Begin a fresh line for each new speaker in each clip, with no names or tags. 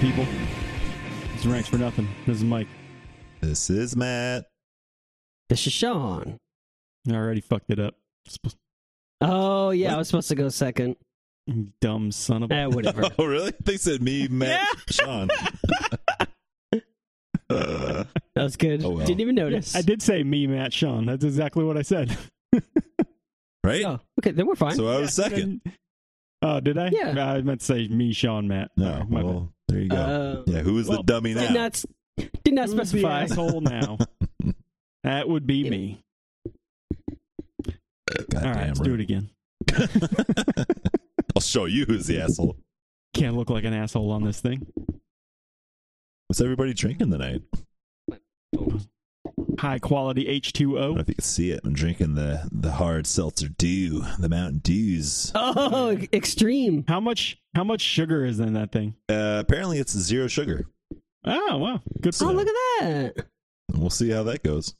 people. It's Ranks for Nothing. This is Mike.
This is Matt.
This is Sean.
I already fucked it up. Sp-
Oh yeah,
What?
I was supposed to go second.
you Dumb son of a.
Eh, whatever.
Oh, really? They said me, Matt, Sean. Uh,
That was good.
Oh, well.
Didn't even notice.
I did say me, Matt, Sean. That's exactly what I said.
right?
Oh, okay, then we're fine.
so I was second.
Oh, did I?
Yeah.
I meant to say me, Sean, Matt. Oh,
No,
My bad.
well, there you go.
Uh,
yeah, Mm, who was
well,
the dummy now?
Did not s- did not
Who's the
specify.
asshole now? that would be
Yeah.
me.
God
All right,
damn
let's
right.
do it again.
I'll show you who's the asshole.
Can't look like an asshole on this thing.
What's everybody drinking tonight?
High quality
I don't know
H2O.
if you can see it. I'm drinking the the hard seltzer dew, the Mountain Dews.
Oh, extreme.
How much? How much sugar is in that thing?
Uh, apparently, it's zero sugar.
Oh wow, good. For
Oh,
So-
look at that.
We'll see how that goes.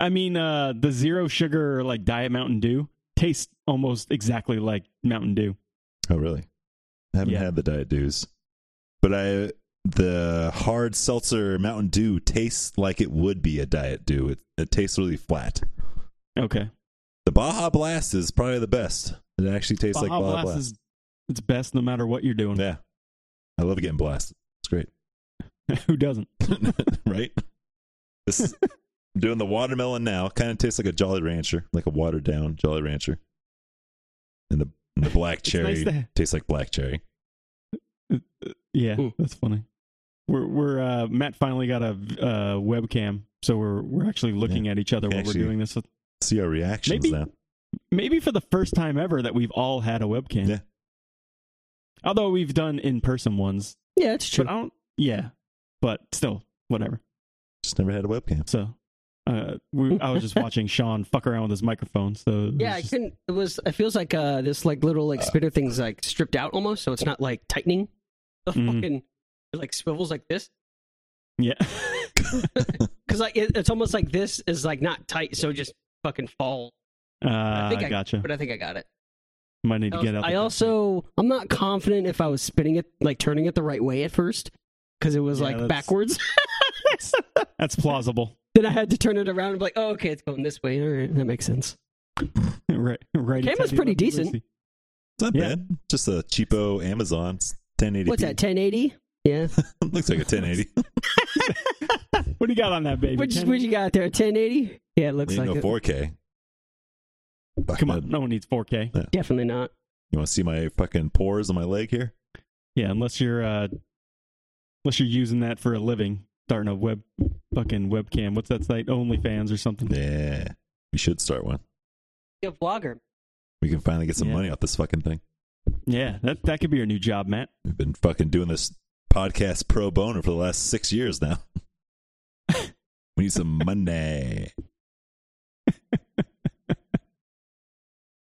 I mean, uh, the zero sugar like Diet Mountain Dew tastes almost exactly like Mountain Dew.
Oh, really? I haven't
Yeah.
had the Diet Dews, but I the hard seltzer Mountain Dew tastes like it would be a Diet Dew. It, it tastes really flat.
Okay,
The Baja Blast is probably the best. It actually tastes like Baja Blast.
is it's best no matter what you're doing.
Yeah, I love getting blasted. It's great,
Who doesn't?
right? This is, I'm doing the watermelon now. Kind of tastes like a Jolly Rancher, like a watered down Jolly Rancher. And the and the black
It's
cherry
nice to-
tastes like black cherry.
Yeah,
Ooh.
that's funny. We're we're uh, Matt finally got a uh, webcam, so we're we're actually looking at each other while we're
Actually.
doing this.
See our reactions
Maybe-
now.
Maybe for the first time ever that we've all had a webcam.
Yeah.
Although we've done in person ones,
Yeah, it's true.
but I don't. Yeah, but still, whatever.
Just never had a webcam.
So, uh, we, I was just watching Sean fuck around with his microphone. So it was
Yeah, I
just-
couldn't. It was. It feels like uh, this like little like spitter thing's like stripped out almost, so it's not like tightening. The
Mm.
Mhm.
fucking it like swivels like this
yeah,
because like it, it's almost like this is like not tight, so it just fucking fall.
uh,
I
I,
think I-
gotcha.
But I think I got it.
Might need to get out.
I
the-
also I'm not confident if I was spinning it like turning it the right way at first because it was
Yeah,
like
that's-
backwards.
that's plausible.
then I had to turn it around and be like, oh okay, it's going this way. All right, that makes sense.
right, right.
Camera's pretty decent.
It's not
Yeah.
bad. Just a cheapo Amazon. It's 1080p.
What's that? 1080? Yeah.
Looks like a 1080.
What do you got on that baby?
What you,
Ken?
what you got there? 1080? Yeah, it looks
you
like
know,
it.
4K. Fuck,
Come
that-
on, no one needs 4K.
Definitely not.
You want to see my fucking pores on my leg here?
Yeah, unless you're uh, unless you're using that for a living, starting a web fucking webcam. What's that site? OnlyFans or something?
Yeah. We should start one.
You're a vlogger.
We can finally get some
Yeah.
money off this fucking thing.
Yeah, that that could be your new job, Matt.
We've been fucking doing this podcast pro bono for the last six years now. we need some money.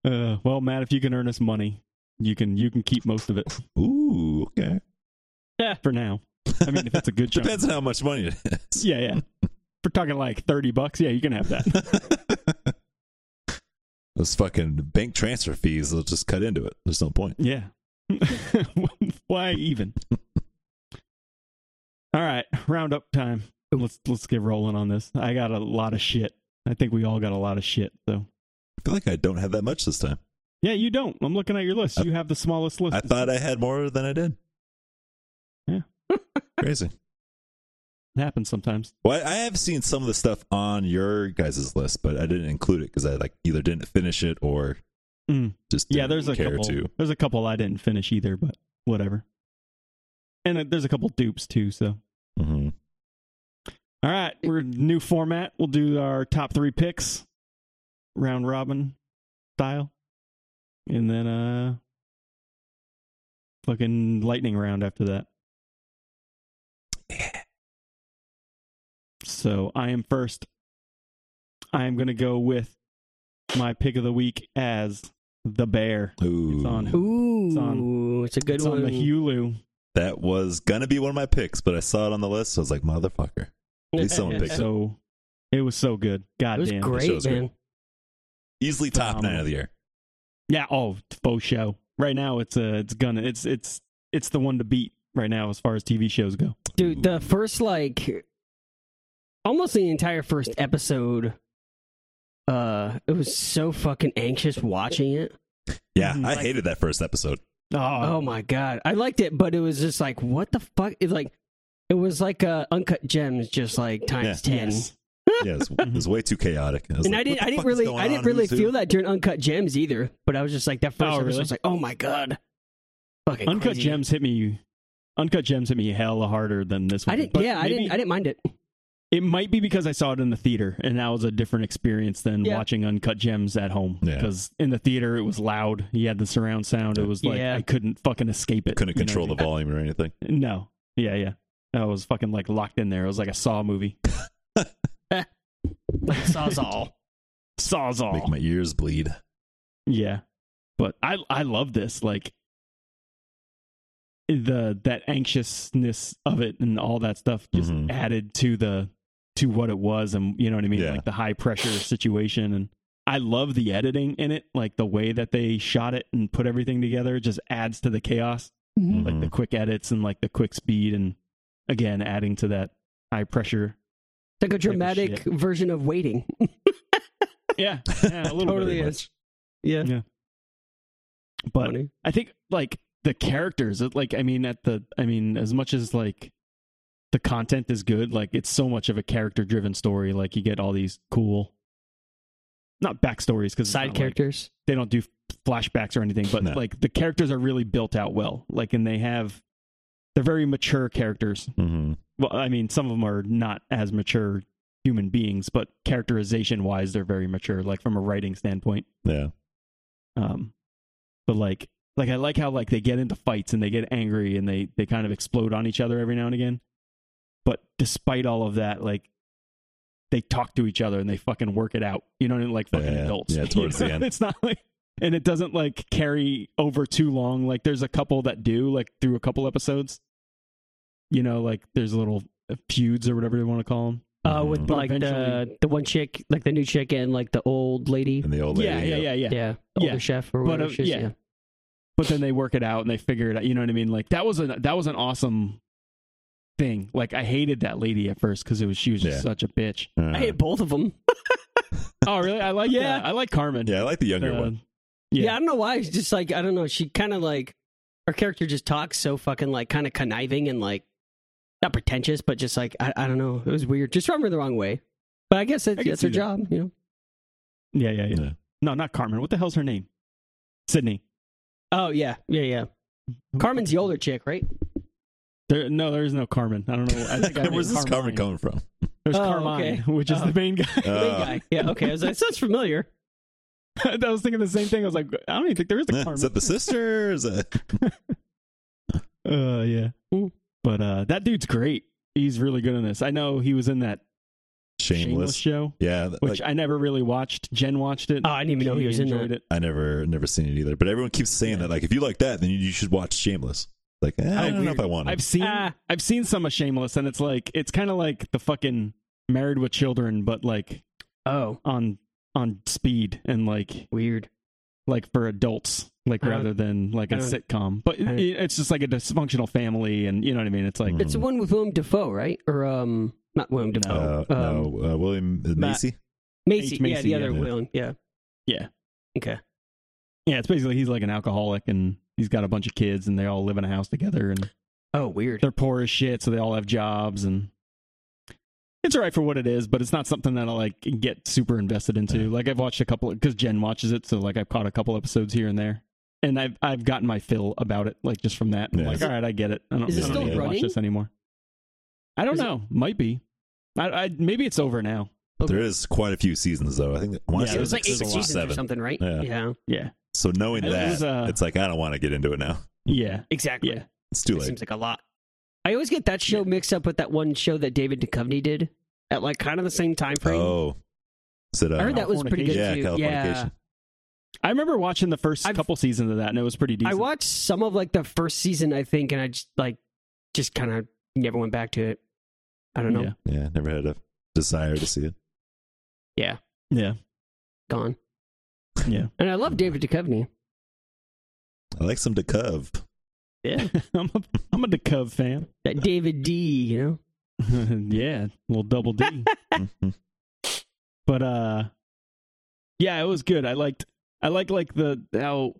Uh, well, Matt, if you can earn us money, you can you can keep most of it
Ooh, okay.
for now. I mean, if it's a good chunk.
Depends on how much money it is.
Yeah, yeah. If we're talking like thirty bucks. Yeah, you can have that.
Those fucking bank transfer fees, they'll just cut into it. There's no point.
Yeah. Why even? All right, roundup time. Let's let's get rolling on this. I got a lot of shit. I think we all got a lot of shit. So
I feel like I don't have that much this time.
yeah, you don't. I'm looking at your list. You have the smallest list.
I thought I had more than I did.
Yeah.
Crazy.
it happens sometimes.
Well, I I have seen some of the stuff on your guys' list, but I didn't include it because I like either didn't finish it or
Mm.
just
Yeah,
didn't
there's a
care
couple.
to.
There's a couple I didn't finish either, but whatever. And uh, there's a couple dupes too. So
hmm
All right, we're new format. We'll do our top three picks, round robin style, and then uh, fucking lightning round after that. So I am first. I am gonna go with my pick of the week as the bear.
Ooh,
It's on who?
Ooh,
It's on-
it's, a good
it's on
one.
the Hulu.
That was gonna be one of my picks, but I saw it on the list, so I was like, motherfucker. At least someone picked it.
So it was so good.
it
God
was
damn.
show
great,
was great.
man.
Easily top
Phenomenal.
nine of the year.
Yeah. Oh, faux show. Right now, it's uh, it's gonna, it's it's it's the one to beat right now as far as TV shows go.
Dude, the first like almost the entire first episode uh it was so fucking anxious watching it.
Mhm.
Yeah, I
Mm-hmm. Like-
hated that first episode.
Uh,
Oh my god. I liked it, but it was just like what the fuck it like it was like uh uncut gems just like times 10.
yes.
Yeah, it was, it was way too chaotic. I was
Mm-hmm. And
like,
I
what the fuck is
didn't I didn't really
going
I
on?
didn't really
Who's who?
feel that during uncut gems either, but I was just like that first
Oh,
episode
really?
was like, "Oh my god." Fucking
Uncut
crazy.
Gems hit me. Uncut Gems hit me hella harder than this one.
I didn't
But
yeah, I
maybe-
didn't I didn't mind it.
It might be because I saw it in the theater, and that was a different experience than
Yeah.
watching Uncut Gems at home.
Yeah.
Because in the theater, it was loud. You had the surround sound. It was like
Yeah.
I couldn't fucking escape it.
Couldn't
You know
control
what
the volume or anything.
I mean? No. Yeah, yeah. I was fucking like locked in there. It was like a Saw movie.
Like Sawzall.
Sawzall.
Make my ears bleed.
Yeah. But I I love this like the that anxiousness of it and all that stuff just
Mhm.
added to the to what it was and you know what I mean
Yeah.
like the high pressure situation and I love the editing in it like the way that they shot it and put everything together just adds to the chaos like the
Mhm.
quick edits and like the quick speed and again adding to that high pressure
It's like a dramatic version of waiting.
yeah, yeah a little
Totally
bit
Pretty
is. Yeah.
but
Funny.
I think like the characters, it- like I mean, at the I mean, as much as like the content is good, like it's so much of a character-driven story. Like you get all these cool, not backstories because
Side characters.
they don't do flashbacks or anything, but
No.
like the characters are really built out well. Like and they have they're very mature characters.
much. Mhm.
Well, I mean, some of them are not as mature human beings, but characterization-wise, they're very mature. Like from a writing standpoint.
Yeah.
Um, but like, like I like how like they get into fights and they get angry and they they kind of explode on each other every now and again. But despite all of that, like they talk to each other and they fucking work it out. You know, what I mean? like fucking
Yeah,
adults.
yeah,
You
towards the
know?
end.
it's not like, and it doesn't like carry over too long. Like there's a couple that do like through a couple episodes. You know, like there's little feuds or whatever they want to call them.
Uh, with
Mhm.
Mm-hmm. But
like the
eventually-
the one chick, like the new chick and like the old lady.
and the old
Yeah,
lady.
yeah, yeah, yeah.
Yeah, the
Yeah.
older chef or
But,
whatever.
uh,
she is,
yeah.
yeah.
but then they work it out and they figure it out. You know what I mean? Like that was a that was an awesome thing. Like I hated that lady at first because it was she was just
Yeah.
such a bitch.
Uh,
I hate both of them.
Oh really? I like
Yeah.
yeah. I like Carmen.
yeah, I like the younger
Uh,
one.
Yeah.
Yeah. I don't know why. It's just like I don't know. She kind of like her character just talks so fucking like kind of conniving and like not pretentious, but just like I, I don't know. It was weird. Just rubbed her the wrong way. But I guess that's,
I can
that's her
see that.
job, you know.
yeah, yeah, yeah,
Yeah.
No, not Carmen. What the hell's her name? Sydney.
Oh yeah, yeah, yeah. Carmen's the older chick, right?
There, no, there is no Carmen. I don't know. I think I made
Where's this
Carmine.
Carmen coming from?
There's
Oh,
Carmine,
okay.
which is
Oh.
the main guy.
The
Uh,
guy. Yeah, okay. I was like, sounds familiar.
I was thinking the same thing. I was like, I don't even think there is a
eh,
Carmen.
Is that the sister? Is that
Uh, yeah.
Mm.
But uh, that dude's great. He's really good in this. I know he was in that
shameless?
Shameless show.
Yeah,
which
like,
I never really watched. Jen watched it.
Oh, I didn't even know
She
he was in
enjoyed
that.
it.
I never never seen it either. But everyone keeps saying that. Like, if you like that, then you, you should watch Shameless. Like, eh, I
Oh,
don't know
weird.
if I want it.
I've seen
Ah.
I've seen some of Shameless, and it's like it's kind of like the fucking Married with Children, but like
Oh,
on on speed and like
weird.
like for adults, like
I don't-
rather than like a
I don't-
sitcom. But it,
I-
it's just like a dysfunctional family, and you know what I mean. It's like
Mhm.
It's the one with Willem Dafoe, right? Or um, not Willem Dafoe.
Uh,
um,
no, uh, William uh,
Matt-
Macy.
Macy,
H. Macy,
yeah, the other
yeah.
Willem, yeah,
Yeah.
Okay,
yeah, it's basically he's like an alcoholic, and he's got a bunch of kids, and they all live in a house together, and
oh, weird.
they're poor as shit, so they all have jobs and it's all right for what it is, but it's not something that I like get super invested into. Like I've watched a couple because Jen watches it, so like I've caught a couple episodes here and there, and I've I've gotten my fill about it, like just from that. I'm
Yeah.
like, all right, I get it. I don't,
Is
it
I don't
still
need to watch
running?
this anymore. I don't
Is it-
know. Might be. I, I maybe it's over now.
Okay.
There is quite a few seasons though. I think I wanna
Yeah,
say
it
there's
was like eight
six or
seasons or
seven.
something, right?
Yeah.
Yeah.
So knowing
It
that,
was, uh,
it's like I don't want to get into it now.
Yeah.
exactly.
Yeah.
It's too
it
late.
seems like a lot. I always get that show mixed up with that one show that David Duchovny did at like kind of the same time frame.
Oh, is it? Uh,
I heard that was pretty good
yeah,
too.
Californication.
I remember watching the 1st
I've-
couple seasons of that, and it was pretty
Yeah.
decent.
I watched some of like the first season, I think, and I just like just kind of never went back to it. I don't know,
Yeah.
Yeah, never had a desire to see it.
Yeah.
gone.
Yeah.
and I love David Duchovny.
I like some Decove.
Yeah.
I'm a I'm a Cub fan.
That David D, you know?
yeah, little double D.
Mhm.
but uh yeah, it was good. I liked I like like the how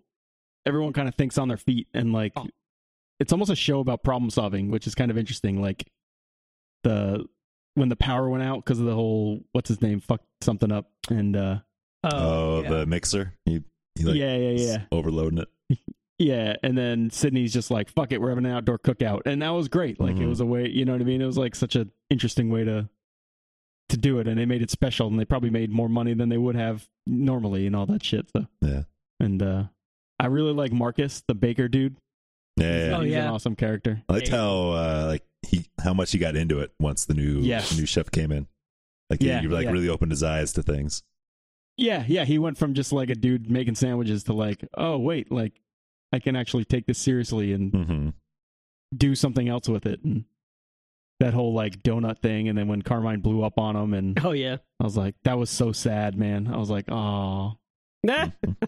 everyone kind of thinks on their feet and like
Oh.
it's almost a show about problem solving, which is kind of interesting. Like the when the power went out because of the whole what's his name fucked something up and uh
oh,
yeah.
the mixer. He, he like
yeah yeah yeah
s- overloading it.
Yeah, and then Sydney's just like, "Fuck it, we're having an outdoor cookout," and that was great. Like it
Mhm.
was a way, you know what I mean? It was like such an interesting way to to do it, and they made it special, and they probably made more money than they would have normally, and all that shit. So
Yeah.
and uh I really like Marcus, the baker dude.
Yeah. yeah.
Oh,
He's an
yeah.
awesome character.
I liked how uh, like he how much he got into it once the new
Yes.
new chef came in. Like he,
Yeah,
he, like
yeah.
really opened his eyes to things.
Yeah, yeah, he went from just like a dude making sandwiches to like, oh wait, like I can actually take this seriously and
Mm-hmm.
do something else with it, and that whole like donut thing, and then when Carmine blew up on him and.
Oh, yeah.
I was like, that was so sad, man. I was like, oh,
Nah.
mm-hmm. it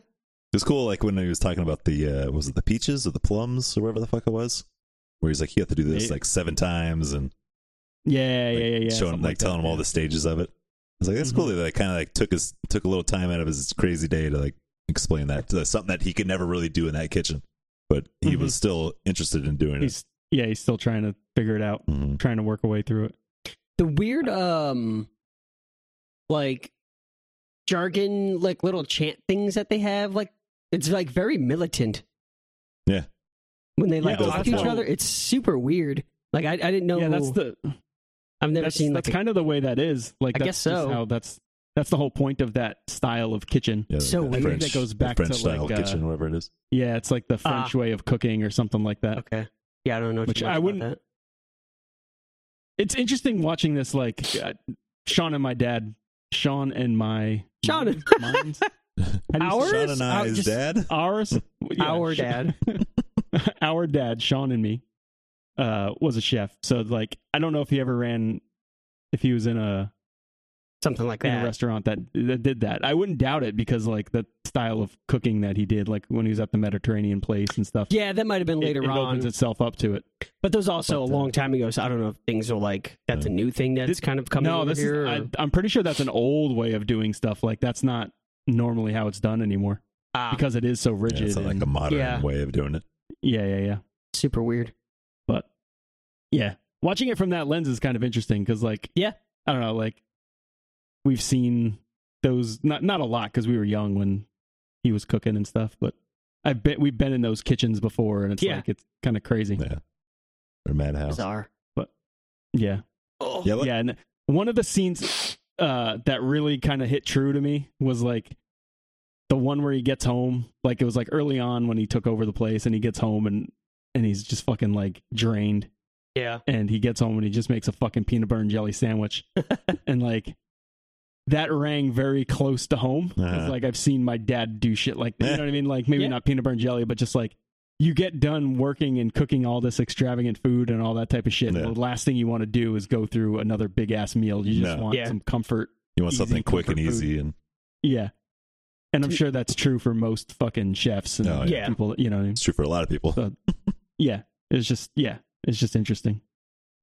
was cool, like when he was talking about the uh, was it the peaches or the plums or whatever the fuck it was, where he's like you have to do this
Yeah.
like seven times and
yeah,
like,
yeah, yeah, yeah. Mm-hmm.
showing
something
like, telling
that.
him all the stages of it. I was like, that's cool. They like kind of like took his took a little time out of his crazy day to like explain that to something that he could never really do in that kitchen, but he
Mhm.
was still interested in doing
He's yeah, he's still trying to figure it out,
it. Mhm.
trying to work a way through it.
the weird um like jargon like little chant things that they have like it's like very militant
Yeah.
when they like
Yeah,
talk
that's
to each
cool.
other it's super weird like i, I didn't know
Yeah, that's the
i've never
that's,
seen like
that's
a-
kind of the way that is. Like,
I
that's
guess
just
so.
How that's that's the whole point of that style of kitchen.
Yeah,
So
that
weird.
French,
That goes
that
back to,
French style
like, uh,
kitchen, whatever it is.
Yeah, it's like the French way of cooking or something like that.
Ah. okay yeah i don't know too
Which
much
I
about
wouldn't-
that.
It's interesting watching this. Like uh, Sean and my dad, Sean and my
Sean and-
mines,
Our-
Sean
Ours?
uh,
and
I
I's
just-
dad.
ours, yeah,
our
Sean-
dad
our dad, Sean and me, uh, was a chef. So like, I don't know if he ever ran, if he was in a
something like
in a
that
restaurant that that did that. I wouldn't doubt it because like the style of cooking that he did, like when he was at the Mediterranean place and stuff.
yeah that might have been
it-
later
it,
on
opens itself up to it.
but those also
but,
a
uh,
long time ago so i don't know if things are like that's a new thing that's
This-
kind of coming
no,
over
this is.
here or-
I, I'm pretty sure that's an old way of doing stuff. Like that's not normally how it's done anymore
ah,
because it is so
Yeah,
rigid.
it's not like
and-
a modern
Yeah.
way of doing it.
yeah, yeah, yeah.
super weird
but yeah watching it from that lens is kind of interesting because like
Yeah.
i don't know like we've seen those not not a lot because we were young when he was cooking and stuff but i bet we've been in those kitchens before and it's
Yeah.
like it's kind of crazy
Yeah. Or
Oh.
madhouse.
bizarre
yeah
oh
Yeah, like,
yeah and one of the scenes uh that really kind of hit true to me was like the one where he gets home like it was like early on when he took over the place and he gets home and and he's just fucking like drained
yeah
and he gets home and he just makes a fucking peanut butter and jelly sandwich and like that rang very close to home 'Cause,
Uh-huh.
like i've seen my dad do shit like you know
Yeah.
what i mean like maybe
Yeah.
not peanut butter and jelly but just like you get done working and cooking all this extravagant food and all that type of shit
Yeah.
the last thing you want to do is go through another big ass meal you just
No.
want
Yeah.
some comfort
you want
easy
something quick and
comfort food.
easy and
yeah and i'm sure that's true for most fucking chefs and
Oh,
yeah.
people you know what I mean?
it's true for a lot of people.
So- yeah it's just yeah it's just interesting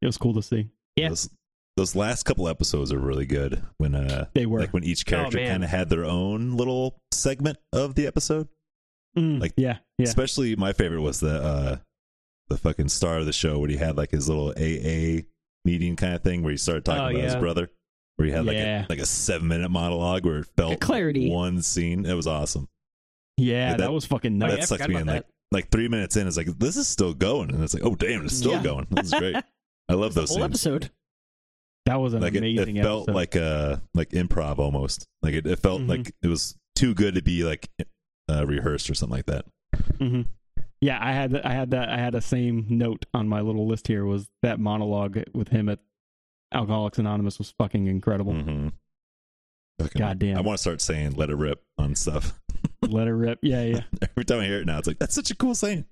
it was cool to see
Yeah.
Those, those last couple episodes are really good when uh
they were
like when each character
Oh, man.
kind of had their own little segment of the episode.
Mm,
like-
yeah yeah
Especially my favorite was the uh the fucking star of the show when he had like his little AA meeting kind of thing where he started talking
Oh,
about his
yeah.
brother. Where he had like
Yeah.
a like a seven minute monologue where it felt
clarity.
one scene. It was awesome.
Yeah,
Yeah,
that,
that-
was fucking nuts.
yeah, I
that sucks
forgot
me
about
in like like three minutes in. It's like this is still going, and it's like oh damn, it's still
Yeah.
going. This is great. I love those
whole
scenes.
episode
That was an
Like it,
amazing
it felt
episode.
like uh like improv almost. Like it, it felt
Mm-hmm.
Mhm.
like it was too good to be like uh, rehearsed or something like that.
Mhm. yeah, I had I had that I had a same note on my little list here was that monologue with him at Alcoholics Anonymous was fucking incredible.
Mm-hmm.
Goddamn.
I want to start saying "let it rip" on stuff.
Let her rip. Yeah, yeah.
Every time I hear it now, it's like that's such a cool saying.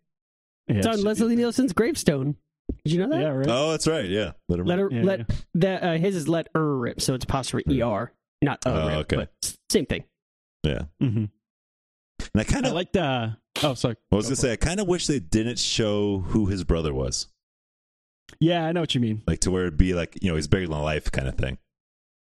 Yeah,
It's on Leslie Nielsen's gravestone. Did you know that?
yeah right.
Oh, that's right. Yeah, let it
Let
rip.
her
Yeah,
let
yeah.
that uh, his is let er rip, so it's apostrophe er, not er
Oh,
rip,
okay.
but s- same thing.
Yeah,
Mhm.
and I kind
I
of
liked uh Oh, sorry.
I was
Go
gonna
for
say I kind of wish they didn't show who his brother was,
it. Yeah, I know what you mean.
like to where it'd be like you know he's buried in life kind of thing.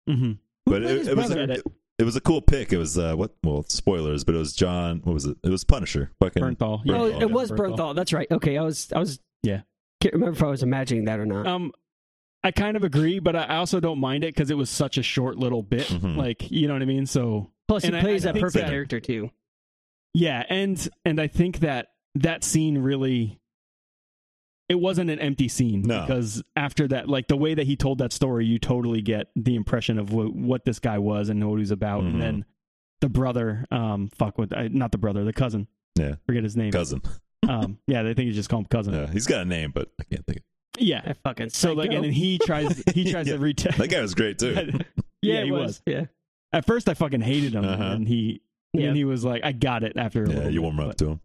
hmm
Who
but
played
it,
his
it was
brother?
a, it, was a cool pick. It was uh what well spoilers, but it was John. What was it? It was Punisher. Fucking
Burnthal.
Yeah,
oh,
yeah,
it was Bernthal. That's right. Okay, I was, I was,
Yeah.
Can't remember if I was imagining that or not.
Um, I kind of agree, but I I also don't mind it because it was such a short little bit.
Mhm.
Like, you know what I mean? So
Plus, he
and I-
plays
I
that
think
perfect
that-
character too.
yeah, and and I think that that scene really it wasn't an empty scene
No.
because after that, like the way that he told that story, you totally get the impression of what, what this guy was and what he was about,
Mhm.
and then the brother, um, fuck with uh, not the brother, the cousin,
Yeah.
forget his name,
cousin.
um, yeah, they think you just call him cousin,
Yeah, he's got a name, but I can't think.
yeah.
I fucking
So like, and then he tries, he tries
Yeah.
to retell.
Of it. That guy was great too.
Yeah, he was.
Yeah,
At first, I fucking hated him,
Uh-huh.
and he and
Yeah.
then he was like, "I got it." After a
yeah,
little
you
bit,
warm up
but-
to him.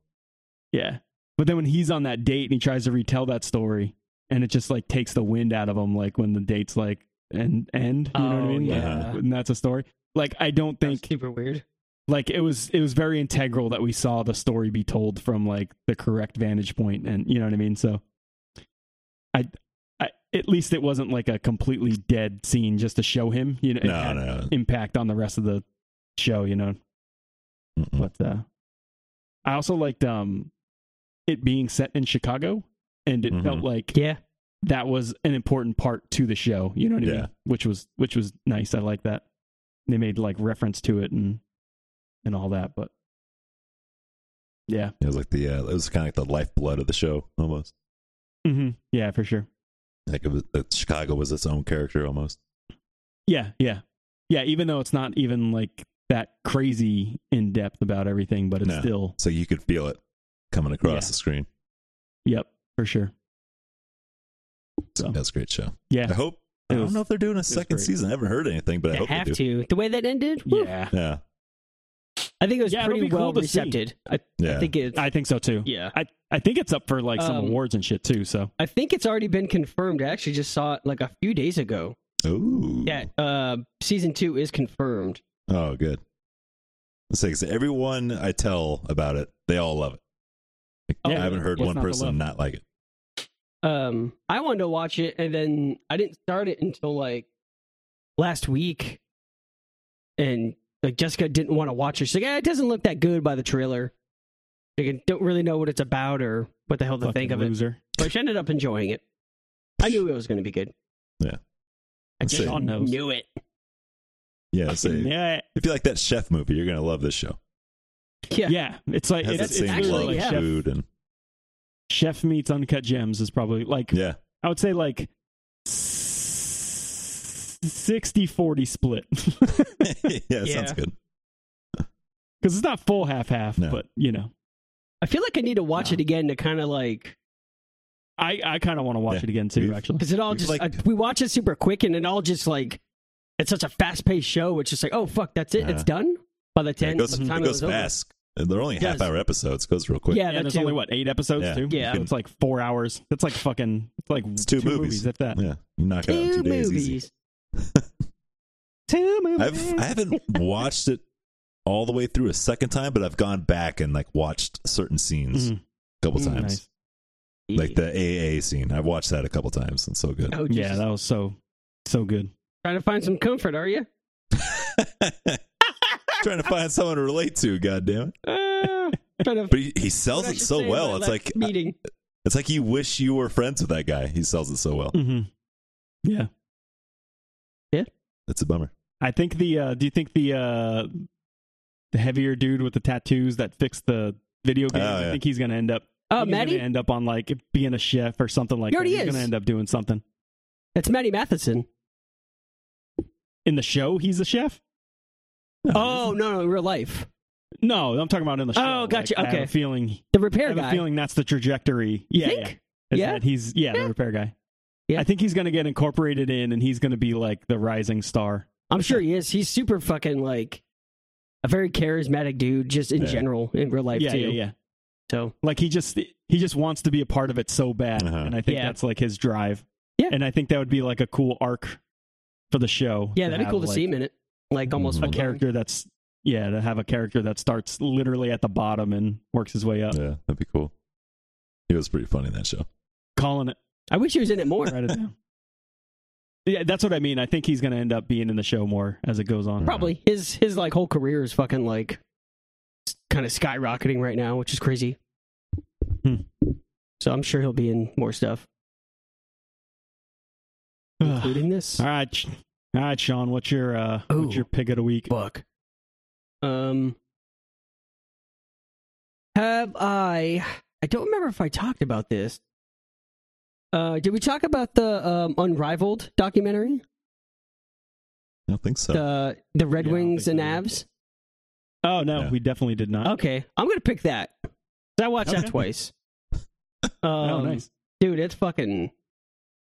yeah. But then when he's on that date and he tries to retell that story, and it just like takes the wind out of him, like when the date's like and end, you know what I
Oh,
mean? Like,
Uh-huh.
yeah.
and that's a story. Like I don't
That was
think
super weird.
like it was it was very integral that we saw the story be told from like the correct vantage point, and you know what I mean. So, I. I, at least it wasn't like a completely dead scene just to show him, you know. it
No,
had
no.
impact on the rest of the show, you know.
Mm-mm.
But uh, I also liked um, it being set in Chicago, and it
Mhm.
felt like
Yeah,
that was an important part to the show. You know what I
Yeah.
mean? Which was which was nice. I like that they made like reference to it and and all that. But yeah,
It was like the uh, it was kind of like the lifeblood of the show almost.
hmm yeah, for sure.
Like it was that Chicago was its own character almost.
Yeah, yeah, yeah. Even though it's not even like that crazy in depth about everything, but it's
No.
still
So you could feel it coming across
Yeah.
the screen.
yep for sure.
So
So.
that's a great show.
Yeah,
I hope. I
It
don't
was-
know if they're doing a second
great.
season. I haven't heard anything, but I
they
hope
have
they do.
to. The way that ended. whew.
yeah.
Yeah,
I think it was
Yeah, it'll
pretty
be cool
well
to see.
recepted. I,
yeah.
I think it's.
I think so too.
yeah,
I, I think it's up for like some
Um,
awards and shit too. So
I think it's already been confirmed. I actually just saw it like a few days ago.
Ooh.
Yeah, uh, season two is confirmed.
Oh, good. It's like so everyone I tell about it, they all love it. Like,
Yeah.
I haven't heard
Oh, What's
one
not to love?
person not like it.
Um, I wanted to watch it, and then I didn't start it until like last week, and like Jessica didn't want to watch it. She's like, eh, "It doesn't look that good by the trailer. Like, I don't really know what it's about or what the hell to
fucking
think of it."
loser.
But she ended up enjoying it. I knew it was going to be good.
Yeah.
I
Let's
just
see.
Sean knows.
knew it.
Yeah, so
Yeah,
if you like that chef movie, you're gonna love this show.
Yeah,
yeah. It's like it's,
It has that
it's
same
actually
love
literally
of
like
yeah.
chef,
food and
chef meets uncut gems is probably like
yeah,
I would say like 60-40 split
yeah, it
Yeah.
sounds good.
because it's not full half half,
No.
but you know.
I feel like I need to watch
No.
it again to kind of like
I, I kind of want to watch
Yeah.
it again too.
We've-
Actually,
because it all
It's
just
like-
I- we watch it super quick and it all just like it's such a fast paced show. It's just like oh fuck, that's it,
Uh-huh.
it's done by the
Yeah,
ten.
it goes,
by the time
it goes
was over.
fast. And They're only
It does.
half hour episodes. It goes real quick.
Yeah,
and
that
there's
too.
only what eight episodes
Yeah.
too.
Yeah.
so it's like four hours. That's like fucking. It's like
It's two movies.
if that.
yeah. You knock it out in
two
two days. Easy.
movies. two movies.
I've I haven't watched it all the way through a second time, but I've gone back and like watched certain scenes
Mhm.
a couple
Mm,
times.
Nice.
Like the AA scene. I've watched that a couple times. It's so good.
Oh,
Yeah,
Jesus.
that was so so good.
trying to find some comfort, are you?
Trying to find someone to relate to, goddammit.
Uh, trying to.
But he, he sells
what I
it
should
so
say in my
well. It's
last
like uh,
meeting.
it's like you wish you were friends with that guy. He sells it so well.
Mm.
Mm-hmm. Yeah.
It's a bummer.
I think the uh do you think the uh the heavier dude with the tattoos that fixed the video game,
Oh, yeah.
I think he's gonna end up I
Oh,
think he's
Maddie,
gonna end up on like being a chef or something like
He
that.
already
He's
is.
gonna end up doing something.
that's Maddie Matheson.
In the show he's a chef?
Oh no, no, in real life,
No, I'm talking about in the show.
Oh, gotcha.
Like, I
Okay.
have a feeling
the
I
repair
have
guy.
a feeling that's the trajectory. Yeah.
Think?
yeah. Is
Yeah?
that he's yeah,
Yeah.
the repair guy.
Yeah.
I think he's gonna get incorporated in and he's gonna be like the rising star.
I'm sure he is. He's super fucking like a very charismatic dude, just in
Yeah.
general in real life
yeah,
too.
yeah, yeah.
So
Like he just he just wants to be a part of it so bad,
Uh-huh.
and I think
Yeah.
that's like his drive.
Yeah.
and I think that would be like a cool arc for the show.
yeah, that'd be
have,
cool to
like,
see him in it. Like almost
Mhm.
A
full-time.
character that's yeah, to have a character that starts literally at the bottom and works his way up.
Yeah, that'd be cool. He was pretty funny in that show.
Calling it.
I wish he was in it more.
Write it down. Yeah, that's what I mean. I think he's going to end up being in the show more as it goes on.
Probably his his like whole career is fucking like kind of skyrocketing right now, which is crazy.
Hmm.
So I'm sure he'll be in more stuff,
All
including this
right. Sh- All right, Sean, what's your uh
Ooh.
what's your pick of the week?
book. Um, have I? I don't remember if I talked about this. Uh, did we talk about the um, Unrivaled documentary,
I don't think so.
the the Red
Yeah, I don't
Wings
think
and
we did.
Avs?
Oh no,
Yeah.
we definitely did not.
Okay, I'm gonna pick that. 'Cause I watched
Okay.
that twice.
Oh,
Um,
nice.
dude, it's fucking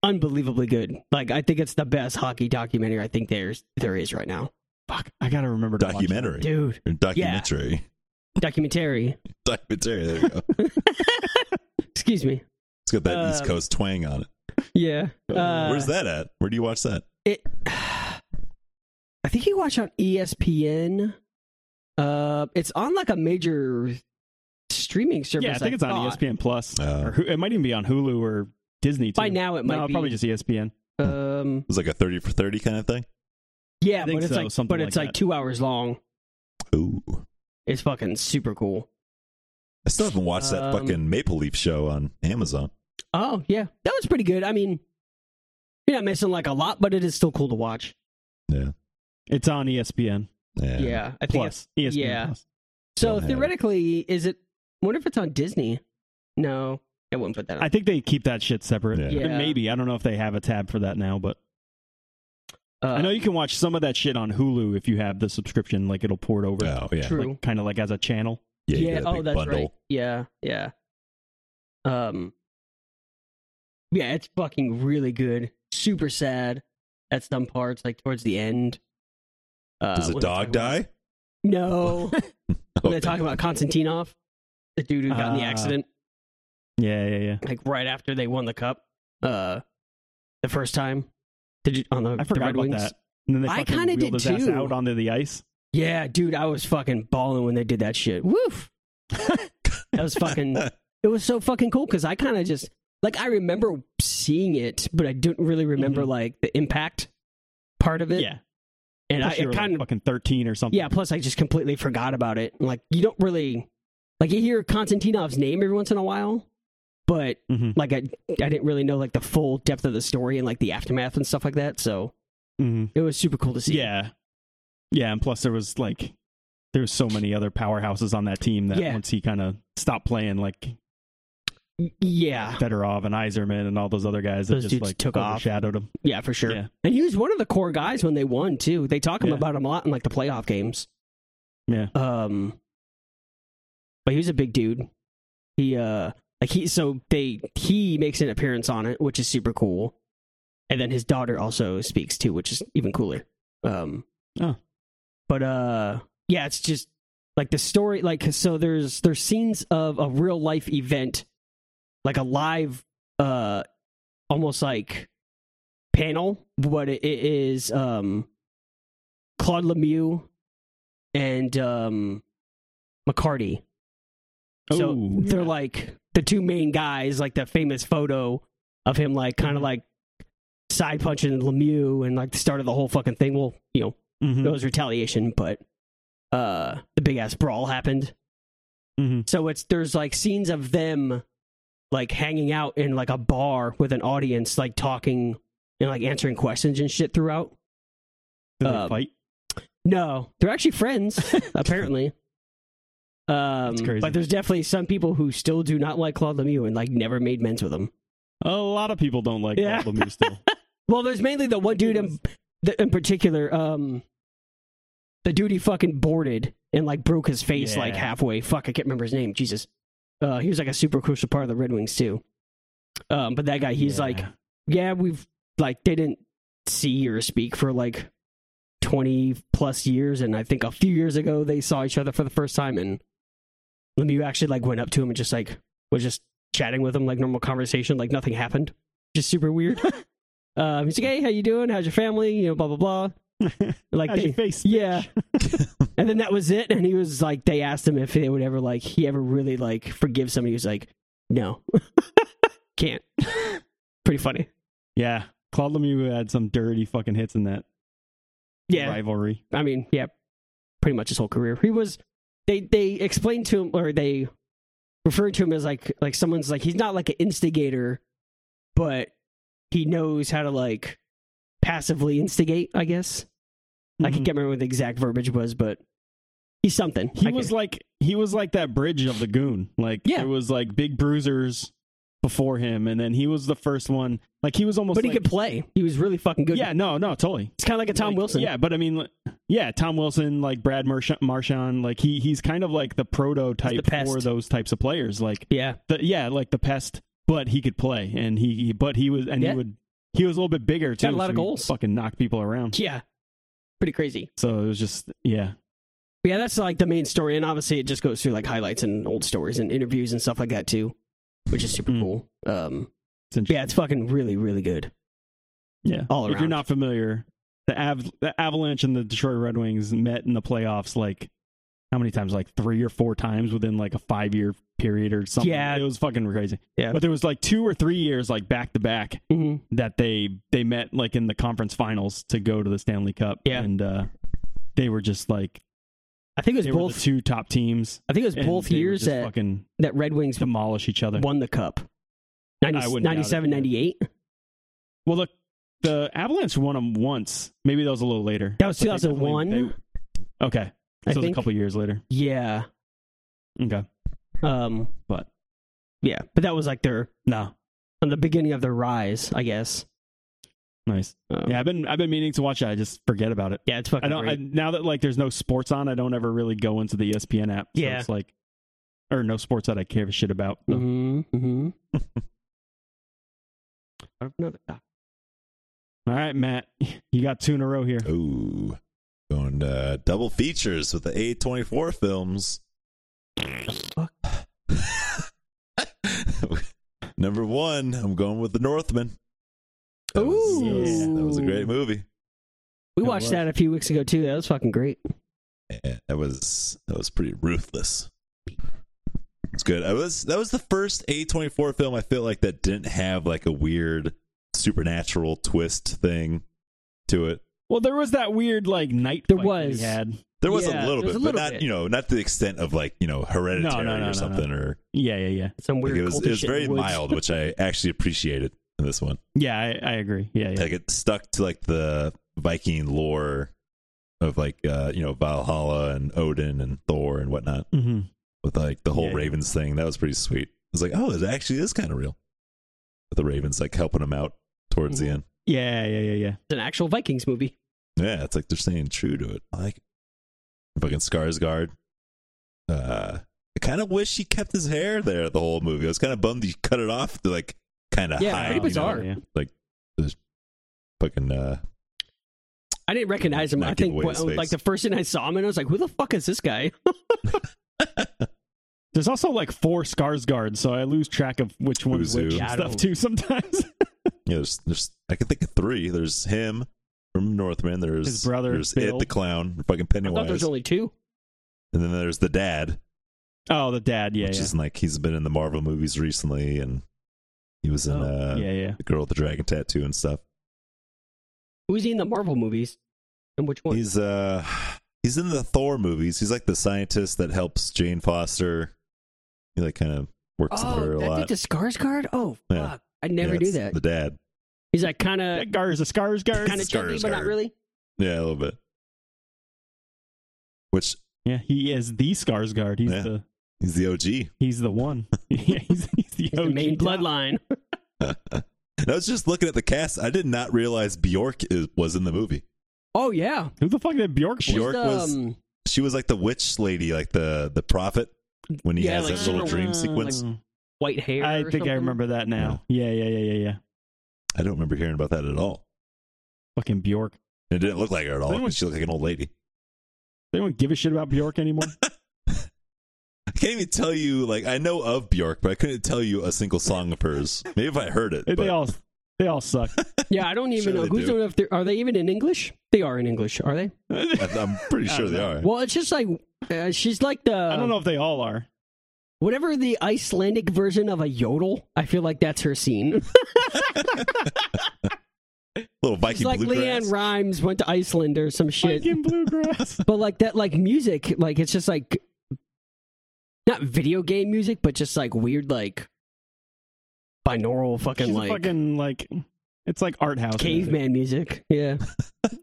unbelievably good. Like, I think it's the best hockey documentary I think there's there is right now,
Fuck, I gotta remember to watch that.
documentary.
dude.
Or documentary.
Documentary.
Documentary. There you go.
Excuse me.
It's got that East
Um,
Coast twang on it.
Yeah. Uh,
Where's that at? Where do you watch that?
It. I think you watch on E ESPN. Uh, it's on like a major streaming service.
Yeah, I think it's on E
thought.
ESPN Plus,
Oh.
or Hu- it might even be on Hulu or Disney. Too.
By now, it might
no,
be.
probably just E ESPN.
Um,
It's like a 30 for 30 kind of thing.
I
yeah,
think
but it's
so,
like,
something
but
like
it's like
that.
two hours long.
Ooh.
It's fucking super cool.
I still haven't watched that
Um,
fucking Maple Leaf show on Amazon.
Oh yeah, that was pretty good. I mean, you're not missing like a lot, but it is still cool to watch.
Yeah.
It's on E ESPN
Yeah.
Yeah, I think.
Plus.
it's-
E ESPN
yeah.
Plus.
So
Don't have it.
theoretically, is it? Wonder if it's on Disney? No, I wouldn't put that on.
I think they keep that shit separate.
Yeah.
Yeah.
Maybe I don't know if they have a tab for that now, but
Uh,
I know you can watch some of that shit on Hulu if you have the subscription. Like it'll port over,
Oh, yeah.
True.
like, kind of like as a channel.
Yeah. you
yeah.
get that
Oh,
big
that's
bundle.
right. Yeah. Yeah. Um. Yeah, it's fucking really good. Super sad at some parts, like towards the end. Uh,
Does a
when they
dog
talk about-
die?
no. when they talk about Konstantinov, the dude who got in the
Ah.
accident.
Yeah, yeah, yeah.
like right after they won the cup, uh, the first time. Did you on the
I
the
forgot
Red
about
Wings?
that. And then they
I
fucking
kinda
wheeled
did
his ass
too.
out onto the ice.
Yeah, dude, I was fucking balling when they did that shit. Woof. that was fucking. It was so fucking cool because I kind of just like I remember seeing it, but I didn't really remember like the impact part of
Mm-hmm.
it.
yeah,
and I
Plus you were,
it
like,
kind of
fucking thirteen or something.
yeah. Plus, I just completely forgot about it. Like you don't really like you hear Konstantinov's name every once in a while, but
hmm
like I I didn't really know like the full depth of the story and like the aftermath and stuff like that. So
hmm
it was super cool to see.
yeah, yeah. And plus, there was like there was so many other powerhouses on that team that
Yeah.
once he kind of stopped playing, like
Y- yeah,
Fedorov and Iserman and all those other guys that
Those
just
dudes
like
took off.
overshadowed him.
yeah, for sure.
Yeah.
And he was one of the core guys when they won too. They talk him
Yeah.
about him a lot in like the playoff games.
Yeah.
Um, but he was a big dude. He uh, like he so they he makes an appearance on it, which is super cool. And then his daughter also speaks too, which is even cooler. Um,
Oh.
but uh, yeah, it's just like the story. Like so, there's there's scenes of a real life event, like a live uh, almost like panel, but it, it is um Claude Lemieux and um McCarty. So
Ooh,
they're
yeah.
like the two main guys, like the famous photo of him like kind of
Mhm.
like side punching Lemieux and like the start of the whole fucking thing. Well, you know,
Mhm.
it was retaliation, but uh the big ass brawl happened.
Mhm.
So it's there's like scenes of them like hanging out in like a bar with an audience, like talking and like answering questions and shit throughout.
Did they
um,
fight.
No, they're actually friends, apparently. Um,
That's crazy.
But there's definitely some people who still do not like Claude Lemieux and like never made men's with him.
A lot of people don't like
Yeah.
Claude Lemieux still.
Well, there's mainly the one dude in, the, in particular, um, the dude he fucking boarded and like broke his face like
Yeah.
halfway. Fuck, I can't remember his name. Jesus, uh, he was like a super crucial part of the Red Wings too. Um, but that guy, he's
Yeah.
like, yeah, we've like they didn't see or speak for like twenty plus years, and I think a few years ago they saw each other for the first time, and Lemieux actually like went up to him and just like was just chatting with him like normal conversation, like Uh, nothing happened, just super weird. um, he's like, hey, how you doing? How's your family? You know, blah blah blah. Like
How's
they,
your face?
yeah. and then that was it. And he was like, they asked him if they would ever like he ever really like forgive somebody. He was like, no, can't. Pretty funny.
Yeah. Claude Lemieux had some dirty fucking hits in that
Yeah,
rivalry.
I mean, yeah, pretty much his whole career. He was they they explained to him or they referred to him as like like someone's like he's not like an instigator, but he knows how to like passively instigate. I guess I
Mhm.
can't remember what the exact verbiage was, but he's something.
he
I
was
can-
like he was like that bridge of the goon. Like
Yeah.
there was like big bruisers before him, and then he was the first one. Like he was almost
but he
like-
could play. He was really fucking good.
yeah, no, no, totally.
it's kind of like a Tom
Like,
Wilson.
Yeah, but I mean, li- yeah, Tom Wilson, like Brad Marsh- Marchand, like he he's kind of like the prototype
pest.
for those types of players. Like
yeah.
the yeah, like the pest, but he could play, and he, he but he was and
Yeah.
he would he was a little bit bigger too.
Got a lot
so
of
he'd
goals.
Fucking knock people around.
Yeah. Pretty crazy.
So it was just yeah,
But yeah, that's like the main story. And obviously, it just goes through like highlights and old stories and interviews and stuff like that, too, which is super
Mm.
cool. Um,
it's interesting.
yeah, it's fucking really, really good.
Yeah.
All
If you're
around.
not familiar, the, Av- the Avalanche and the Detroit Red Wings met in the playoffs like how many times? Like three or four times within like a five year period or something.
Yeah.
It was fucking crazy.
Yeah.
But there was like two or three years like back to back
Mm-hmm.
that they they met like in the conference finals to go to the Stanley Cup.
Yeah.
And uh they were just like
I think it
they
was
were the
both.
two top teams.
I think it was
and
both
they were
years
just
that,
fucking
that Red Wings
demolish each other.
won the cup.
I
90,
wouldn't doubt it,
97,
yeah.
98.
Well, look, the Avalanche won them once. Maybe that was a little later.
That was
But they definitely-
2001?
they- Okay.
I
So it was a
think.
couple years later.
Yeah.
Okay.
Um,
But
yeah. But that was like their,
no.
on the beginning of their rise, I guess.
Nice.
Um,
Yeah, I've been I've been meaning to watch it. I just forget about it.
Yeah, it's fucking
I don't I,
great.
now that like there's no sports on, I don't ever really go into the E ESPN app. So
Yeah.
it's like or no sports that I care a shit about. So.
hmm hmm I don't know that-
All right, Matt. You got two in a row here.
Ooh. Going uh, double features with the A24 films.
Fuck.
Number one, I'm going with The Northman. That was- that was- that was a
Ooh.
great movie.
We
It
watched
was.
that a few weeks ago too. That was fucking great.
Yeah, that was that was pretty ruthless. It's good. I was that was the first A24 film I feel like that didn't have like a weird supernatural twist thing to it.
Well, there was that weird like night
There
fight that he
was.
had.
There was a
Yeah,
little
there was
bit,
a little
but not
bit.
you know not to the extent of like you know
No,
hereditary
no, no, no,
or something or
Yeah, yeah, yeah.
Some
like
weird.
it was
culty
it was
shit in
very
the woods.
mild, which I actually appreciated in this one.
Yeah, I, I agree. Yeah, yeah.
Like it stuck to like the Viking lore of like uh you know Valhalla and Odin and Thor and whatnot.
hmm
with like the whole
Yeah.
Ravens thing. That was pretty sweet. I was like, oh, it actually is kind of real. With the Ravens like helping him out towards
Mm-hmm.
the end.
Yeah, yeah, yeah, yeah.
It's an actual Vikings movie.
Yeah, it's like they're staying true to it. I like it. fucking Skarsgård. Uh, I kind of wish he kept his hair there the whole movie. I was kind of bummed he cut it off to like kind of
Yeah,
hide.
pretty
you know,
bizarre.
Oh, Yeah.
fucking uh,
I didn't recognize him.
Not
I
give
think
away
when-
his face.
like the first thing I saw him and I was like, "Who the fuck is this guy?"
There's also like four scars guards, so I lose track of which one's
Who's who.
which and
Yeah, I
stuff
don't-
too sometimes.
yeah. There's there's I can think of three. There's him from Northman. There's
His brother,
There's
Bill.
it the clown. Fucking
I thought there
Pennywise.
was only two.
and then there's the dad.
oh, the dad. Yeah,
which
yeah.
is like he's been in the Marvel movies recently, and he was
Oh,
in uh,
yeah, yeah.
the Girl with the Dragon Tattoo and stuff.
Who's he in the Marvel movies? And which one?
He's uh, he's in the Thor movies. He's like the scientist that helps Jane Foster. He like kind of works with her
oh,
a
that's like
lot.
the Skarsgård. Oh
Yeah.
fuck, I
Yeah,
never knew
it's
that.
The dad,
He's like kind of
That guard is a scars guard.
kind of chubby, but not
Skarsgård.
really.
yeah, a little bit. Which
Yeah, he is the scars guard. He's
Yeah.
the
he's the OG.
he's the one. yeah, he's, he's the,
He's the
OG
main
top.
bloodline.
And I was just looking at the cast. I did not realize Bjork is, was in the movie.
Oh yeah,
Who the fuck did Bjork? play?
She's
Bjork
the,
was-
um,
She was like the witch lady, like the the prophet when he
Yeah,
has
like
that little
super-
dream sequence.
white hair.
I
or
think I
something.
remember that now. Yeah, yeah, yeah, yeah, yeah.
I don't remember hearing about that at all.
Fucking Bjork.
It didn't look like her at all.
They don't-
She looked like an old lady.
They don't give a shit about Bjork anymore.
I can't even tell you. Like I know of Bjork, but I couldn't tell you a single song of hers. Maybe if I heard it,
they
but
all They all suck.
Yeah, I don't even
Sure
know
they
who's
do.
doing if they're are they even in English? They are in English, are they?
I
I- I'm pretty
I
sure
don't
they
know.
are.
Well, it's just like uh, she's like the
don't know if they all are.
whatever the Icelandic version of a yodel. I feel like that's her scene.
Little
It's
Viking
like
bluegrass.
Leanne Rhymes went to Iceland or some shit.
Fucking bluegrass.
But like that, like music, like it's just like not video game music, but just like weird, like binaural fucking
She's a
like
fucking like it's like art house. music.
caveman music. Yeah,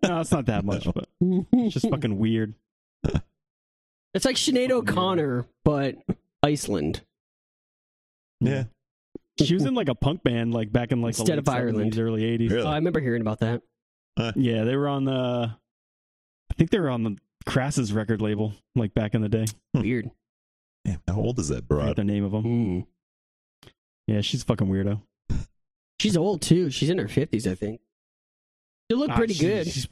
No, it's not that much, but it's just fucking weird.
it's like Sinead O'Connor, but Iceland.
yeah,
She was in like a punk band like back in like the
Instead
late
of Ireland.
70s, early eighties.
really.
Oh, I remember hearing about that.
Yeah, they were on the. I think they were on the Crass's record label, like back in the day.
Weird.
Damn, how old is that
I forget
broad?
the name of them.
Mm.
Yeah, she's a fucking weirdo.
She's old too. She's in her fifties, I think. She looked
Ah,
pretty
she-
good.
she's-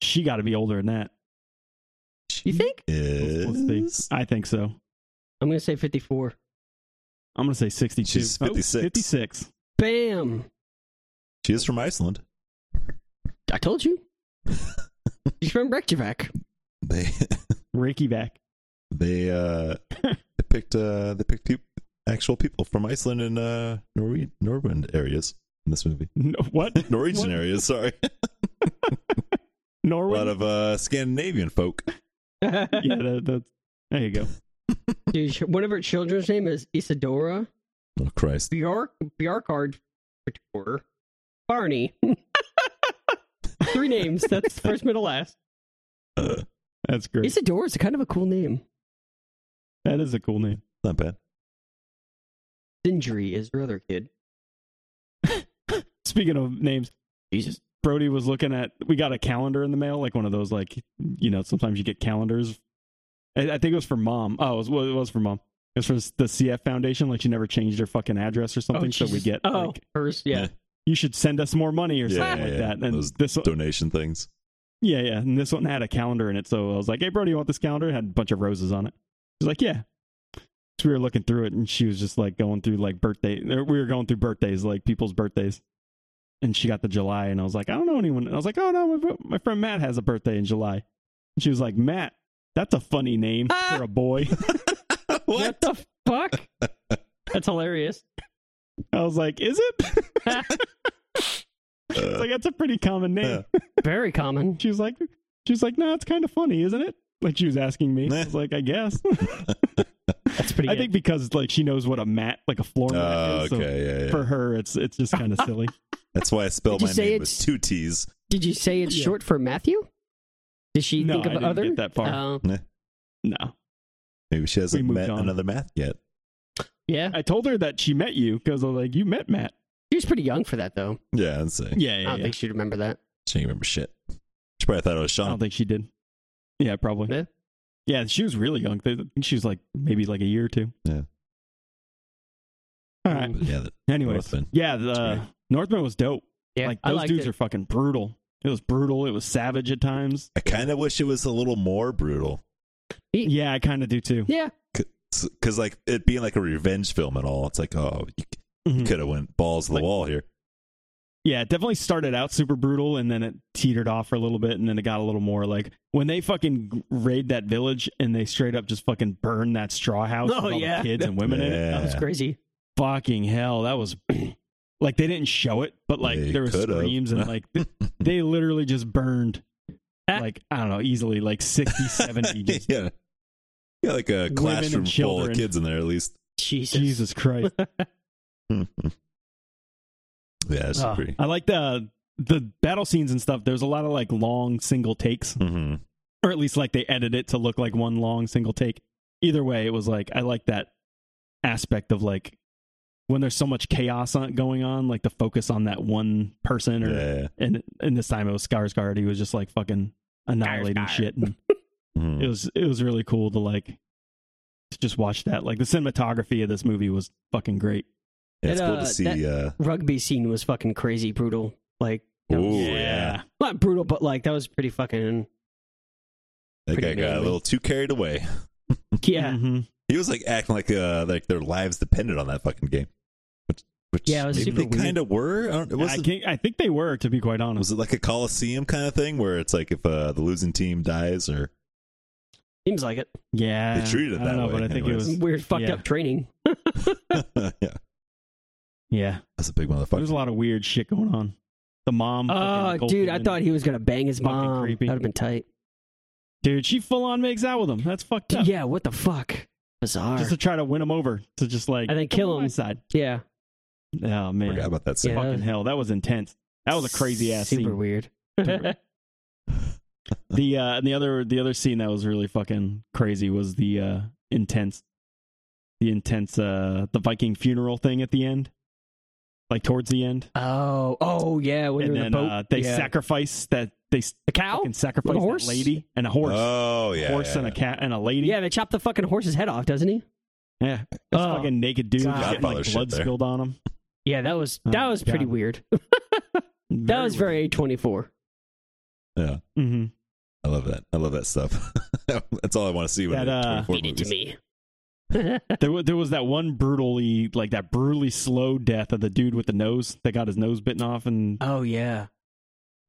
she got to be older than that.
You think?
Let's- let's
Is
see. I think so.
I'm gonna say fifty-four.
I'm gonna say 62.
She's
Oh,
56.
56.
Bam!
she is from Iceland?
I told you. She's from Reykjavik.
They
Reykjavik.
they uh they picked uh they picked peop actual people from Iceland and uh Norwe- Norwind areas in this movie.
No, what?
Norwegian
What?
areas, sorry. A
Norway.
lot of uh Scandinavian folk.
yeah, that, that's. There you go.
Dude, sh- one of her children's name is Isadora
Oh Christ.
Bjark Bjarkard Fator Barney. Three names. That's first, middle, last.
Uh,
That's great.
Isadora is kind of a cool name.
that is a cool name.
not bad.
Sindri is her other kid.
Speaking of names,
Jesus.
Brody was looking at. We got a calendar in the mail, like one of those, like you know, sometimes you get calendars. I, I think it was for mom. Oh, it was, well, it was for mom. It was for the CF Foundation. Like she never changed her fucking address or something, so we
Jesus.
get
oh,
like
hers. Yeah.
you should send us more money or
Yeah,
something like
yeah,
that. And
those
this, one,
Donation things.
yeah, yeah, and this one had a calendar in it, so I was like, "Hey, Brody, you want this calendar?" It had a bunch of roses on it. She's like, "Yeah." So we were looking through it, and she was just like going through like birthday. or We were going through birthdays, like people's birthdays, and she got the July, and I was like, "I don't know anyone." And I was like, "Oh no, my, fr- my friend Matt has a birthday in July," and she was like, "Matt, that's a funny name
Ah!
for a boy."
What the fuck? That's hilarious.
I was like, "Is it?" It's
Uh,
like that's a pretty common name.
Yeah.
Very common.
She was like, she was like, no, it's kind of funny, isn't it? Like she was asking me.
Nah.
I was like, I guess.
That's pretty.
I
good.
think because like she knows what a mat, like a floor mat,
Oh,
is.
okay,
So
yeah, yeah.
for her, it's it's just kind of silly.
That's why I spelled
Did you
my
say
name
it's-
with two T's.
Did you say it's
Yeah.
short for Matthew? Did she
No,
think of
I didn't
other?
get that far.
Oh,
no,
Maybe she hasn't
moved
met
on.
another math yet.
yeah,
I told her that she met you because I was like, you met Matt.
she was pretty young for that though.
Yeah, I'm saying.
Yeah,
I don't think she'd remember that.
She didn't remember shit. She probably thought it was
I don't
Sean.
think she did. Yeah, probably.
Yeah.
Yeah, she was really young. I think she was like maybe like a year or two.
Yeah.
All right.
But yeah, that
Anyways,
Northman.
yeah, the
That's
Northman was dope.
Yeah,
like
I
those
liked
dudes
it.
are fucking brutal. It was brutal. It was savage at times.
I kind of wish it was a little more brutal.
Yeah, I kind of do too.
Yeah,
Because, like, it being like a revenge film and all, it's like, oh, you
Mhm.
could have went balls to the
Like-
wall here.
Yeah, it definitely started out super brutal and then it teetered off for a little bit and then it got a little more like when they fucking raid that village and they straight up just fucking burn that straw house
Oh,
with all
yeah.
the kids and women in it. Oh,
Yeah.
that was crazy.
Fucking hell, that was like they didn't show it, but like
They
there were
could've.
screams and like th- they literally just burned
Ah.
like I don't know, easily like 60, 70 just
yeah. Yeah, like a
and
classroom full of
children.
kids in there, at least.
Jesus.
Jesus Christ.
yeah, it's
Ah,
pretty.
I like the the battle scenes and stuff. There's a lot of like long single takes.
Mhm.
or at least like they edit it to look like one long single take. Either way, it was like I like that aspect of like when there's so much chaos on, going on, like the focus on that one person. Or
Yeah.
and and this time it was Skarsgård. He was just like fucking annihilating
Skarsgård.
shit, and
Mhm.
it was it was really cool to like to just watch that. Like the cinematography of this movie was fucking great.
Yeah, it's
It,
cool
uh,
to see. uh,
Rugby scene was fucking crazy brutal. Like, that was-
Ooh, yeah.
not brutal, but like that was pretty fucking.
that guy
pretty
got a
amazing.
little too carried away.
Yeah,
Mhm.
He was like acting like uh like their lives depended on that fucking game. Which Which
Yeah, it was
maybe
super
they
weird.
kind of were. I don't, it
I,
wasn't,
can't, I think they were, to be quite honest.
was it like a coliseum kind of thing where it's like if uh, the losing team dies or
Seems like it.
yeah,
They treated it
I don't
that
know,
way
but I think
anyways.
it was.
Weird, fucked
yeah.
up training.
yeah,
Yeah,
that's a big
there's
motherfucker.
a lot of weird shit going on. The mom,
Oh,
Mm, fucking Nicole
dude, I
Kidman.
thought he was gonna bang his
Fucking
mom. That'd
creepy.
have been tight.
dude, she full on makes out with him. That's fucked
Yeah,
up.
what the fuck? Bizarre.
just to try to win him over to just like
And then
"Come
kill
on
him."
my side.
yeah,
Oh
I
man,
forgot about that scene.
Yeah.
fucking hell, that was intense. That was a crazy ass
Super
scene.
weird.
Super- The uh, and the other the other scene that was really fucking crazy was the uh, intense, the intense uh, the Viking funeral thing at the end, like towards the end,
oh, oh yeah. When
and
they're
then
in the boat,
uh, they
yeah.
sacrifice that they s-
the cow.
fucking sacrifice
With a
that
horse?
lady and a horse,
Oh yeah,
horse
yeah,
and a cat and a lady.
Yeah, they chop the fucking horse's head off, doesn't he?
yeah. This
Oh,
fucking naked dude
God.
getting like
Godfather shit
blood
there.
spilled on him.
Yeah, that was
Oh,
that was pretty
God.
weird.
Very
that was very A twenty four.
weird. Mhm.
I love that. I love that stuff. that's all I want to see when
That,
I do
uh,
24
Feed it to
movies.
me.
There, wa- there was that one brutally, like that brutally slow death of the dude with the nose that got his nose bitten off and
oh yeah.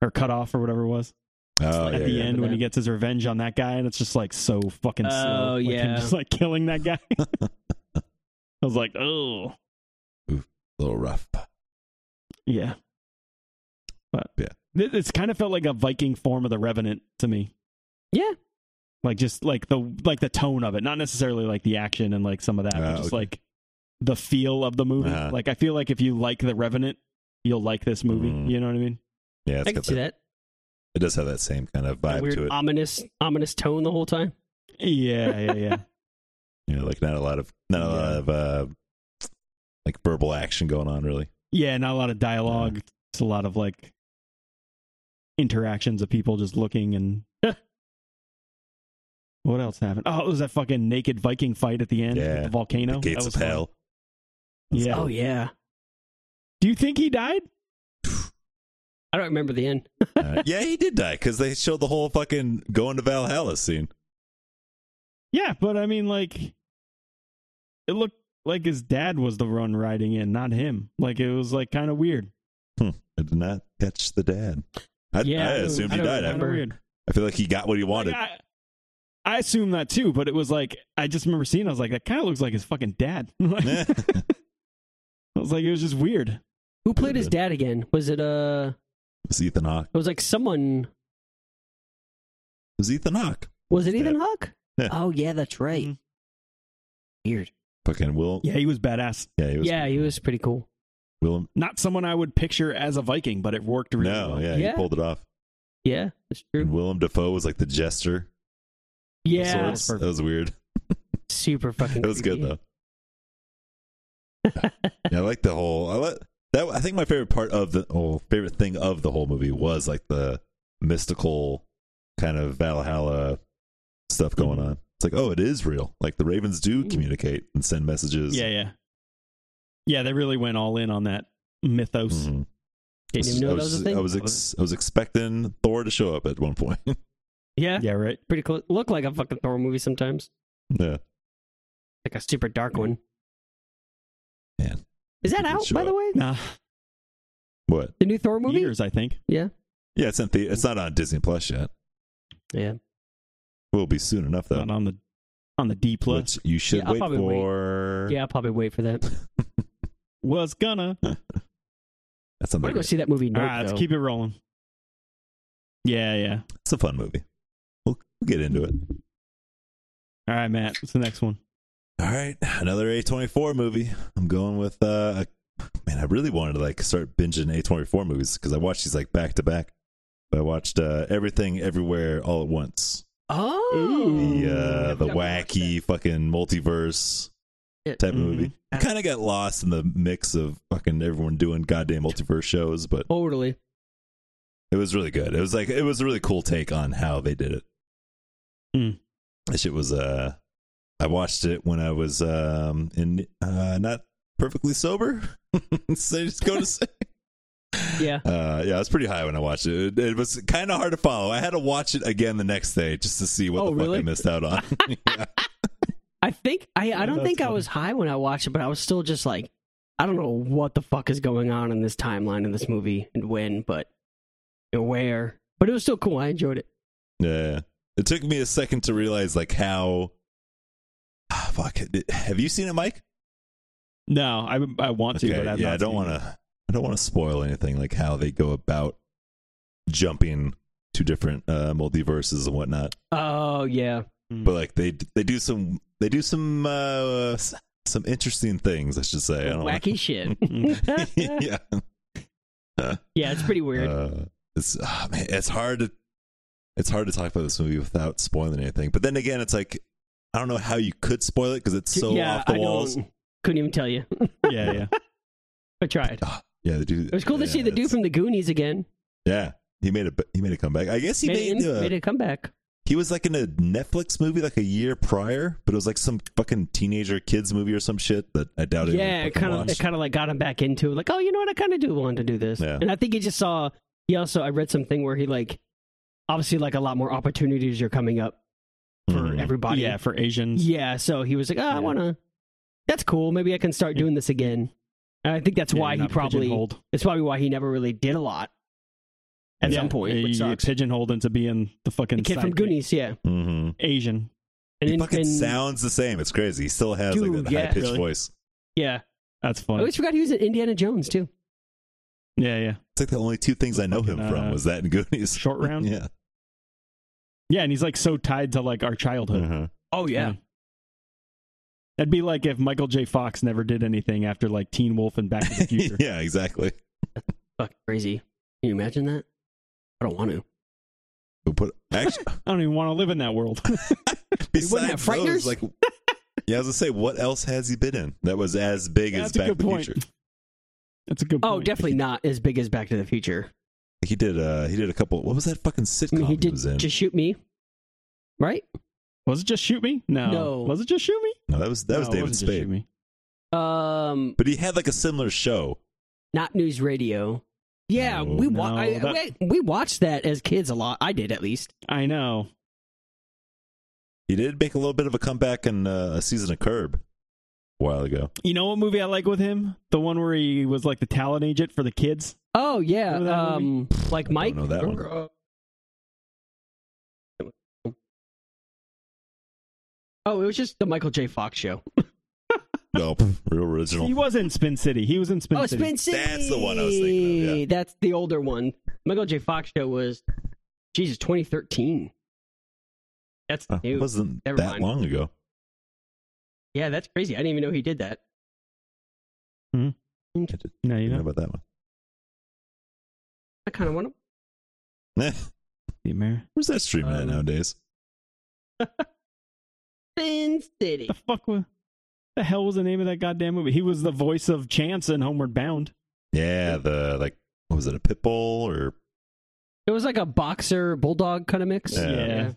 or cut off or whatever it was
Oh,
at
yeah,
the
yeah.
end when he gets his revenge on that guy, and it's just like so fucking slow,
Oh,
like, him
yeah.
just like killing that guy. I was like, oh
a little rough.
yeah, but
Yeah.
Th- it's kind of felt like a Viking form of the Revenant to me.
Yeah.
like just like the like the tone of it, not necessarily like the action and like some of that,
Ah,
but just
okay.
like the feel of the movie.
Uh-huh.
Like I feel like if you like the Revenant, you'll like this movie.
Mm.
You know what I mean?
Yeah, it's
I can
got
see
that,
that.
it does have that same kind of
That
vibe
weird
to it.
ominous ominous tone the whole time.
Yeah, yeah, yeah.
You know, like not a lot of not a lot
Yeah.
of uh, like verbal action going on really.
yeah, not a lot of dialogue. It's a lot of like interactions of people just looking and what else happened? Oh, it was that fucking naked Viking fight at the end
Yeah.
with the volcano.
the
That
gates
was
of
fun.
hell.
Yeah.
Oh yeah.
Do you think he died?
I don't remember the end.
Uh, yeah, he did die because they showed the whole fucking going to Valhalla scene.
Yeah, but I mean, like, it looked like his dad was the one riding in, not him. Like, it was like kind of weird.
I did not catch the dad. I,
Yeah,
I
I don't-
assumed
I
he
don't
died.
Kind
I,
of
remember.
weird.
I feel like he got what he wanted.
Like, I, I assumed that too, but it was like I just remember seeing. it, I was like, that kind of looks like his fucking dad. Like,
Eh.
I was like, it was just weird.
Who played his dad again? Was it uh
It was Ethan Hawke.
it was like someone
It was Ethan Hawke.
was it
His
Ethan
dad.
Hawke?
Yeah.
Oh yeah, that's right.
Mhm.
Weird.
Fucking Will.
Yeah, he was badass.
yeah, he was,
yeah, he was pretty cool.
Will.
Not someone I would picture as a Viking, but it worked really
No,
well.
yeah,
Yeah.
he pulled it off.
Yeah, that's
And
true.
Willem Dafoe was like the jester. of
Yeah,
sorts. that was weird.
super fucking.
It was good
creepy.
though. yeah, I like the whole. I like that. I think my favorite part of the oh, favorite thing of the whole movie was like the mystical kind of Valhalla stuff going on. It's like, oh, it is real. Like the ravens do
Mm-hmm. Mm.
communicate and send messages.
yeah, yeah, yeah. They really went all in on that mythos.
Mhm.
Didn't even know
I
that was a
was,
thing.
I was, ex- I was expecting Thor to show up at one point.
yeah,
Yeah, right.
pretty cool. Look like a fucking Thor movie sometimes,
yeah,
like a super dark one.
Mm-hmm. Man.
is that
Didn't
out
show
by the
up.
way?
Nah,
what?
The new Thor movie.
years I think.
Yeah, it's in the- it's not on Disney Plus yet.
Yeah,
Will be soon enough though.
Not on the on the D plus.
Which you should
Yeah, I'll
wait
probably wait.
for.
yeah. I'll probably wait for that.
was gonna.
that's
I'm
something.
gonna go see that movie.
All
Nope,
right, let's
though.
keep it rolling. Yeah, yeah.
It's a fun movie. We'll, we'll get into it.
All right, Matt. What's the next one?
All right, another A24 movie. I'm going with uh man, I really wanted to like start binging A24 movies cuz I watched these like back to back. But I watched uh Everything Everywhere All at Once.
Oh,
The
Ooh.
uh the
Yeah, we watched
wacky fucking multiverse
Shit.
type of
Mhm.
movie.
mm-hmm.
Kind of got lost in the mix of fucking everyone doing goddamn multiverse shows, but
totally.
It was really good. It was like it was a really cool take on how they did it.
Hmm.
Mm.
That shit was uh I watched it when I was um in uh not perfectly sober. so I just go to say
Yeah,
uh yeah, I was pretty high when I watched it. It, it was kinda hard to follow. I had to watch it again the next day just to see what
Oh,
the fuck
really?
I missed out on. Yeah.
I think I.
Yeah,
I don't
that's
think I
funny.
was high when I watched it, but I was still just like, I don't know what the fuck is going on in this timeline in this movie and when, but you know, where. But it was still cool. I enjoyed it.
Yeah. It took me a second to realize like how Ah, fuck. Have you seen it, Mike?
No, I I want to, but I've
yeah,
not
I don't
seen
want
it.
to. I don't want to spoil anything like how they go about jumping to different uh, multiverses and whatnot.
Oh yeah.
But like they they do some they do some uh, s- some interesting things. I should say. I don't wanna-
Wacky shit.
Mm.
yeah,
yeah, it's pretty weird.
Uh, it's ah, man, it's hard to it's hard to talk about this movie without spoiling anything. But then again, it's like I don't know how you could spoil it because it's so
yeah,
off the
I
walls.
don't- Couldn't even tell you.
Yeah, yeah.
I tried.
Yeah, they do.
It was cool to see the dude from the Goonies again.
Yeah, he made a he made a comeback. I guess he
made,
made,
it in-
uh,
made a comeback.
He was like in a Netflix movie like a year prior, but it was like some fucking teenager kids movie or some shit that I doubt anyone
Yeah, it
fucking
kind of it
watched.
kind of like got him back into it. like, oh, you know what? I kind of do want to do this.
Yeah.
And I think he just saw. He also I read something where he like, obviously like a lot more opportunities are coming up for
Mhm.
everybody.
yeah, for Asians.
Yeah, so he was like, oh, I
Yeah.
want to. That's cool. Maybe I can start doing this again. And I think that's
Yeah,
why
you're
he
not
probably.
pigeonholed.
It's probably why he never really did a lot at
Yeah.
some point.
you
Which
you get
sucks.
pigeonholed into being the fucking
The kid from
sidekick.
Goonies, yeah.
Mhm.
Asian.
And
He
in-
fucking
and-
sounds the same. It's crazy. He still has like
Dude,
that
yeah.
high pitched
Really?
voice.
Yeah,
That's
I
funny.
always forgot he was in Indiana Jones too.
Yeah, yeah.
It's like the only two things I know him
Fucking,
from
uh,
was that and Goonies.
Short round. yeah.
Yeah.
and he's like so tied to like our childhood.
Uh-huh.
Oh
yeah. That'd be like if Michael J. Fox never did anything after like Teen Wolf and Back to the Future.
yeah, exactly.
fuck crazy. Can you imagine that? I don't want to.
We'll put actually
I don't even want to live in that world.
besides
have
those,
Frighteners?
like yeah, I was gonna say, what else has he been in that was as big as
That's a
Back to
good
the
point.
Future?
That's a good
Oh,
point.
definitely not as big as Back to the Future.
He did. uh He did a couple. What was that fucking sitcom
I mean, he did
was in?
just shoot me, right?
Was it just shoot me? No.
No.
Was it just shoot me?
no, that was that was
No, it
David
wasn't Just Shoot
Spade.
Me.
Um,
But he had like a similar show.
not news radio. Yeah,
No.
we wa-
No,
I,
that-
we we watched that as kids a lot. I did at least.
I know.
He did make a little bit of a comeback in uh, a season of Curb a while ago.
You know what movie I like with him? The one where he was like the talent agent for the kids.
Oh yeah,
Remember that
um, like Mike.
know that one.
or, uh, Oh, it was just the Michael J. Fox show.
No, pff, real original.
He was in Spin City. He was in Spin
oh,
City.
Spin City.
That's the one I was thinking of, yeah.
That's the older one. Michael J. Fox show was Jesus 2013. That's
Huh,
new.
Uh, it wasn't
Never
that
mind.
long ago.
yeah, that's crazy. I didn't even know he did that.
I didn't
No, you
know
know
about that one.
I kind of want to.
Eh,
the America.
where's that streaming at
Um,
nowadays?
Spin City.
The fuck was the hell was the name of that goddamn movie? He was the voice of Chance in Homeward Bound.
Yeah, the like, what was it? A pit bull or
It was like a boxer bulldog kind of mix.
Yeah.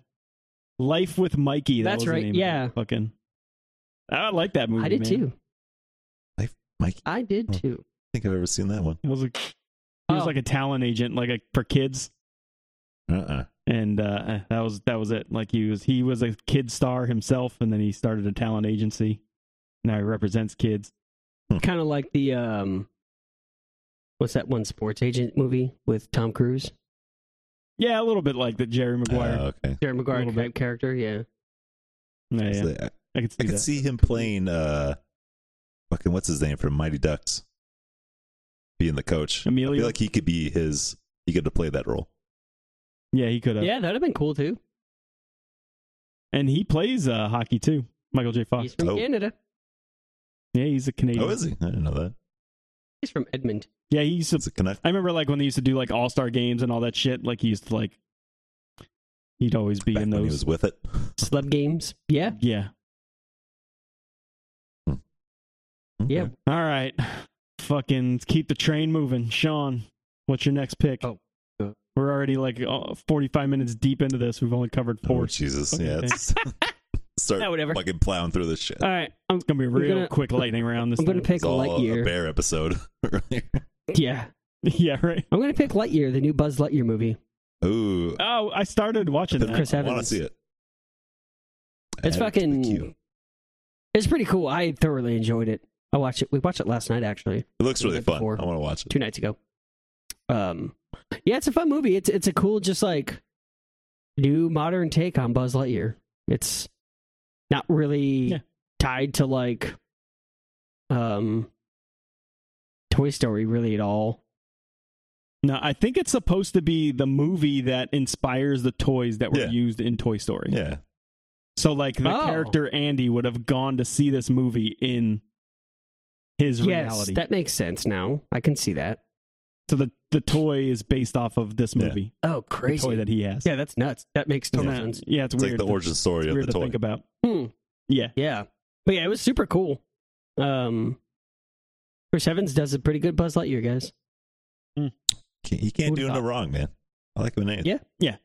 Life with Mikey. That
That's
was the
right,
name
yeah.
Of that fucking. I like that movie.
I did
man.
too.
Mike? Oh. I
I did too.
think I've ever seen that one.
It was a, he was
Oh.
like a talent agent, like a, for kids,
Uh
Uh-uh.
uh
and uh, that was that was it. Like he was he was a kid star himself, and then he started a talent agency. Now he represents kids.
Kind of like the um, what's that one sports agent movie with Tom Cruise,
Yeah, a little bit like the Jerry Maguire.
Oh, okay.
Jerry Maguire
little
type
bit.
character. Yeah.
yeah, yeah.
So I,
I could see
I could
that.
see him playing uh, fucking what's his name from Mighty Ducks, being the coach. I
Emilio.
feel like he could be his. He could have played that role.
yeah, he could have.
Yeah, that'd have been cool too.
And he plays uh, hockey too. Michael J. Fox.
He's from
Oh.
Canada.
Yeah, he's a Canadian.
Oh, is he? I didn't know that.
He's from Edmonton.
Yeah, he used to.
It's a connect.
I remember like when they used to do like All Star games and all that shit. Like he used to like. He'd always be
Back
in
when he
those.
was with it.
Celeb games. Yeah.
yeah.
Yeah.
Okay.
All right. Fucking keep the train moving, Sean. What's your next pick?
Oh, uh,
We're already like uh, forty-five minutes deep into this. We've only covered
Oh,
four.
Jesus.
Okay,
yeah. it's- start
Yeah, whatever.
fucking plowing through this shit.
all right, it's gonna be a real
gonna-
quick lightning round. This
I'm gonna
time.
pick
It's all a
Lightyear.
bear episode earlier.
Yeah.
yeah, right.
I'm gonna pick Lightyear, the new Buzz Lightyear movie.
Ooh.
Oh, I started watching that.
Chris
I want to
Evans.
see it.
It's
Add it to the
fucking-
queue.
It's pretty cool. I thoroughly enjoyed it. I watched it. We watched it last night, actually,
It looks really
Night
fun.
before.
I want to watch it.
two nights ago. Um, yeah, it's a fun movie. It's it's a cool, just like new modern take on Buzz Lightyear. It's not really
Yeah.
tied to like um Toy Story really at all.
No, I think it's supposed to be the movie that inspires the toys that were
Yeah.
used in Toy Story.
Yeah.
So like the
Oh.
character Andy would have gone to see this movie in his reality.
Yes, that makes sense now. I can see that.
so the the toy is based off of this
Yeah.
movie.
Oh,
The toy that he has.
yeah, that's nuts. That makes
So
total
now-
sense.
yeah, it's,
It's
weird.
like the
to-
origin story
it's
of
weird to
the toy.
think about.
Hmm.
Yeah.
Yeah. But yeah, it was super cool. Um Chris Evans does a pretty good Buzz Lightyear, guys.
Can't- you can't
Who'd
do
have
no
thought?
wrong, man. I like him in
Yeah.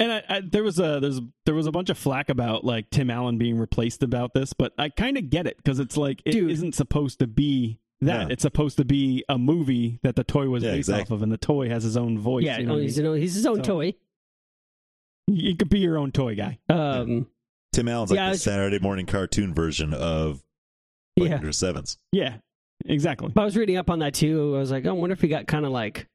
And I, I, there was a there's there was a bunch of flack about like Tim Allen being replaced about this, but I kind of get it because it's like it
Dude.
not supposed to be that.
No.
It's supposed to be a movie that the toy was
Yeah,
based
exactly.
off of, and the toy has his own voice.
yeah,
you know
no,
what I
he's, no, he's his own
So-
toy.
mean? you could be your own toy guy.
Um
Tim Allen's like
Yeah, I
the
was-
Saturday morning cartoon version of
yeah.
Lightyear Sevens.
Yeah, exactly.
I was reading up on that too. I was like, oh, I wonder if he got kind of like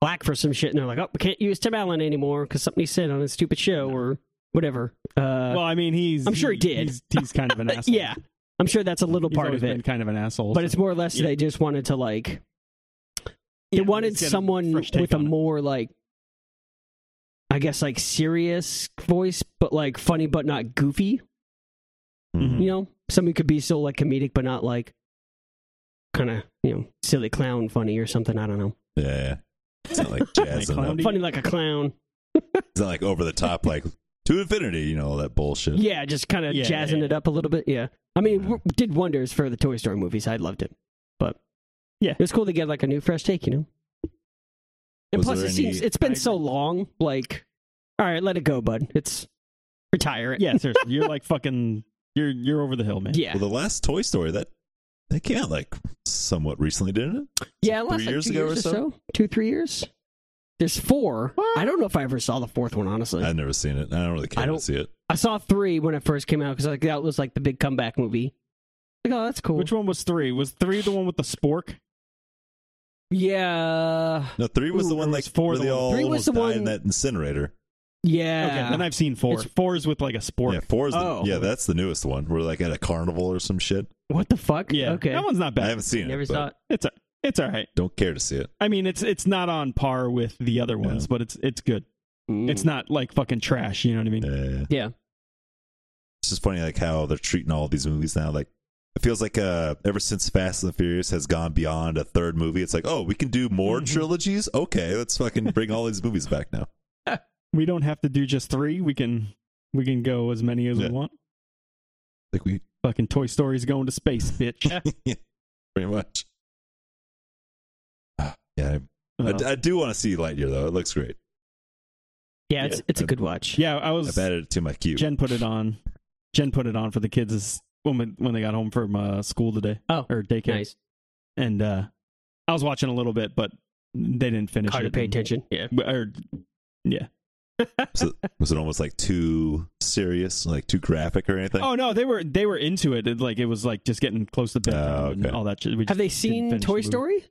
black for some shit and they're like, Oh, we can't use Tim Allen anymore because something he said on his stupid show or whatever. Uh
well, I mean, he's
I'm sure he did.
He's, he's kind of an
but
asshole.
yeah. I'm sure that's a little
He's
part
always
of it.
been kind of an asshole.
but
so-
it's more or less
Yeah.
they just wanted to like
Yeah,
they
let's
wanted
get a
someone
fresh take
with a
on it.
more like i guess like serious voice but like funny but not goofy
Mm-hmm.
Mhm.
you know someone who could be still like comedic but not like kind of you know silly clown funny or something i don't know
Yeah, yeah. It's not like jazz.
Like
and
clowny?
up.
funny like a clown
It's not like over the top, like to infinity. You know all that bullshit.
yeah just kind of
Yeah,
jazzing
yeah.
it up a little bit yeah i mean it w- did wonders for the toy story movies i loved it but
Yeah.
it was cool to get like a new fresh take you know and
Was
plus
there
it
any-
seems it's
I
been
agree.
so long like all right let it go bud it's retire it
yeah, seriously, you're like fucking. You're you're over the hill, man.
yeah
Well, the last Toy Story that that came out like somewhat recently, didn't it?
yeah it lasted
three years
two
ago or so?
two three years there's four i don't know if i ever saw the fourth one honestly
I've never seen it. I don't really care
I don't-
to see it.
i saw three when it first came out because like that was like the big comeback movie like oh that's cool
Which one was three? Was three the one with the spork?
yeah
No, three was
Ooh,
the one
or
like
was four
where
the
they
one-
all
Three
almost
was the
died
one-
in that incinerator.
yeah
Okay, then I've seen four.
Uh, It's-
Four's with like a spork.
Yeah, four is the,
Oh.
yeah, that's the newest one. We're like at a carnival or some shit.
What the fuck?
Yeah,
Okay.
that one's not
I
bad.
haven't seen
Never
it. but
saw it.
It's a, it's all right.
Don't care to see it.
I mean, it's it's not on par with the other
Yeah.
ones, but it's it's good. It's
It's
not like fucking trash. You know what I mean?
Uh,
Yeah.
It's just funny like how they're treating all these movies now. Like it feels like uh ever since Fast and the Furious has gone beyond a third movie, it's like, oh, we can do more
Mm-hmm.
Mhm.
trilogies? Okay, let's fucking bring all these movies back now.
We don't have to do just three. We can we can go as many as
Yeah.
we want.
Like we
Fucking Toy Story's going to space, bitch. Uh,
pretty much. Ah, Yeah, I,
Uh,
I, I do want to see Lightyear though. It looks great.
yeah, it's, it's a good watch.
uh, yeah, I was.
I've added it to my queue.
Jen put it on. Jen put it on for the kids as- when we- when they got home from uh, school today
Oh,
or daycare,
nice.
and uh, I was watching a little bit, but they didn't finish
Hard
it.
to pay attention. Yeah.
Or yeah.
Was it almost like too serious, like too graphic or anything?
Oh no, they were they were into it. it. Like it was like just getting close to bedtime
Oh,
and
okay.
all that. shit. We
Have
just
they
didn't
seen
finish the
Toy
movie.
Story?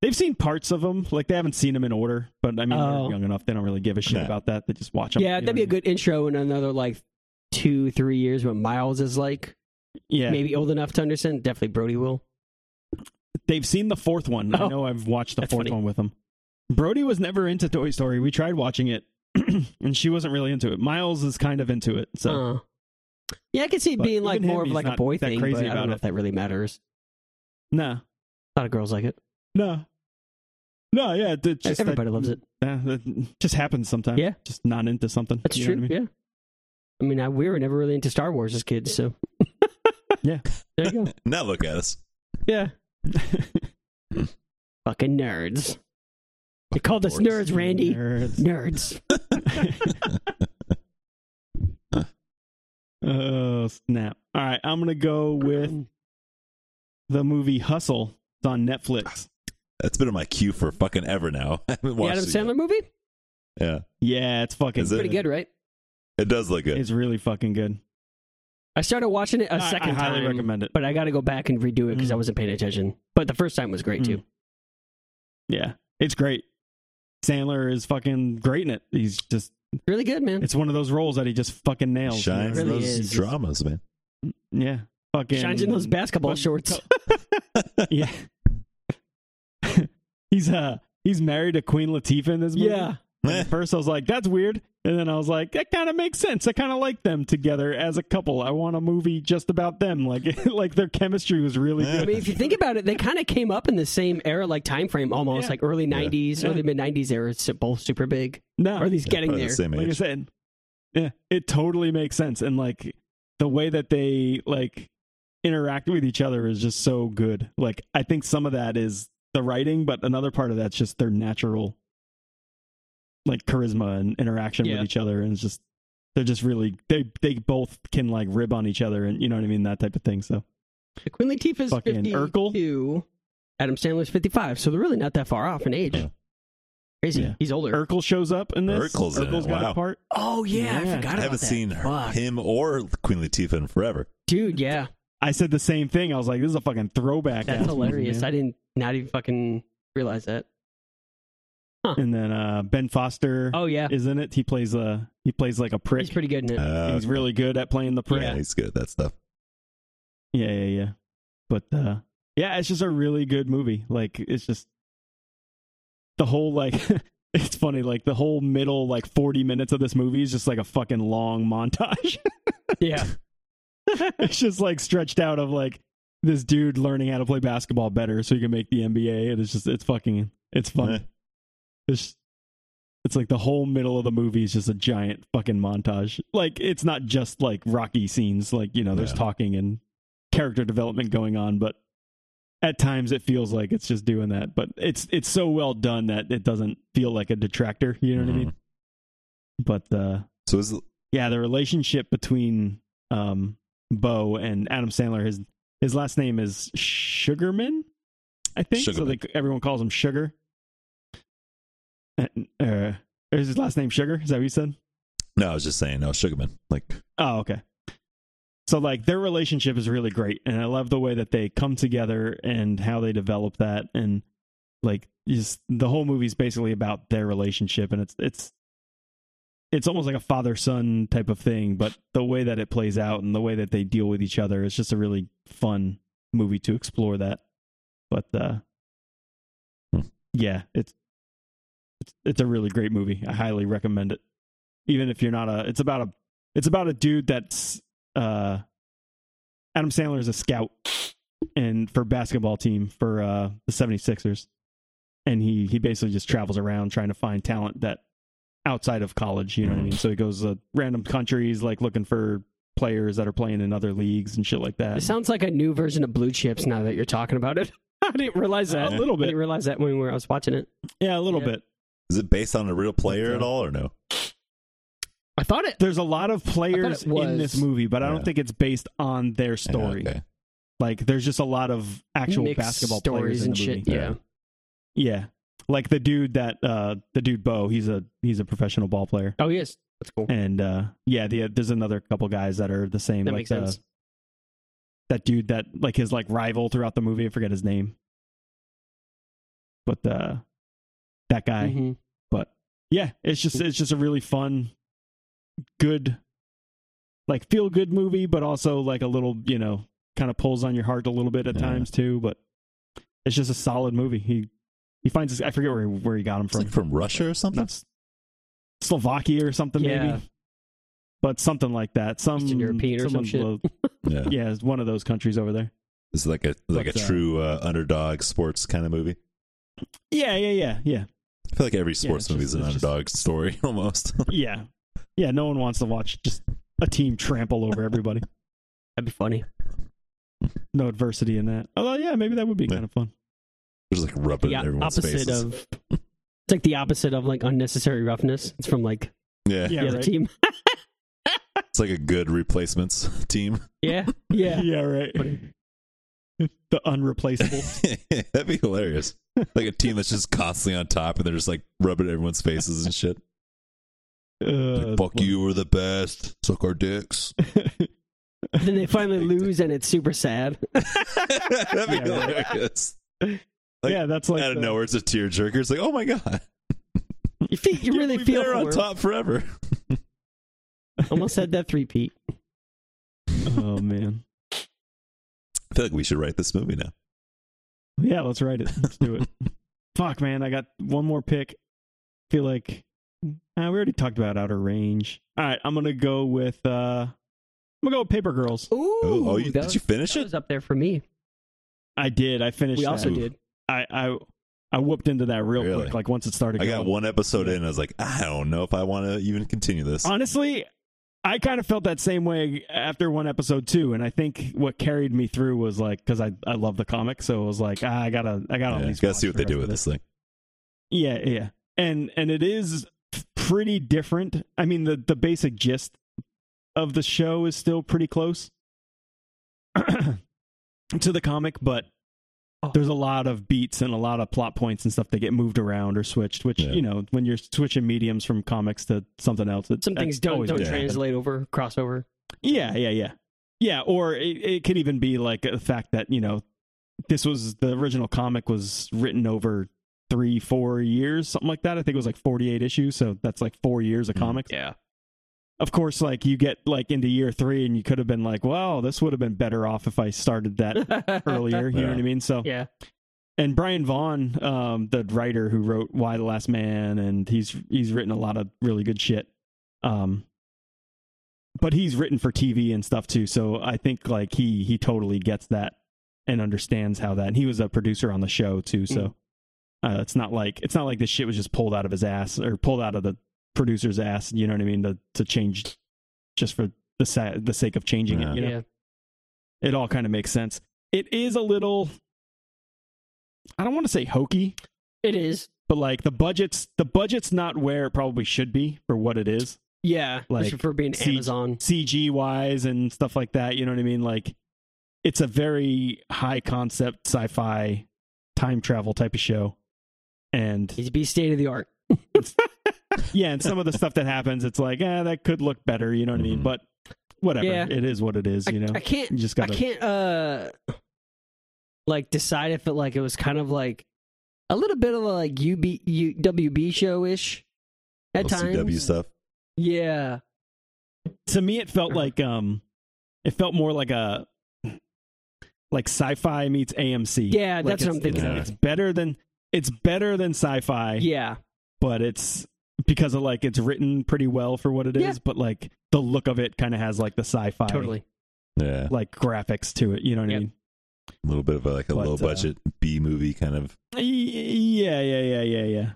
They've seen parts of them. Like they haven't seen them in order, but I mean
Oh.
they're young enough. They don't really give a shit
Nah.
about that. They just watch them.
Yeah, that'd be a good intro in another like two, three years when Miles is like
Yeah,
maybe old enough to understand. Definitely Brody will.
they've seen the fourth one.
Oh.
I know I've watched the
That's
fourth
funny.
one with them. Brody was never into Toy Story. We tried watching it, and she wasn't really into it. Miles is kind of into it, so
Uh, yeah, I could see it
But
being like
even him,
more of
he's
like a
not
boy
that
thing,
crazy
but I
about
don't know
it.
if that really matters.
no,
A lot of girls like it.
no, no. Yeah, it- it's just
Everybody
that-
loves it.
Yeah, that just happens sometimes.
Yeah.
just not into something.
That's
You know
true.
what I mean?
Yeah. I mean, I, we were never really into Star Wars as kids, so
Yeah.
there you go.
Now look at us.
Yeah. Fucking nerds. They called us
Of course.
nerds, Randy.
Nerds.
Nerds.
Oh snap! All right, I'm gonna go with the movie Hustle. It's on Netflix.
That's been in my queue for fucking ever now. I haven't
The
watched
Adam
it. yet.
Sandler movie?
Yeah,
Yeah, it's fucking
Is it?
Pretty good, right?
it does look good.
It's really fucking good.
I started watching it a
I-
second
I highly
time,
recommend it.
but I got to go back and redo it because I
Mm.
wasn't paying attention. But the first time was great too.
Hmm. Yeah, it's great. Sandler is fucking great in it. He's just
Really good, man.
it's one of those roles that he just fucking nails.
Shines
It really
those
is.
dramas, man.
Yeah. Fucking
Shines in those basketball
but-
shorts.
Yeah. he's uh he's married to Queen Latifah in this movie.
yeah,
And At first I was like, that's weird. And then I was like, that kind of makes sense. I kind of like them together as a couple. I want a movie just about them. Like like their chemistry was really
Yeah.
I
good.
mean, if you think about it, they kind of came up in the same era, like time frame, almost
Yeah.
like early
Yeah.
'90s,
Yeah.
early mid '90s era. It's both super big,
No.
or at least getting
Probably
there.
the same
like I
age.
said, yeah, it totally makes sense. And like the way that they like interact with each other is just so good. Like I think some of that is the writing, but another part of that's just their natural like charisma and interaction
Yeah.
with each other, and it's just they're just really they they both can like rib on each other, and you know what I mean, that type of thing. So
Queen Latifah's
Fucking
52. Adam Sandler's 55, so they're really not that far off in age.
Yeah.
Crazy.
Yeah.
He's older.
Urkel shows up in this.
Urkel's in it,
Urkel's got
wow.
a part.
oh, yeah,
Yeah.
I
I
forgot about
haven't
that.
seen her-
Fuck.
him or Queen Latifah in forever.
Dude, yeah.
I said the same thing. I was like, this is a fucking throwback.
That's
ass movie,
hilarious.
man.
I didn't not even fucking realize that.
and then uh, Ben Foster.
Oh, yeah.
is in it. He plays a he plays like a prick.
He's pretty good in it.
Uh,
he's really good at playing the prick.
yeah, he's good at that stuff.
Yeah, yeah, yeah. But uh, yeah, it's just a really good movie. Like it's just the whole like it's funny like the whole middle like 40 minutes of this movie is just like a fucking long montage.
yeah.
it's just like stretched out of like this dude learning how to play basketball better so he can make the NBA and it's just it's fucking it's fun.
Eh.
It's it's like the whole middle of the movie is just a giant fucking montage. Like it's not just like Rocky scenes. Like you know, there's
Yeah.
talking and character development going on, but at times it feels like it's just doing that. But it's it's so well done that it doesn't feel like a detractor. You know what I mean? But uh,
So is
yeah, the relationship between um, Bo and Adam Sandler. His his last name is Sugarman, I think.
Sugarman.
So they, everyone calls him Sugar. And, uh, is his last name Sugar? Is that what you said?
no, I was just saying, no, Sugarman. Like,
Oh, okay. So like their relationship is really great, and I love the way that they come together and how they develop that, and like just the whole movie's basically about their relationship, and it's it's it's almost like a father son type of thing, but the way that it plays out and the way that they deal with each other, it's just a really fun movie to explore that. But uh,
Hmm.
yeah, it's it's it's a really great movie. I highly recommend it, even if you're not a. It's about a it's about a dude that's uh Adam Sandler is a scout and for basketball team for uh the 76ers and he he basically just travels around trying to find talent that outside of college you know what I mean so he goes to random countries like looking for players that are playing in other leagues and shit like that
It sounds like a new version of Blue Chips now that you're talking about it. I didn't realize that.
a little
I
bit
didn't realize that when we were, I was watching it.
yeah a little
Yeah.
bit
is it based on a real player
Like, uh,
at all or no?
I thought it.
there's a lot of players in
was-
this movie but I don't
Yeah.
think it's based on their story
Yeah, okay.
like there's just a lot of actual
mixed
basketball
stories
players in
and
the movie.
shit. Yeah.
Yeah. Like the dude that uh the dude Bo, he's a he's a professional ball player.
Oh, yes. That's cool.
And uh yeah, the, there's another couple guys that are the same
That
like
makes
the-
sense.
that dude that like his like rival throughout the movie, I forget his name. But uh that guy
Mhm.
but yeah it's just it's just a really fun good like feel good movie but also like a little you know kind of pulls on your heart a little bit at
Yeah.
times too but it's just a solid movie he he finds this i forget where he, where he got him
It's
from
like from Russia or something?
Not S- slovakia or something
Yeah.
maybe but something like that some
Eastern European or some
someone
shit.
lo-
Yeah.
yeah it's one of those countries over there
It's like a like
But,
a
uh,
true uh, underdog sports kind of movie.
yeah yeah yeah yeah
I feel like every sports
it's
movie
just-
is an
it's just-
underdog story almost.
yeah yeah no one wants to watch just a team trample over everybody
That'd be funny.
no adversity in that. Although, yeah, maybe that would be
Yeah.
kind of fun.
There's like rubbing
The
in everyone's
opposite
faces.
of. It's like the opposite of like unnecessary roughness. It's from like
yeah.
Yeah,
the other
right.
team.
It's like a good replacements team.
Yeah. Yeah.
yeah, right. the unreplaceable.
That'd be hilarious. Like a team that's just constantly on top and they're just like rubbing everyone's faces and shit.
Uh,
Uh, Like, Fuck you, we're the best. Suck our dicks.
then they finally lose, and it's super sad.
That'd be
Yeah, right.
hilarious. Like,
yeah, that's like
Out of
the-
nowhere, it's a tearjerker. It's like, oh my god,
You, feel, you
Yeah,
really
we've
feel
been on
for him.
top forever.
Almost said that three Pete.
Oh man.
I feel like we should write this movie now.
Yeah, let's write it. Let's do it. Fuck, man. I got one more pick. feel like uh, we already talked about outer range. All right, I'm gonna go with uh I'm gonna go with Paper Girls.
Ooh,
oh, oh you,
that
did you finish
that
it?
was up there for me.
I did. I finished.
We also
that.
did.
I I I whooped into that real
Really?
quick. Like once it started.
I got
going.
one episode in. I was like, I don't know if I want to even continue this.
Honestly, I kind of felt that same way after one episode too, and I think what carried me through was like because I I love the comic, so it was like ah, I gotta I gotta
Yeah,
at least
gotta
watch
see what
the
they do
rest
with
of
this thing.
Yeah, yeah. And and it is pretty different. I mean the the basic gist of the show is still pretty close to the comic, but
Oh.
there's a lot of beats and a lot of plot points and stuff that get moved around or switched, which
Yeah.
you know, when you're switching mediums from comics to something else, it,
Some things
that's
don't
always
don't
what
gonna happen.
translate over crossover.
Yeah, yeah, yeah. Yeah, or it, it could even be like the fact that, you know, this was the original comic was written over three, four years, something like that. I think it was like 48 issues. So that's like four years of
Mhm.
comics.
Yeah.
Of course, like you get like into year three and you could have been like, wow, this would have been better off if I started that earlier. You know
Yeah.
what I mean? So,
Yeah.
and Brian Vaughn, um, the writer who wrote Why the Last Man, and he's he's written a lot of really good shit. Um, but he's written for TV and stuff too, so I think like he he totally gets that and understands how that. And he was a producer on the show too, so uh, it's not like it's not like this shit was just pulled out of his ass or pulled out of the producer's ass. You know what I mean? To to change just for the sa- the sake of changing
Yeah.
it. You know,
Yeah.
it all kind of makes sense. It is a little. I don't want to say hokey,
It is.
but like the budget's the budget's not where it probably should be for what it is
Yeah.
Like,
Like, for being
see-
Amazon.
cg wise and stuff like that you know what i mean like it's a very high concept sci-fi time travel type of show and
He's be state of the art.
yeah and some of the stuff that happens it's like eh, that could look better you know what i mean
Mhm.
but whatever
Mm-hmm. Yeah.
it is what it is
I,
you know
I can't
you just
I
gotta
can't uh like decide if it like it was kind of like a little bit of a like UB U, WB show ish at
CW
times.
stuff.
Yeah.
to me it felt like um it felt more like a like sci-fi meets amc
Yeah,
Like,
that's
it's-
what I'm thinking.
it's, it's better than it's better than sci-fi
Yeah.
but it's because of like it's written pretty well for what it is
Yeah.
but like the look of it kind of has like the sci-fi
Totally.
Yeah,
like graphics to it you know what
Yep.
i mean
a little bit of a, like a
But,
low budget B movie kind of.
Y- yeah yeah yeah yeah yeah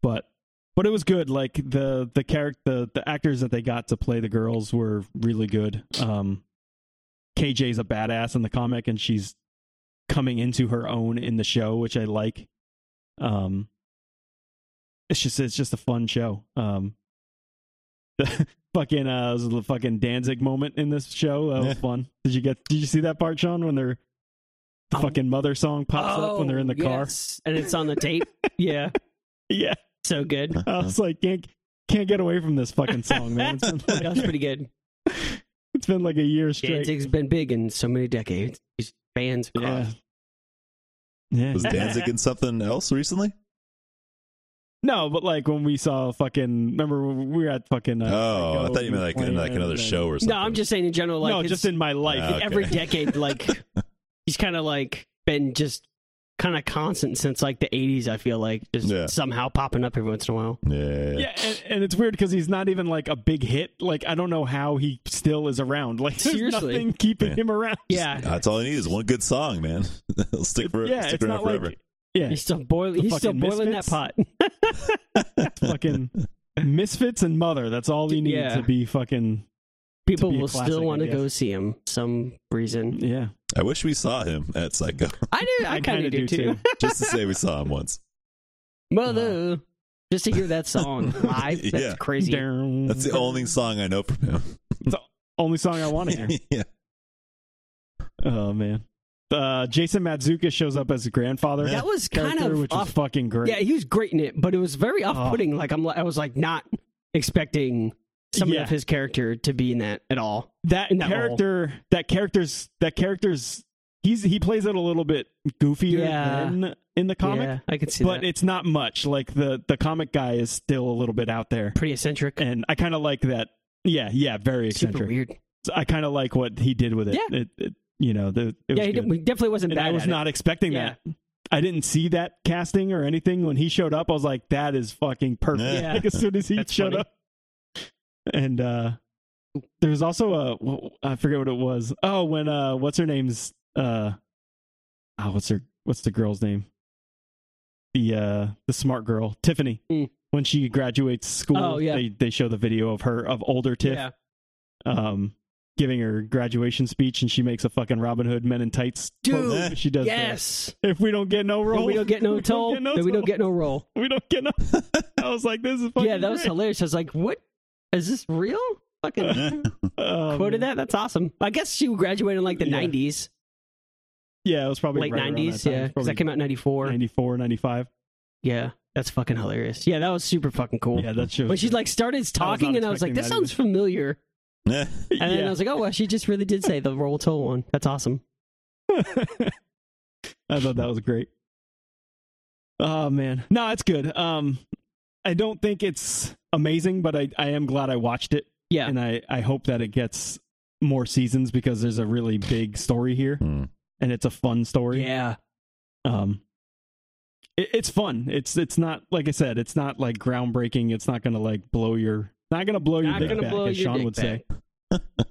but but it was good like the the character the, the actors that they got to play the girls were really good um kj's a badass in the comic and she's coming into her own in the show which i like um it's just it's just a fun show um the fucking uh was the fucking danzig moment in this show that was
Yeah.
fun did you get did you see that part sean when they're the
Um,
fucking mother song pops up when they're in the
Oh,
car
yes. and it's on the tape. yeah.
yeah
So good.
I was like, can't can't get away from this fucking song, man. It's been
That was
like,
pretty good.
it's been like a year straight.
Danzig's been big in so many decades. These bands
yeah.
across.
Yeah.
Was Danzig in something else recently?
no, but like when we saw fucking, remember when we were at fucking. Uh,
oh, I
Psycho,
thought you
we
meant like
were
in like
playing
another
and then-
show or something.
No, I'm just saying in general, like
no,
it's-
just in my life.
Uh, Ah, okay.
every decade, like he's kind of like been just kind of constant since like the 80s. I feel like just
Yeah.
somehow popping up every once in a while.
Yeah,
yeah, and, and it's weird because he's not even like a big hit. Like I don't know how he still is around. Like there's
Seriously.
nothing keeping
Yeah.
him around.
Yeah,
that's all I need is one good song, man. It'll stick for
yeah,
stick
it's
around
not
forever.
like yeah,
he's still boiling.
The
He's still
fucking
boiling
Misfits?
that pot.
fucking misfits and mother. That's all he needs
Yeah.
to be fucking
People
be a
will
classic,
still
I
want to
guess.
go see him some reason.
yeah.
I wish we saw him at Psycho
I do. I, kind
kinda
of do too.
just to say we saw him once.
Mother,
Uh,
just to hear that song live, that's
Yeah.
too.
crazy.
Down.
That's the only song I know from him.
only song I want to hear.
yeah,
Oh man. Uh, Jason Matsuka shows up as a grandfather.
That was kind
character,
of
which
off.
was fucking great. Oh.
yeah, he was great in it, but it was very off-putting. Like I'm, li- I was like not expecting someone
Yeah.
of his character to be in that at all.
that
In that
character that character's that character's he's he plays it a little bit goofier
Yeah.
than in the comic
yeah, I could see
but
that.
it's not much like the the comic guy is still a little bit out there
Pretty eccentric,
and i kind of like that yeah yeah very
super
eccentric
weird.
So i kind of like what he did with it,
Yeah.
It- it- you know the it was
Yeah, he
good.
did, he definitely wasn't
and
bad.
i was
at it.
not expecting
Yeah.
that i didn't see that casting or anything when he showed up i was like that is fucking perfect
Yeah.
like as soon as he
That's
showed
funny.
up. And uh there was also a wh- I forget what it was. Oh, when uh what's her name's uh oh, what's her what's the girl's name? The uh the smart girl, Tiffany.
Mm.
When she graduates school,
Oh, yeah.
they they show the video of her of older Tiff
Yeah,
um giving her graduation speech and she makes a fucking Robin Hood men in tights.
Dude,
pose. she does that.
yes.
If we don't get no
Then
role,
we don't get no
we don't
toll.
get no
then we don't
toll.
get no roll.
we don't get no I was like this is fucking
Yeah, that was hilarious. I was like, "What is this real?" Fucking
Hmm,
um,
quoted that. That's awesome. I guess she graduated in like the
Yeah.
'90s,
Yeah, it was probably
late
right around
'90s.
that time.
yeah,
It was
because that
probably
came out in '94.
94, 95.
Yeah, that's fucking hilarious. Yeah, that was super fucking cool.
Yeah, that shows.
When she like started talking,
not
and I was like,
expecting
"This
that
sounds familiar," and
yeah.
then I was like, "Oh, well, she just really did say the roll toll one." That's awesome.
I thought that was great. Oh man, no, it's good. Um, I don't think it's amazing, but I I am glad I watched it,
Yeah,
and I I hope that it gets more seasons because there's a really big story here,
Hmm.
and it's a fun story.
yeah,
um it, it's fun it's it's not like i said it's not like groundbreaking it's not gonna like blow your not gonna blow
Not
your dick
gonna
back
blow
as
your
sean
dick
would
back.
say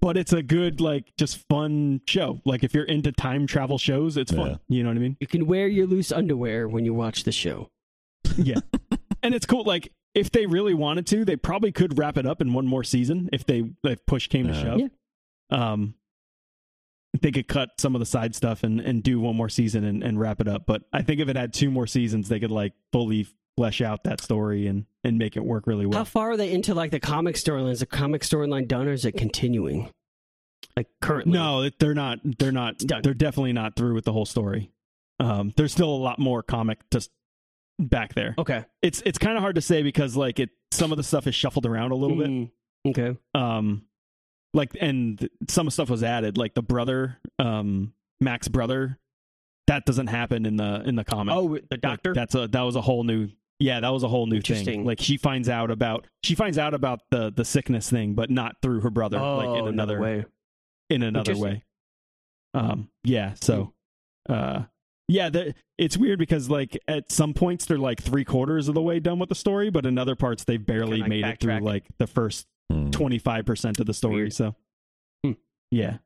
but it's a good like just fun show like if you're into time travel shows it's
Yeah.
fun you know what i mean
you can wear your loose underwear when you watch the show.
and it's cool like if they really wanted to they probably could wrap it up in one more season if they if push came to
Yeah.
shove um they could cut some of the side stuff and and do one more season and, and wrap it up but i think if it had two more seasons they could like fully flesh out that story and and make it work really well
How far are they into like the comic storyline? Is the comic storyline done, or is it continuing? Like currently,
no it- they're not they're not
done.
they're definitely not through with the whole story um there's still a lot more comic just back there
Okay,
it's it's kind of hard to say because like it some of the stuff is shuffled around a
Hmm.
little bit
bit. Okay,
um like and some stuff was added like the brother um max brother that doesn't happen in the in the comic
oh, the
Like,
doctor.
that's a that was a whole new yeah that was a whole new
Interesting.
thing like she finds out about she finds out about the the sickness thing but not through her brother like in another
Oh, way.
in another way
Interesting. Hmm.
um yeah so uh yeah the, it's weird because like at some points they're like three quarters of the way done with the story but in other parts they've barely
Kinda, like,
made it through
backtrack.
like the first
Hmm.
25% of the story.
Weird.
So,
Hmm.
yeah.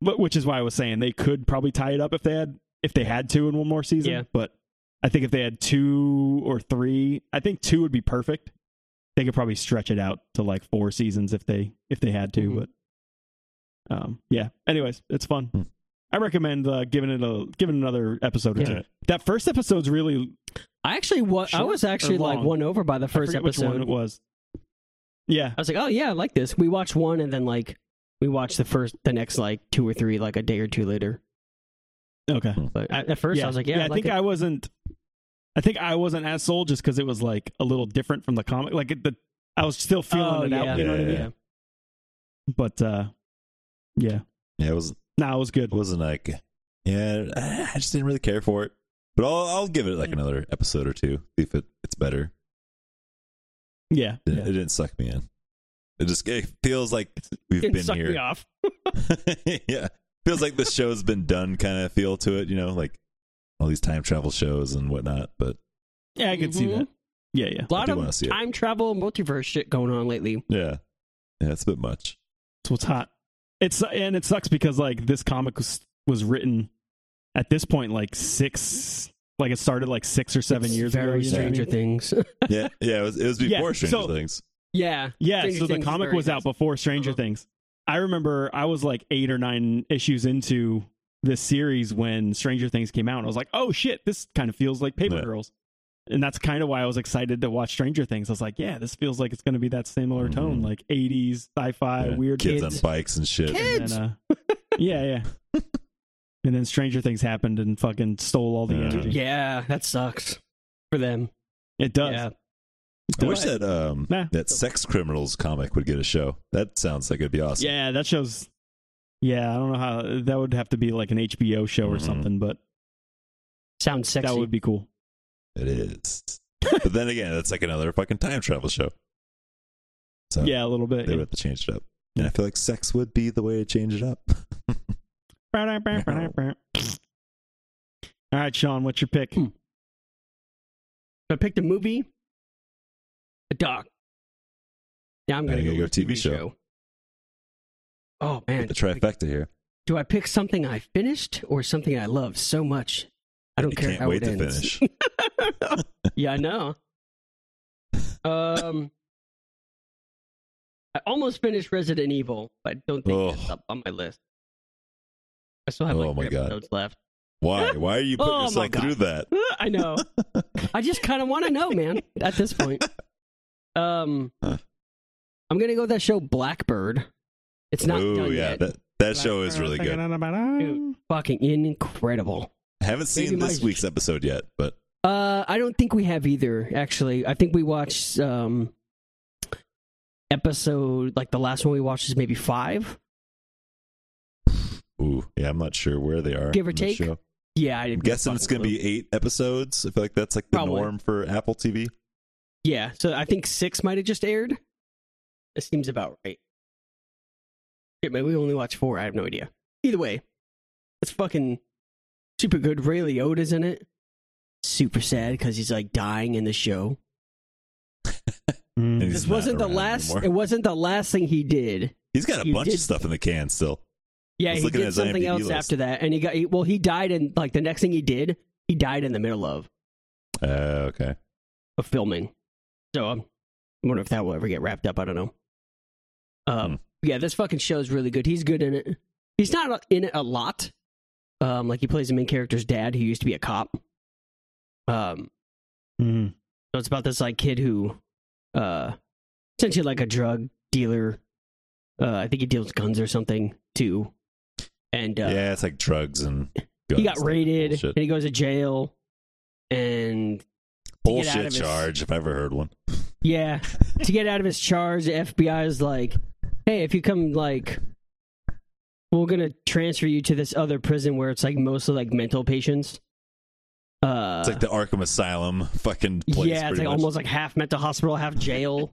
But, which is why I was saying they could probably tie it up if they had if they had to in one more season.
Yeah.
But I think if they had two or three, I think two would be perfect. They could probably stretch it out to like four seasons if they if they had to.
Mhm.
But um, yeah. Anyways, it's fun.
Hmm.
I recommend uh, giving it a giving it another episode or
Yeah.
two. That first episode's really
I actually was. I
Short
was actually
or
like
long?
won over by the
I
first
forget which one
episode.
it was. Yeah,
I was like, oh yeah, I like this. We watched one, and then like we watched the first, the next like two or three, like a day or two later.
okay.
But at, at first, I was like, yeah, I,
I,
like
think
it.
I wasn't. I think I wasn't as sold just because it was like a little different from the comic. Like it, the, I was still feeling
oh,
it
yeah.
out, you know what I mean?
Yeah.
But uh, yeah,
Yeah, it was
nah, it was good.
it wasn't like yeah i just didn't really care for it but i'll, I'll give it
Mm.
like another episode or two see if it, it's better
Yeah,
it,
yeah.
it didn't suck me in it just it feels like we've
Didn't
been
suck me
here
off.
yeah feels like the show's been done kind of feel to it you know like all these time travel shows and whatnot but
yeah I could see
Mhm.
that. Yeah, yeah.
A lot
do wanna
of
see it.
time travel, multiverse shit going on lately.
yeah yeah it's a bit much
It's what's hot. It's and it sucks because like this comic was was written at this point like six, like it started like six or seven
It's
years ago.
very
you know what I
Stranger
mean?
Things.
yeah yeah it was, it was
Yeah,
before stranger
so-
things
yeah,
Yeah,
Stranger
so the
Things is
comic
very
was out
good.
before Stranger
Uh-huh.
Things. I remember I was like eight or nine issues into this series when Stranger Things came out, and I was like, "Oh shit, this kind of feels like Paper
Yeah.
Girls," and that's kind of why I was excited to watch Stranger Things. I was like, "Yeah, this feels like it's going to be that similar tone,
Mhm.
like '80s sci-fi
Yeah,
weird
kids,
And
on bikes and shit
Kids!
then, uh, yeah, yeah. and then Stranger Things happened and fucking stole all the
Yeah.
energy.
yeah, that sucks for them.
It does.
Yeah.
I wish that um
Nah.
that sex criminals comic would get a show. That sounds like it'd be awesome.
Yeah, that shows. Yeah, I don't know how that would have to be like an HBO show or
Mhm.
something, but
Sounds sexy.
that would be cool.
It is. but then again, that's like another fucking time travel show. So
Yeah, a little bit.
they would have to change it up. And I feel like sex would be the way to change it up.
All right, Sean, what's your pick?
Hmm. I picked a movie, a doc. Now I'm
Now
gonna
you
go,
gotta
with
go TV
TV show.
show.
Oh man,
the trifecta here.
do I pick something I finished or something I love so much? I don't
You
care
can't
how
wait
it
to
ends.
finish.
Yeah, I know. Um, I almost finished Resident Evil, but I don't think
Oh.
that's up on my list. I still have
Oh
like
my
three
God.
episodes left.
Why? Why are you putting
Oh my
yourself
God.
through that?
I know. I just kind of want to know, man. At this point, um,
Huh.
I'm gonna go with that show Blackbird. It's not
Oh
done
yeah,
yet.
that that show is really good.
Dude.
Fucking incredible.
I haven't seen
Maybe
this
my-
week's episode yet, but
Uh, I don't think we have either. Actually, I think we watched um episode like the last one we watched is maybe five.
ooh, yeah, I'm not sure where they are.
Give or
in the
take?
show.
Yeah, I
I'm
didn't
guessing it's going to be eight episodes. I feel like that's like the
Probably.
norm for Apple TV.
Yeah, so I think six might have just aired. It seems about right. Shit, maybe we only watched four. I have no idea. Either way, it's fucking super good. Ray Liotta's in it. Super sad because he's like dying in the show.
Mm.
And he's
This
not
wasn't the
around
last.
anymore.
It wasn't the last thing he did.
He's got a
you
bunch
did-
of stuff in the can still.
Yeah,
Let's
he
look at
did
his
something
IMDb
else
list.
after that, and he got he, well. He died in like the next thing he did. He died in the middle of
Uh, okay.
of filming. So um, I wonder if that will ever get wrapped up. I don't know.
Hmm.
Um, yeah, this fucking show is really good. He's good in it. He's not in it a lot. Um, like he plays the main character's dad, who used to be a cop. Um,
Mm.
so it's about this like kid who, uh, essentially like a drug dealer. Uh, I think he deals guns or something too. And uh,
Yeah. it's like drugs and
he
guns
got
and
raided,
Bullshit,
and he goes to jail. And get out
bullshit
of his-
charge, if I ever heard one.
Yeah. to get out of his charge, the FBI is like, hey, if you come, like, we're going to transfer you to this other prison where it's, like, mostly, like, mental patients. Uh,
It's like the Arkham Asylum fucking place.
yeah, it's
pretty
like
much.
almost like half mental hospital, half jail.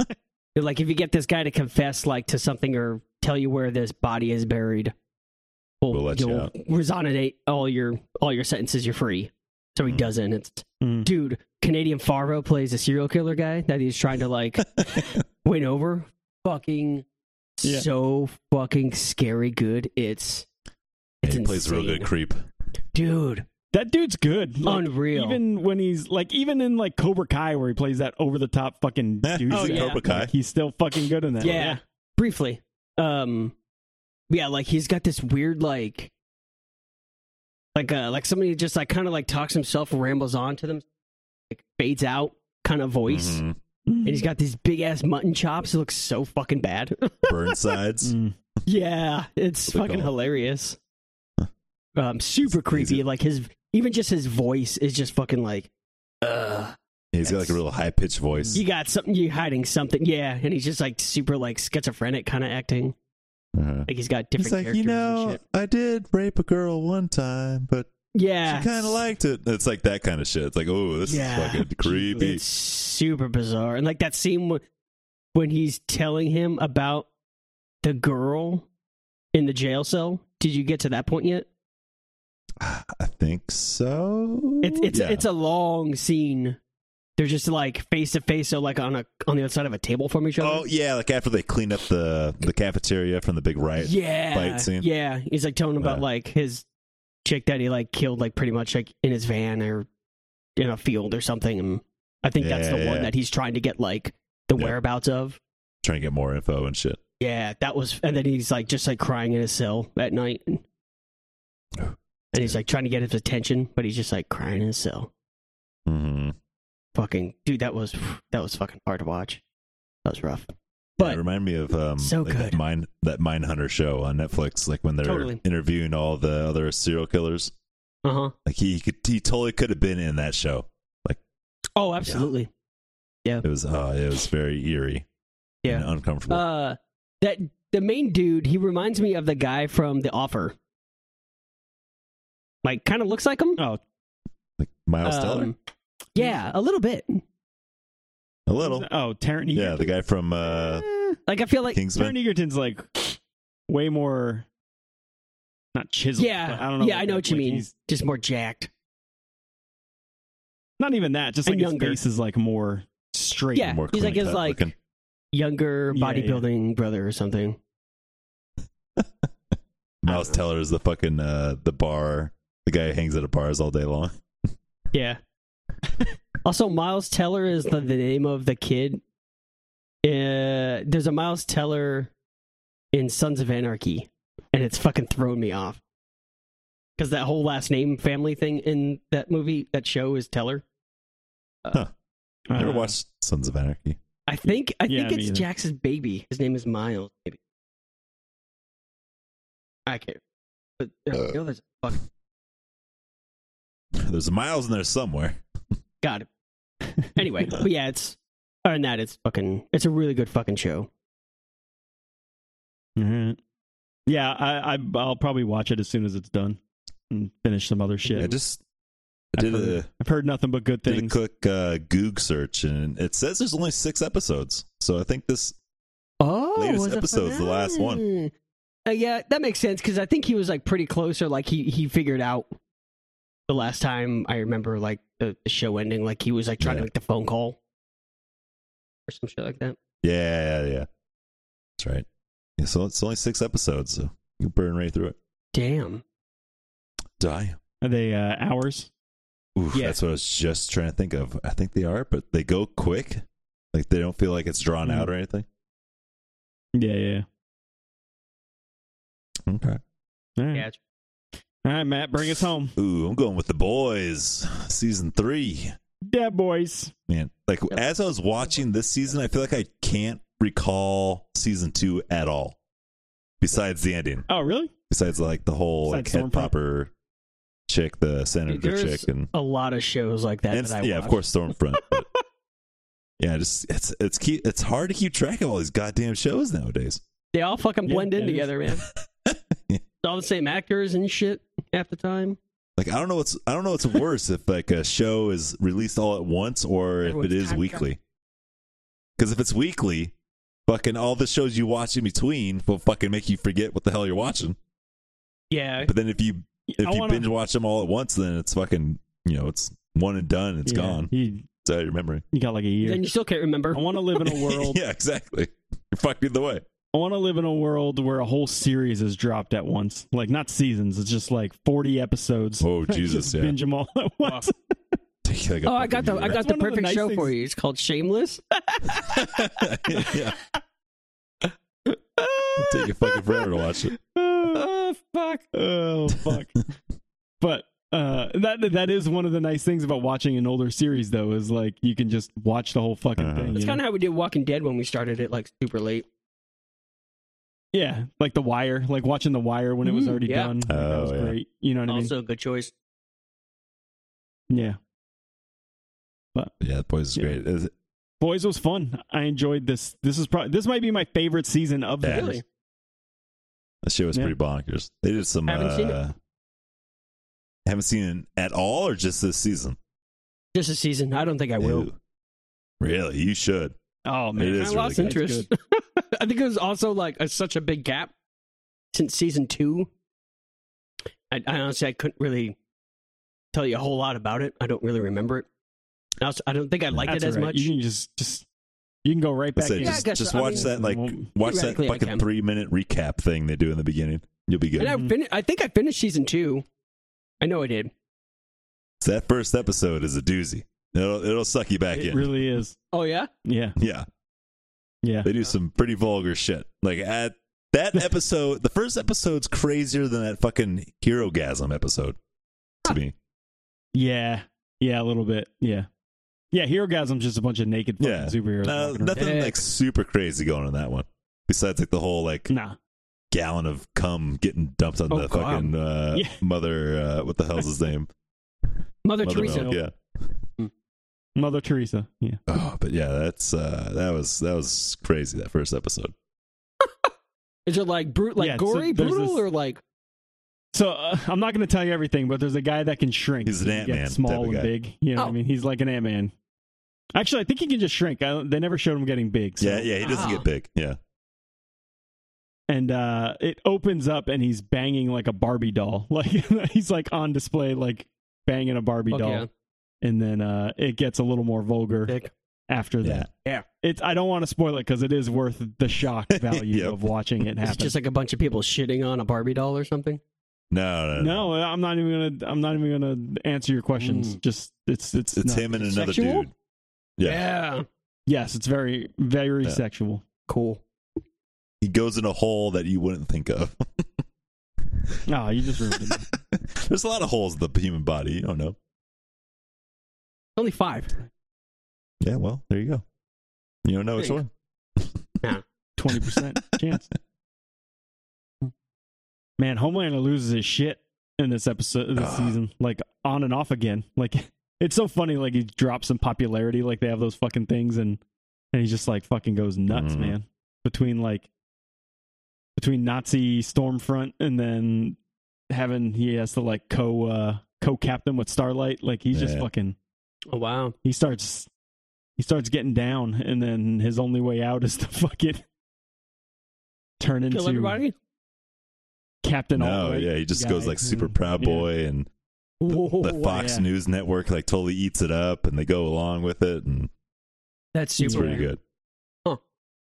They're like, if you get this guy to confess, like, to something or tell you where this body is buried, we'll,
We'll let you
you'll
out.
resonate all your all your sentences. You're free. So he
Mm.
doesn't. It's
Mm.
dude, Canadian Farvo plays a serial killer guy that he's trying to like win over. Fucking
Yeah.
so fucking scary good. It's
And
it's
he plays a real
insane.
good creep.
dude.
That dude's good. Like,
unreal.
Even when he's like, even in like Cobra Kai, where he plays that over the top fucking douche,
He's in
yeah.
Oh, Cobra Kai.
like, he's still fucking good in that.
yeah. Briefly. Um yeah, like he's got this weird like like uh like somebody who just like kind of like talks himself and rambles on to them like fades out kind of voice.
Mhm.
Mm-hmm.
And he's got these big ass mutton chops. It looks so fucking bad.
Burnsides.
Mm.
Yeah, it's
What they
fucking
call it.
hilarious. Um, super creepy.
easy.
Like his, even just his voice is just fucking like, uh,
He's got like a real high pitched voice.
you got something, you hiding something. Yeah, and he's just like super like schizophrenic kind of acting.
Uh-huh.
Like he's got different.
He's like,
characters
you
and
know,
shit.
I did rape a girl one time, but
yeah,
she kind of liked it. It's like that kind of shit. It's like, oh, this
Yeah.
is fucking creepy.
It's super bizarre. And like that scene wh- when he's telling him about the girl in the jail cell. Did you get to that point yet?
I think so.
It's it's
Yeah.
it's a long scene. They're just like face to face, so like on a on the other side of a table from each other.
oh yeah, like after they cleaned up the the cafeteria from the big riot.
yeah,
fight scene.
yeah. He's like telling about
Yeah.
like his chick that he like killed, like pretty much like in his van or in a field or something. And I think that's the
Yeah.
one that he's trying to get like the
Yeah.
whereabouts of.
Trying to get more info and shit.
Yeah, that was, and then he's like just like crying in his cell at night, and he's like trying to get his attention, but he's just like crying in his cell.
Mm-hmm.
Fucking dude, that was that was fucking hard to watch. That was rough. But-
it reminded me of um
So
like that
good.
mine that Mindhunter show on Netflix, like when they're
Totally.
interviewing all the other serial killers.
Uh huh.
Like he could he totally could have been in that show.
Oh, absolutely. Yeah.
It was uh, it was very eerie.
Yeah.
and uncomfortable.
Uh, that the main dude, he reminds me of the guy from The Offer. Like, kind of looks like him.
Oh,
like Miles Teller,
Um, yeah, a little bit.
a little.
Oh, Taron Egerton.
Yeah, the guy from uh,
Eh,
Like, I feel uh, like
Kingsman.
Taron Egerton's like way more not chiseled.
yeah,
but I don't know.
yeah,
like-
I know
like-
what you
like
mean.
he's-
Just more jacked.
Not even that. Just
And
like his
younger.
face is like more straight.
Yeah,
more
he's like his
clean-cut
like
looking.
younger
Yeah, yeah.
bodybuilding brother or something.
Miles Teller is the fucking uh, the bar. The guy who hangs out at bars all day long.
Yeah. also, Miles Teller is the, the name of the kid. Uh, there's a Miles Teller in Sons of Anarchy, and it's fucking thrown me off. Because that whole last name family thing in that movie, that show is Teller.
Uh,
Never watched Sons of Anarchy.
I think I
Yeah,
think
me
it's
either.
Jax's baby. His name is Miles. Maybe. I can't. But
Uh.
I know there's a fucking
There's Miles in there somewhere.
God. Anyway, but yeah, it's other than that, it's fucking. It's a really good fucking show.
alright. mhm. Yeah, I, I I'll probably watch it as soon as it's done and finish some other shit.
I just I
I've
did
heard-
a
I've heard nothing but good
did a
things.
quick uh, Goog search, and it says there's only six episodes. So I think this
Oh,
Latest
was it
episode's the last one.
finale. Uh, yeah, that makes sense because I think he was like pretty close, or like he he figured out the last time I remember like the, the show ending, like he was like trying
Yeah.
to make the phone call or some shit like that.
Yeah, yeah, yeah. That's right. Yeah, so it's only six episodes, so you burn right through it.
Damn.
Die.
Are they uh, hours?
Oof,
Yeah.
That's what I was just trying to think of. I think they are, but they go quick. Like they don't feel like it's drawn out or anything.
Yeah, yeah.
Okay.
yeah. All right.
Yeah. it's-
All right, Matt, bring us home.
Ooh, I'm going with the boys. Season three.
Yeah, boys.
Man. Like
Yep.
as I was watching this season, I feel like I can't recall season two at all. Besides the ending.
Oh, really?
Besides like the whole like,
Besides
head
Stormfront?
popper chick, the senator
There's
chick and
A lot of shows like that.
And
that I
yeah, of
watch.
course, Stormfront. But yeah, just it's it's keep it's hard to keep track of all these goddamn shows nowadays.
They all fucking
Yeah,
blend
it
in
is.
together, man.
Yeah.
It's all the same actors and shit half the time.
Like I don't know what's I don't know what's worse if like a show is released all at once or if it
Everyone's
is
time
weekly. Because if it's weekly, fucking all the shows you watch in between will fucking make you forget what the hell you're watching.
Yeah.
But then if you if
I
you
wanna-
binge watch them all at once, then it's fucking you know it's one and done. It's
Yeah,
gone.
You,
So you're remembering.
you got like a year.
Then you still can't remember.
I want to live in a world.
yeah, exactly. You're fucked either way.
I want to live in a world where a whole series is dropped at once. Like not seasons. It's just like forty episodes.
Oh
Just
Jesus! Yeah.
binge them all at once.
Take, like, a
Oh, I got the
fucking
I
year.
That's
got the
one of the
perfect
nice
show
things-
for you. It's called Shameless.
yeah. It'll take you fucking forever to watch it.
oh fuck. Oh fuck. but uh, that that is one of the nice things about watching an older series, though, is like you can just watch the whole fucking
Uh-huh.
thing.
That's
you know?
kind of how we did Walking Dead when we started it like super late.
yeah, like The Wire, like watching The Wire when it was
Mm,
already
yeah.
done. that
Oh,
was
yeah.
great. You know what
also, a good choice.
I mean? Yeah.
Yeah, the boys is
Yeah.
great. Is it-
Boys was fun. I enjoyed this. This is probably this might be my favorite season of the
Yeah.
year.
Really?
That shit was
Yeah.
pretty bonkers. They did some.
Haven't
uh,
seen
Haven't seen it at all, or just this season.
Just a season. I don't think I will.
Ew. Really, you should.
Oh
It
man,
is
I
really
lost
good.
interest. I think it was also like a, such a big gap since season two. I, I honestly I couldn't really tell you a whole lot about it. I don't really remember it. I, also, I don't think I liked
That's
it as
all right.
much.
You can just just you can go right
I
back.
said,
in.
Yeah, I
just,
guess
just
so. I
watch
mean-
that like
Well,
watch that
theoretically, I
fucking
can.
three minute recap thing they do in the beginning. You'll be good.
And I
Mhm.
fin- I think I finished season two. I know I did.
So that first episode is a doozy. It'll it'll suck you back
it
in.
really is.
Oh yeah,
Yeah,
yeah,
yeah.
they do some pretty vulgar shit. Like at that episode, the first episode's crazier than that fucking hero gasm episode. To me,
Yeah, yeah, a little bit. Yeah, yeah. Hero Gasm's just a bunch of naked fucking
Yeah.
superheroes.
No,
walking around.
nothing
Yeah.
like super crazy going on that one. Besides, like the whole like
Nah,
gallon of cum getting dumped on
Oh,
the
God.
fucking uh,
Yeah.
mother. Uh, what the hell's his name? Mother
Mother, Teresa.
milk. Yeah.
Mother Teresa. Yeah.
Oh, but yeah, that's uh that was that was crazy that first episode.
Is it like brute, like
Yeah, so
gory,
there's
brutal,
this-
or like
So uh, I'm not going to tell you everything, but there's a guy that can shrink.
He's an
He can
Ant-Man
get
type of
small and
guy.
big. You know what
Oh.
I mean? He's like an Ant Man. Actually, I think he can just shrink. I don't, they never showed him getting big. So.
yeah, yeah, he doesn't
Wow.
get big. Yeah.
And uh, it opens up, and he's banging like a Barbie doll. Like he's like on display, like banging a Barbie
Fuck
doll.
yeah.
And then uh, it gets a little more vulgar
dick?
after
Yeah.
that. It's I don't want to spoil it because it is worth the shock value
Yep.
of watching it
It's
happen.
just like a bunch of people shitting on a Barbie doll or something.
No, no,
no,
no.
I'm not even gonna. I'm not even gonna answer your
Mm.
questions. Just it's it's,
It's, it's
not-
him and another
Sexual?
dude. Yeah.
Yes, it's very very
Yeah.
sexual.
cool.
He goes in a hole that you wouldn't think of.
Oh, you just ruined it.
There's a lot of holes in the human body. You don't know.
Only five.
Yeah, well, there you go. You don't know which
Thanks.
one.
twenty percent chance. Man, Homelander loses his shit in this episode, this
Ah.
season, like on and off again. Like it's so funny. Like he drops in popularity, like they have those fucking things, and and he just like fucking goes nuts,
Mhm.
man. Between like between Nazi Stormfront and then having he has to like co uh, co captain with Starlight, like he's just
Yeah.
fucking
Oh wow.
he starts he starts getting down and then his only way out is to fucking turn into
Kill everybody.
captain
no,
Alt-Right
yeah, he just
guy.
goes like super
And-
proud
yeah.
boy, and
Whoa,
the Fox
yeah.
News Network like totally eats it up, and they go along with it, and
That's super
it's pretty
weird.
good.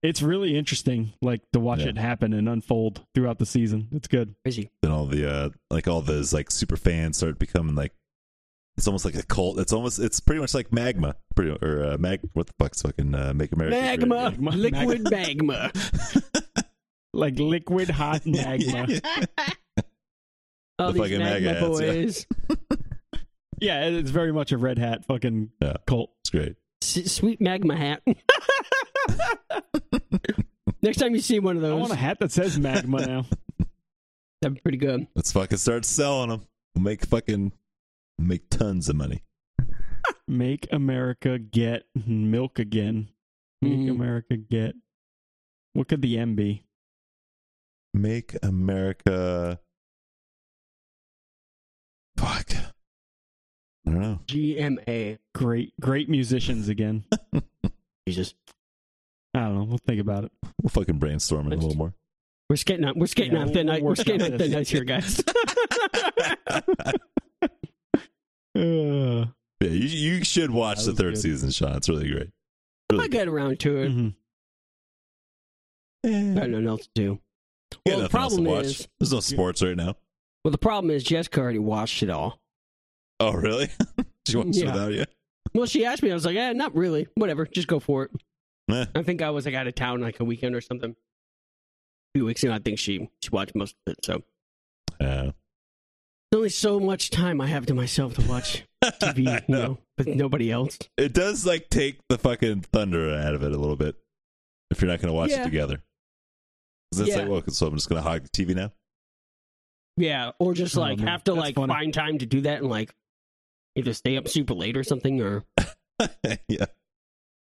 it's really interesting like to watch
Yeah.
it happen and unfold throughout the season it's good
Crazy.
Then all the uh like all those like super fans start becoming like it's almost like a cult. It's almost it's pretty much like magma, pretty or uh, mag. What the fuck's fucking uh, make America Great
Magma,
Again.
Magma.
liquid magma.
like liquid hot magma yeah.
The
Oh, these
fucking
magma
mega hats, yeah.
boys.
it- it's very much a red hat fucking
Yeah.
cult
It's great.
S- sweet magma hat. Next time you see one of
i
those,
want a hat that says magma now
that'd be pretty good.
Let's fucking start selling them. Make fucking make tons of money.
make america get milk again make
Mm.
america get what could the m be
Make America. Fuck. I don't know.
GMA.
great great musicians again
Jesus,
i don't know we'll think about it
We'll fucking brainstorm it a little more.
we're skating on. We're skating
Yeah,
on
we'll-
thin
we'll
ice. We're
work on
skating on thin
this.
ice here, guys.
Uh,
Yeah, you, you should watch
That
the
was
third
good.
season, Sean. It's really great.
I got around to
Mm-hmm.
it.
mhm.
I got nothing else to do.
Yeah,
Well,
nothing
the
Eh, else to
problem
watch.
is,
there's no sports right now.
well, the problem is Jessica already watched it all.
Oh, really? she watched it
Yeah.
without you?
Well, she asked me. I was like, eh, not really. Whatever. Just go for it.
Eh.
I think I was like out of town like a weekend or something. A few weeks and I think she she watched most of it. So there's
Uh,
only so much time I have to myself to watch TV,
I
you
know.
know, with nobody else.
It does like take the fucking thunder out of it a little bit if you're not going to watch
Yeah.
it together. 'Cause it's
Yeah.
like, well, so I'm just going to hog the TV now.
Yeah, or just
Oh,
like
man,
have to
that's
like
funny.
find time to do that and like either stay up super late or something. Or
yeah,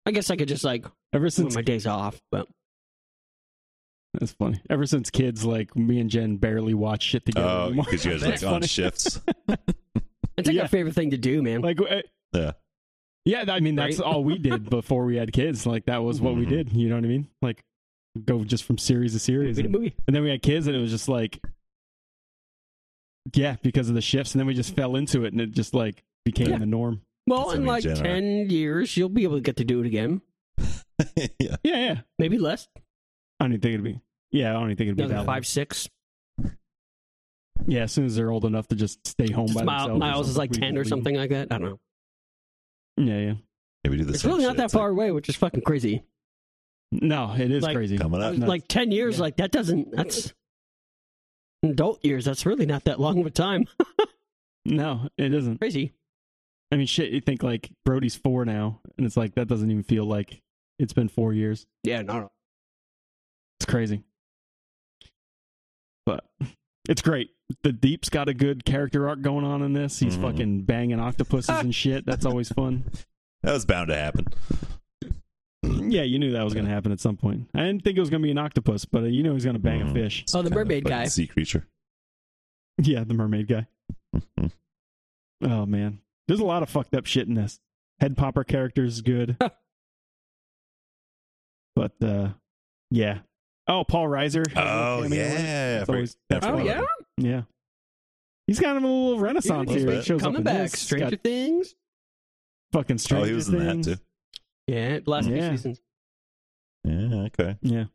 I guess I could just like
Ever
when
since
my days off. But
that's funny. Ever since kids, like me and Jen barely watch shit together.
Oh,
anymore.
because you guys are like
That's
on
funny.
shifts.
it's like
Yeah.
our favorite thing to do, man.
Like, uh,
Yeah.
yeah. I mean, that's
Right?
all we did before we had kids. Like that was what we
Mhm.
did. You know what I mean? Like go just from series to series,
Movie to
and,
movie.
and then we had kids, and it was just like, yeah, because of the shifts, and then we just fell into it, and it just like became
Yeah.
the norm.
Well,
That's
in
how we
like
generate.
ten years, you'll be able to get to do it again.
yeah,
Yeah, yeah.
Maybe less.
I don't even think it'd be. Yeah, I don't even think it'd be
Another
that.
five,
Five.
six.
Yeah, as soon as they're old enough to just stay home by
Just Mi-
themselves. or
Miles is
something,
like
we
ten
just
or
leave.
something like that. I don't know.
Yeah, yeah.
yeah, we do this.
It's really not that far away, which is fucking crazy.
No, it is
Like-
crazy.
coming up.
No.
Like ten
Uh,
years,
Yeah.
like that doesn't. That's in adult years. That's really not that long of a time.
No, it isn't.
Crazy.
I mean, shit, you think like Brody's four now, and it's like that doesn't even feel like it's been four years.
Yeah, no,
It's crazy. But it's great. The Deep's got a good character arc going on in this. He's
Mhm.
fucking banging octopuses and shit. That's always fun.
That was bound to happen.
Yeah, you knew that was going to happen at some point. I didn't think it was going to be an octopus, but uh, you know he's going to bang a
Mhm.
fish.
Oh, the
Kinda
mermaid
fucking
guy.
sea creature.
Yeah, the mermaid guy.
Mhm.
Oh man, there's a lot of fucked up shit in this. Head popper characters is good, but uh, yeah. Oh, Paul Reiser. has a
Oh
cameo in it.
yeah, I
That's
forgot-
always-
I
that's
forgot
Oh,
always-
about
yeah?
that.
yeah. He's kind of a little renaissance
Dude,
here.
he's
He shows
Coming
up in
back,
this. He's
Stranger
got
Things.
fucking
Oh,
Stranger
he was in
Things.
that too.
Yeah, last few
Yeah.
seasons.
Yeah, okay.
Yeah,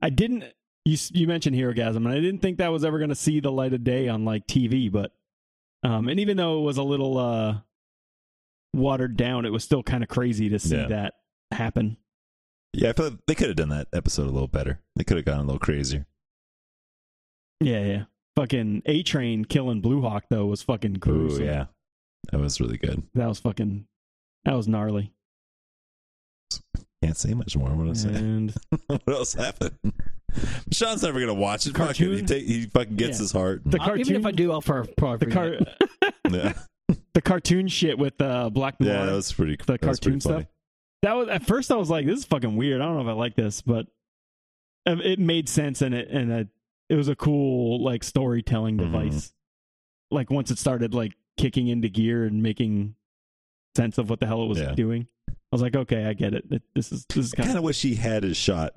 I didn't. You s- you mentioned Herogasm, and I didn't think that was ever going to see the light of day on like TV. But um, and even though it was a little uh watered down, it was still kind of crazy to see
Yeah.
that happen.
Yeah, I feel like they could have done that episode a little better. They could have gone a little crazier.
Yeah, yeah. Fucking A Train killing Blue Hawk though was fucking
Ooh,
gruesome.
yeah, that was really good.
that was fucking that was gnarly.
Can't say much more. What else?
And
what else happened? Sean's never gonna watch it. Fuck it. He,
Cartoon?
take, he fucking gets
Yeah.
his heart.
The
I'll- Uh, Even if I
cartoon-
do, I'll for, probably
the car
forget.
yeah,
the cartoon shit with uh, Black Noir.
yeah, that was pretty.
The
that was pretty
cartoon stuff?
funny.
that was at first I was like, this is fucking weird. I don't know if I like this, but um, it made sense and it and it, it was a cool like storytelling
Mhm.
device. Like once it started like kicking into gear and making sense of what the hell it was
Yeah.
doing, I was like, okay, I get it. It- This is this is
I
kind
kind
of
of wish he had his shot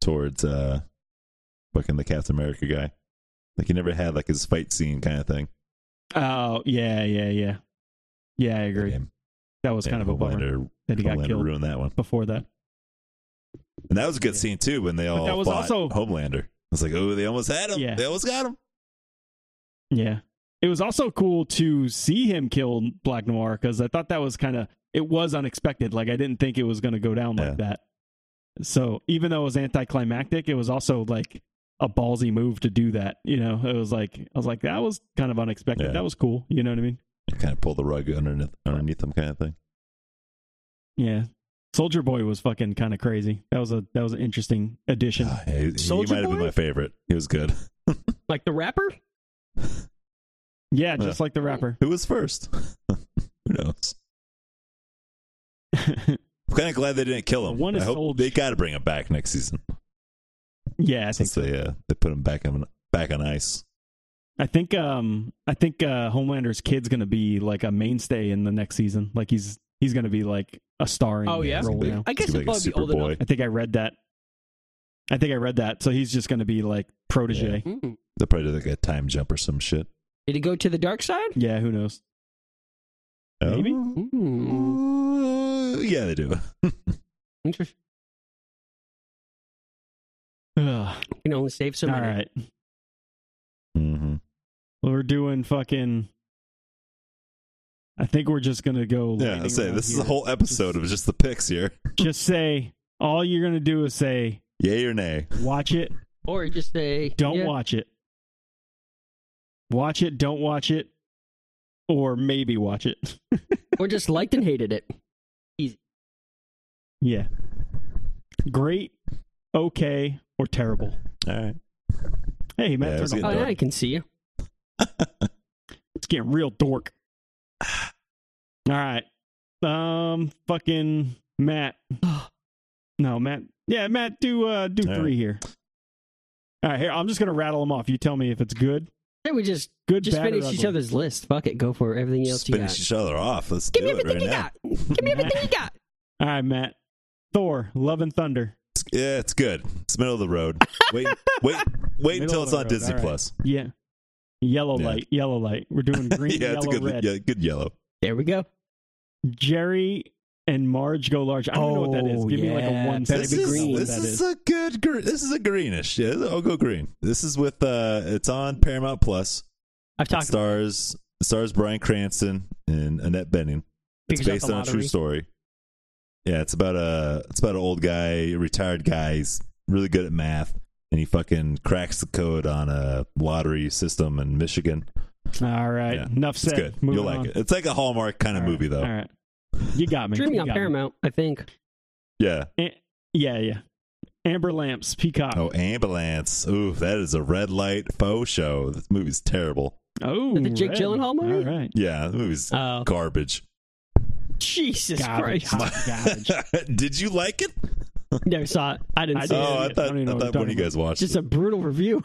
towards uh fucking the Captain America guy. Like he never had like his fight scene kind of thing.
oh yeah yeah yeah yeah I agree.
Damn,
That was
damn,
kind of a bummer
Homelander,
that he got
Homelander
killed
ruined that one.
before that.
And that was a good
Yeah.
scene too when they
But
all
that was
fought
also-
Homelander. It's like, oh, they almost had him.
Yeah.
They almost got him.
Yeah. It was also cool to see him kill Black Noir because I thought that was kind of, it was unexpected. Like, I didn't think it was going to go down like that. So, even though it was anticlimactic, it was also like a ballsy move to do that. You know, it was like, I was like, that was kind of unexpected.
Yeah.
That was cool. You know what I mean?
Kind of pull the rug underneath underneath him kind of thing.
Yeah. Soldier Boy was fucking kind of crazy. That was a, that was an interesting addition.
Ah, he, he might
Soldier
have been
Boy?
my favorite. He was good.
like the rapper?
Yeah. Just like the rapper.
Who was first? Who knows? I'm kind of glad they didn't kill him.
One is
I hope
Soldier-
they got to bring him back next season.
yeah. I think
Since they uh, they put him back on back on ice.
I think um I think uh Homelander's kid's gonna be like a mainstay in the next season. Like he's he's gonna be like a starring
Oh, yeah?
role
He's
now.
I guess
He's
he'll
gonna be like a
probably be old enough.
Superboy.
I think I read that. I think I read that. So he's just gonna be like protege. Yeah,
Mm.
They'll probably do like a time jump or some shit.
Did he go to the dark side?
who knows?
Oh.
Maybe.
Mm.
Ooh, Oh. yeah, they do.
Interesting.
Ugh.
You can only save so
All
many.
right.
hmm
Well, we're doing fucking. I think we're just gonna go.
Yeah, I
lightning
say
round
this is
here.
a whole episode of just the picks here.
Just say all you're gonna do is say
Yay or nay?
watch it,
Or just say
don't
yeah.
watch it. Watch it, don't watch it, or maybe watch it.
Or just liked and hated it.
Yeah. Great, okay, or terrible.
All right.
Hey,
Yeah,
Matt,
it
turn
was
off-
good.
Oh,
Dark.
now I can see you.
it's getting real dork. All right. Um, fucking Matt. No, Matt. Yeah, Matt, do uh do
All
three
right.
here. All right, here. I'm just gonna rattle them off. You tell me if it's good,
Then we just
good,
just
bad, or
finish each
ugly.
other's list. Fuck it. Go for everything else
Just finish
you
each other off. Let's
got. Give
do it
me everything
right
you
now.
got. Give me everything you got.
All right, Matt. Thor, Love and Thunder.
It's- yeah, it's good. It's middle of the road. Wait, wait, wait
Middle of
until it's
the
on
road.
Disney
All right.
Plus.
Yeah. Yellow
Yeah.
light, yellow light. We're doing green,
yeah, it's a
yellow,
good.
red.
Yeah, good yellow.
There we go.
Jerry and Marge go large. I don't even know what that is.
Oh,
Give me like a
yeah.
one.
Better
This
be
is,
green.
This
That is.
is, a good. Gr- this is a greenish. Yeah, I'll go green. This is with. uh It's on Paramount Plus.
I've
It
talked about
stars it stars Brian Cranston and Annette Benning. It's
Figures out
based
the
on a true
lottery.
story. Yeah, it's about a it's about an old guy, a retired guy. He's really good at math, and he fucking cracks the code on a lottery system in Michigan.
All right.
Yeah.
Enough
It's
said.
good.
Moving
You'll like
on.
it. It's like a Hallmark kind of
All right.
movie, though.
All right. You got me.
streaming
You
on
got me.
Paramount. I think.
Yeah.
Yeah, yeah. Amber Lamps, Peacock.
Oh, ambulance. Ooh, that is a red light faux show. This movie's terrible.
Oh,
Is that the Jake
red.
Gyllenhaal movie?
All right.
Yeah, the movie's
Oh,
garbage.
Jesus
Garbage,
Christ!
hot garbage.
Did you like it?
Never saw it. I didn't
I
see
did.
it.
oh,
I
I
don't
thought
even know
I
what
thought
you're
one of you guys watched.
Just a brutal review.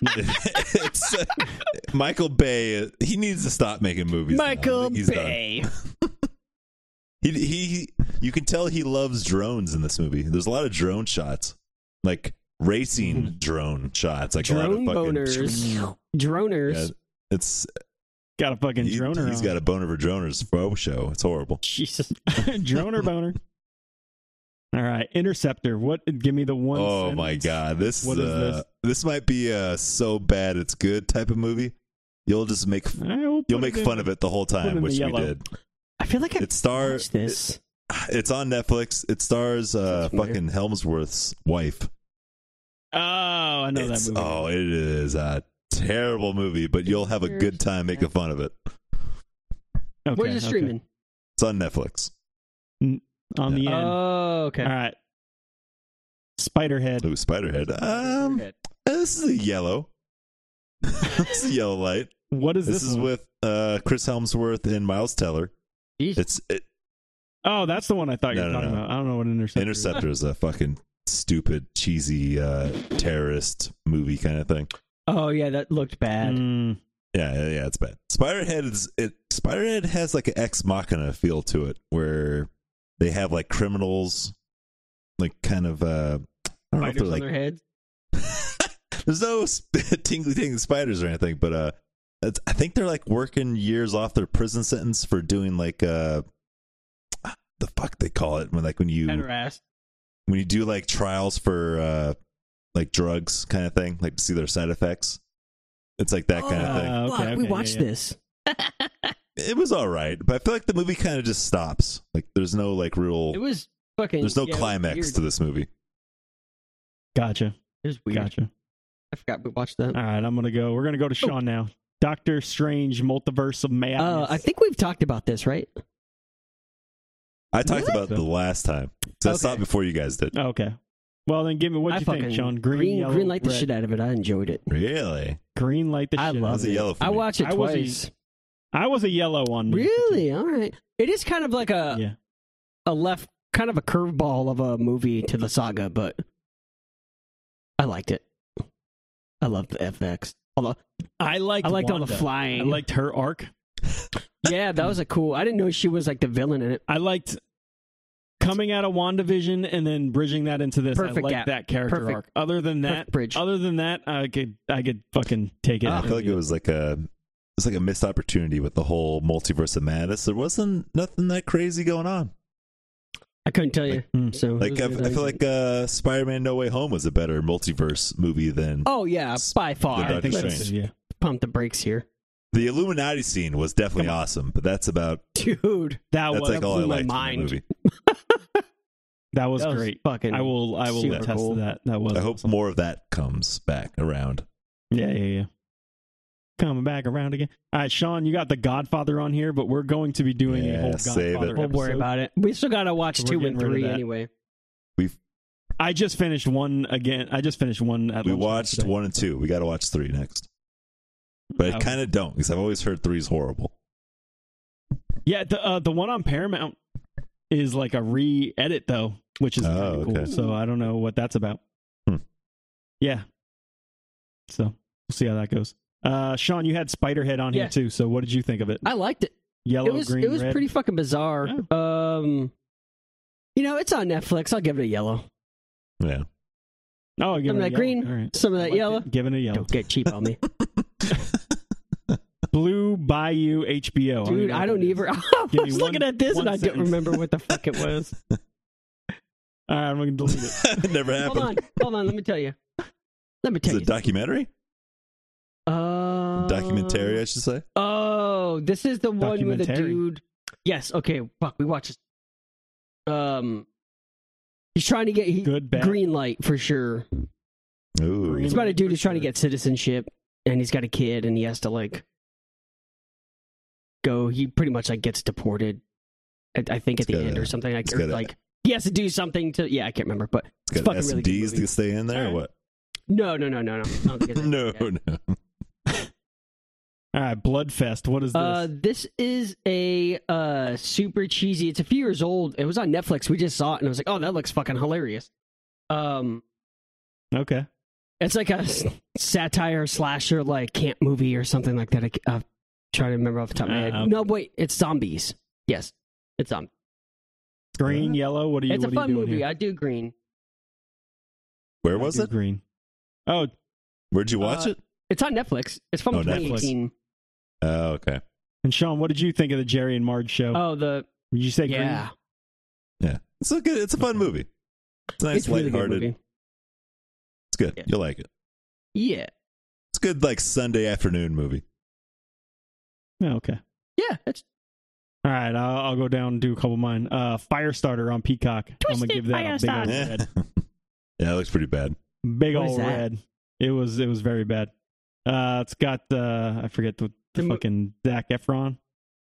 it. it's, uh, Michael Bay. uh, He needs to stop making movies. now. I
Michael
think he's done.
Bay.
He, he you can tell he loves drones in this movie. There's a lot of drone shots, like racing drone shots, like
Drone
a lot of fucking.
boners. Droners.
Yeah, it's
Got a fucking
he,
droner.
has
on.
got a boner for droners for show. It's horrible.
Jesus.
droner boner. All right, interceptor. What? Give me the one.
oh
sentence.
my god, this
What
is,
is
uh, this? might be a so bad it's good type of movie. You'll just make
I will put
you'll make
in-
fun of it the whole
in
time,
the
which we
yellow.
did.
I feel like I
It stars
watched this.
it's on Netflix. It stars uh,
Sounds familiar.
fucking Helmsworth's wife.
Oh, I know
It's-
that movie.
Oh, it is a terrible movie, but you'll have a good time making fun of it.
okay,
Where's it
okay.
streaming?
It's on Netflix.
On the end.
Oh,
All
Um,
okay.
right. Spiderhead.
Ooh, Spiderhead. Um,
Okay.
this is a yellow. this is a yellow light.
What is
This,
this?
is
one?
with uh, Chris Helmsworth and Miles Teller.
Jesus.
It's it,
Oh, that's the one I thought you
No,
were
no,
talking
no.
about. I don't know what interceptor. is.
Interceptor is a fucking stupid, cheesy uh, terrorist movie kind of thing.
Oh yeah, that looked bad.
Mm,
Yeah, yeah, yeah, it's bad. Spiderhead is it Spiderhead has like an ex machina feel to it where they have like criminals like kind of uh I don't know if
Spiders
they're
on
like
their heads.
there's no sp- tingly tingly spiders or anything, but uh it's, I think they're like working years off their prison sentence for doing like uh the fuck they call it when like when you
Head or ass.
when you do like trials for uh like drugs kind of thing, like to see their side effects. It's like that kind of thing.
Uh,
Oh, Fuck,
okay,
we
okay,
watched
yeah, yeah.
this.
it was all right, but I feel like the movie kind of just stops. Like there's no like real
It was fucking.
there's no
yeah, it was
climax
weird.
to this movie.
gotcha.
It was weird.
Gotcha.
I forgot we watched that.
All right, I'm gonna go. We're gonna go to
Oh.
Sean now. Doctor Strange, Multiverse of Madness.
Uh, I think we've talked about this, right?
I talked
Really?
about the last time. So I
Okay.
stopped before you guys did.
Oh, okay. Well, then give me what
I
you
fucking
think, Sean. Green, yellow,
green light the
red.
shit out of it. I enjoyed it.
Really?
Green light the
I
shit.
love
How's
out
it
of
yellow for
I
me?
watched it
I wasn't-
twice.
I was a yellow on me.
Really? All right. It is kind of like a
Yeah.
a left, kind of a curveball of a movie to the saga, but I liked it. I loved the FX. Although
I liked.
I liked all the
Wanda.
flying.
I liked her arc.
yeah, that was a cool. I didn't know she was like the villain in it.
I liked coming out of Wandavision and then bridging that into this. I
Perfect
liked
gap.
that character
Perfect-
arc. Other than that,
Perfect bridge.
other than that, I could I could fucking take it.
I feel like it was like a it's like a missed opportunity with the whole multiverse of madness. There wasn't nothing that crazy going on.
I couldn't tell you.
Hmm.
So it
Like
was
I, I
good.
feel like uh, Spider-Man: No Way Home was a better multiverse movie than
oh yeah, by far.
I
Doctor
think
Let's
Strange.
so. Yeah.
pump the brakes here,
the Illuminati scene was definitely awesome. But that's about
dude.
That
that's
was
like all I
Oh, blew my
liked in
mind.
the movie.
that was
that was
great.
Fucking.
I will I will
super
attest
cool.
to that. That was.
I hope more of that comes back around.
Yeah, yeah, yeah. Coming back around again. All right, Sean, you got the Godfather on here, but we're going to be doing a
Yeah,
whole
save it.
Godfather.
We'll worry
episode.
about it. We still gotta watch
We're
two and
getting rid of
three
that.
anyway.
I just finished one again. I just finished one. At
We
lunchtime
watched
today.
one and two. We got to watch three next. But I
Okay.
kind of don't because I've always heard three's horrible.
Yeah, the uh, the one on Paramount is like a re-edit though, which is
Oh,
kinda
okay.
cool. So I don't know what that's about.
Hmm.
Yeah. So we'll see how that goes. Uh, Sean, you had Spiderhead on
Yeah.
here too. So what did you think of it?
I liked it.
Yellow,
it was
green,
it was
red.
pretty fucking bizarre. Um, you know, it's on Netflix. I'll give it a yellow.
Yeah.
oh, give
some
it
of
a
that green,
yellow. All right.
some of
I
that
liked
yellow.
it. Give it a yellow.
Don't get cheap on me,
Blue Bayou HBO.
dude.
know
I
what
don't
it is.
even. I
Give me
was
one-
looking at this
one
and I didn't
sentence.
remember what the fuck it was.
All right, I'm gonna delete it.
it never
hold
happened.
on, hold on. Let me tell you. Let me
It's
tell
a
you.
documentary?
Uh,
Documentary, I should say.
Oh, this is the one with the
Documentary.
dude. Yes. Okay. Fuck. We watched. this. Um, he's trying to get he,
Good, bad.
green light for sure.
Ooh.
Green.
It's about a dude who's trying to get citizenship, and he's got a kid, and he has to like go. He pretty much like gets deported. At, I think at
It's
the
got
end
a-
or something like
it's
or,
got a-
like he has to do something to. Yeah, I can't remember, but
It's got
fucking really good
SMDs
movie.
to stay in there or what?
no, no, no, no, no. I don't think it's-
No,
yeah.
no.
All right, Bloodfest. What is this?
Uh, this is a uh super cheesy. It's a few years old. It was on Netflix. We just saw it, and I was like, "Oh, that looks fucking hilarious." Um,
okay.
it's like a s- satire slasher, like camp movie or something like that. I, c- I'm trying to remember off the top of my head.
Uh, okay.
No, wait, it's zombies. Yes, it's zombies.
Green, yellow. What are you?
it's a
what are
fun
you doing
movie.
Here?
I do green.
Where was
do
it?
Green. Oh,
Where'd you watch
Uh,
it?
It's on Netflix. It's from
Oh, Netflix.
2018.
Oh, okay.
and Sean, what did you think of the Jerry and Marge show?
Oh, the
Did you say
yeah,
Yeah, it's a good. It's a fun movie. It's a nice,
it's a really good
lighthearted.
movie.
it's good.
Yeah.
You'll like it.
Yeah,
It's a good like Sunday afternoon movie.
Green? Oh, okay.
yeah, it's
All right, I'll, I'll go down and do a couple of mine. Uh, Firestarter on Peacock. I'm gonna
Twisted
give that a big
Firestarter.
old
yeah,
red.
it looks pretty bad.
Big
What is
old
that?
red. It was it was very bad. Uh, it's got uh, I forget the, the
The mo-
fucking Zac Efron.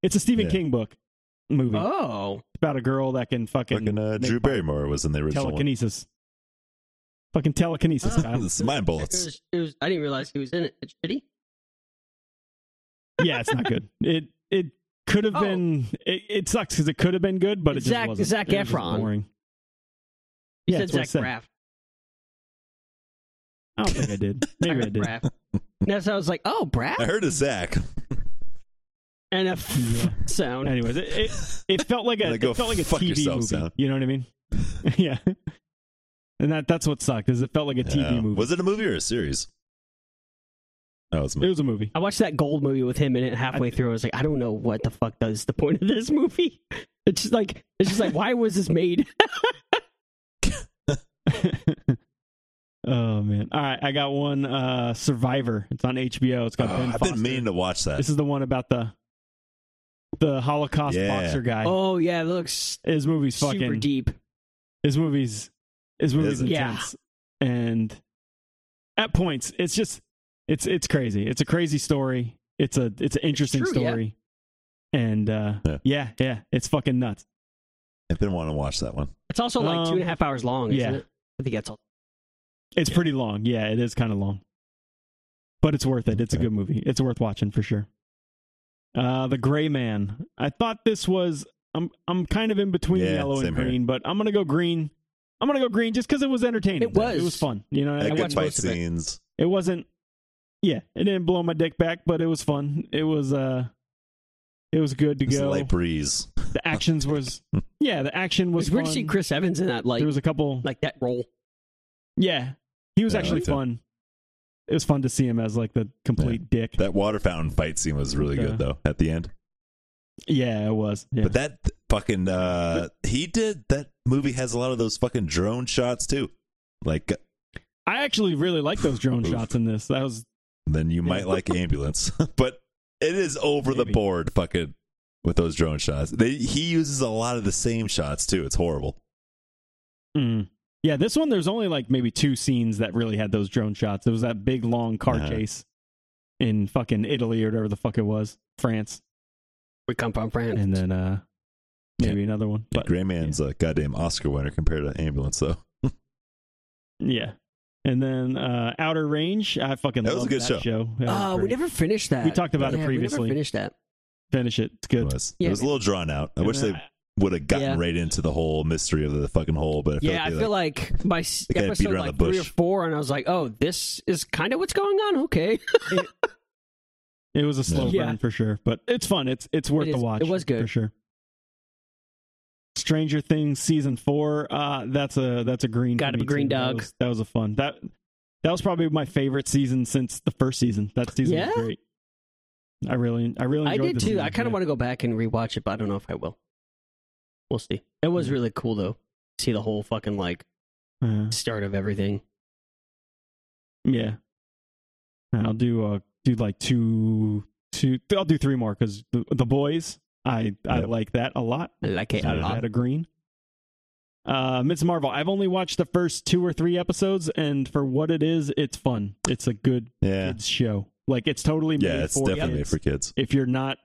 It's a Stephen
Yeah.
King book movie. It's
oh,
about a girl that can fucking,
Fucking uh,
make
Drew
fun-
Barrymore was in the original one.
telekinesis. Fucking
Oh.
telekinesis. Kyle.
It's mind
it
bullets.
was, it was, I didn't realize he was in it. Did he?
yeah, it's not good. It it could have
Oh.
been. It, it sucks because it could have been good, but it
Zac-
just wasn't.
Zac
It was just
Efron.
boring.
You
Yeah,
said
that's what I
Zach
said.
Braff.
I don't think I did. Maybe I
Zach
did.
Braff. And that's how I was like, oh,
I
Braff,
heard a Zach.
and a f-
Yeah.
sound.
Anyways, it, it it felt like a
Like, go
it felt like a
fuck
TV
yourself,
movie.
son.
You know what I mean? yeah. And that that's what sucked is it felt like a TV
Yeah.
movie.
Was it a movie or a series? Oh, it's a
It
movie.
was a movie.
I watched that Gold movie with him in it halfway through. I was like, I don't know what the fuck does the point of this movie. It's just like, it's just like, why was this made?
oh man! All right, I got one. Uh, Survivor. It's on HBO. It's got
Oh,
Ben.
I've
Foster.
been meaning to watch that.
This is the one about the the Holocaust
Yeah.
boxer guy.
oh yeah, it looks
His movie's
super
fucking.
deep.
His movies. His movies
Isn't
it? Yeah.
intense. And at points, it's just it's it's crazy. It's a crazy story. It's a it's an interesting
true, yeah.
story. And uh,
Yeah.
yeah. yeah, it's fucking nuts.
I've been wanting to watch that one.
It's also like two and a
Um,
half hours long, isn't
yeah.
it? I think that's all.
It's pretty long. Yeah, it is kind of long. But it's worth it. It's a
Okay.
good movie. It's worth watching for sure. Uh The Gray Man. I thought this was I'm I'm kind of in between
Yeah,
yellow and
same here.
green, but I'm going to go green. I'm going to go green just cuz it was entertaining.
It was.
It was fun. You know,
Had
I
good
watched
fight
most of it.
scenes.
It wasn't Yeah, it didn't blow my dick back, but it was fun. It was uh it was good to
It was a
go.
light breeze.
The actions was Yeah, the action
It was
was
weird
fun.
to see Chris Evans in that like
there was a couple
like that role.
yeah, he was
Yeah, I
actually
liked him.
fun. It was fun to see him as like the complete dick.
That water fountain fight scene was really
Yeah.
good though at the end.
yeah, it was. Yeah.
But that fucking uh he did that movie has a lot of those fucking drone shots too. Like
I actually really like those drone
Oof.
shots in this. That was
then you
Yeah.
might like ambulance. but it is over the
Maybe.
board fucking with those drone shots. They he uses a lot of the same shots too. It's horrible.
mm. yeah. This one, there's only like maybe two scenes that really had those drone shots. It was that big long car
Uh-huh.
chase in fucking Italy or whatever the fuck it was, France,
We come from France.
and then uh maybe another one.
Yeah,
But
Gray Man's a goddamn Oscar winner compared to ambulance though.
yeah, and then uh Outer Range. I fucking
That was a
loved
good
that
show.
That was
uh, we
great.
never finished that.
We talked about
yeah,
it
We
previously.
never finished that.
Finish it. It's good.
It was,
Yeah.
it was a little drawn out. I
And
wish
then
they would have gotten
Yeah.
right into the whole mystery of the fucking hole, but I feel
yeah,
like
I
they,
feel
like,
like, my s-
They kinda beat
episode
around
like
the
three or
bush.
four, and I was like, oh, this is kind of what's going on. Okay,
It was a slow
Yeah.
burn for sure, but it's fun. It's it's worth
It
the
is-
watch.
it was good.
for sure. Stranger Things season four. Uh, that's a that's a green. for
Gotta be
me,
green,
too. That
Doug.
was, that was a fun that that was probably my favorite season since the first season. That season
Yeah?
was great. I really I really
I
enjoyed
did
the
too.
season,
I kind of
yeah.
want to go back and rewatch it, but I don't know if I will. We'll see. It was
Yeah.
really cool though. See the whole fucking like
Uh,
start of everything.
yeah, And I'll do uh do like two two. I'll do three more because the, the boys. I I
Yep.
like that a lot.
I Like it a
Yeah.
I
lot.
had a green. Uh, Miss Marvel. I've only watched the first two or three episodes, and for what it is, it's fun. It's a good
yeah,
kids show. Like it's totally made
yeah, it's
for
definitely
kids.
for kids.
If you're not,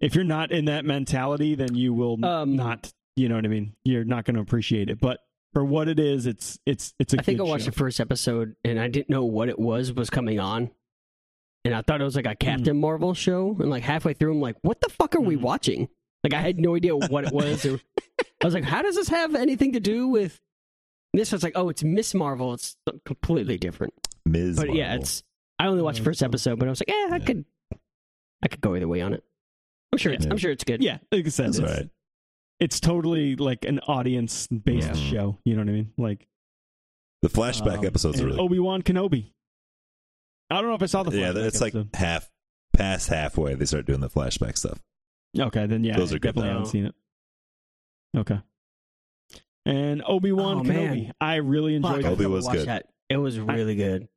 if you're not in that mentality, then you will
Um,
not. You know what I mean? You're not going to appreciate it. But for what it is, it's it's it's a
I think I
good
watched
show.
the first episode and I didn't know what it was was coming on. and I thought it was like a
Hmm.
Captain Marvel show. And like halfway through, I'm like, what the fuck are we
Mhm.
watching? Like I had no idea what it was. or, I was like, how does this have anything to do with this? I was like, oh, it's Miss Marvel. It's completely different.
Ms.
but yeah,
Marvel.
it's. I only watched the first episode, but I was like, yeah, I
Yeah.
could, I could go either way on it. I'm sure. It's,
Yeah.
I'm sure it's good.
Yeah, like I said,
that's
it's,
all right.
it's totally like an audience based
Yeah.
show. You know what I mean? Like
The
um,
flashback episodes are really
Obi Wan Kenobi. I don't know if I saw the
yeah.
flashback
It's like
episode.
half past halfway they start doing the flashback stuff.
okay, then yeah,
Those
I
are good,
definitely
though.
haven't seen it. Okay. And Obi Wan
Oh,
Kenobi,
man.
I really enjoyed.
Fuck, I
that.
Obi
gotta
was
watch
good.
That. It was really good.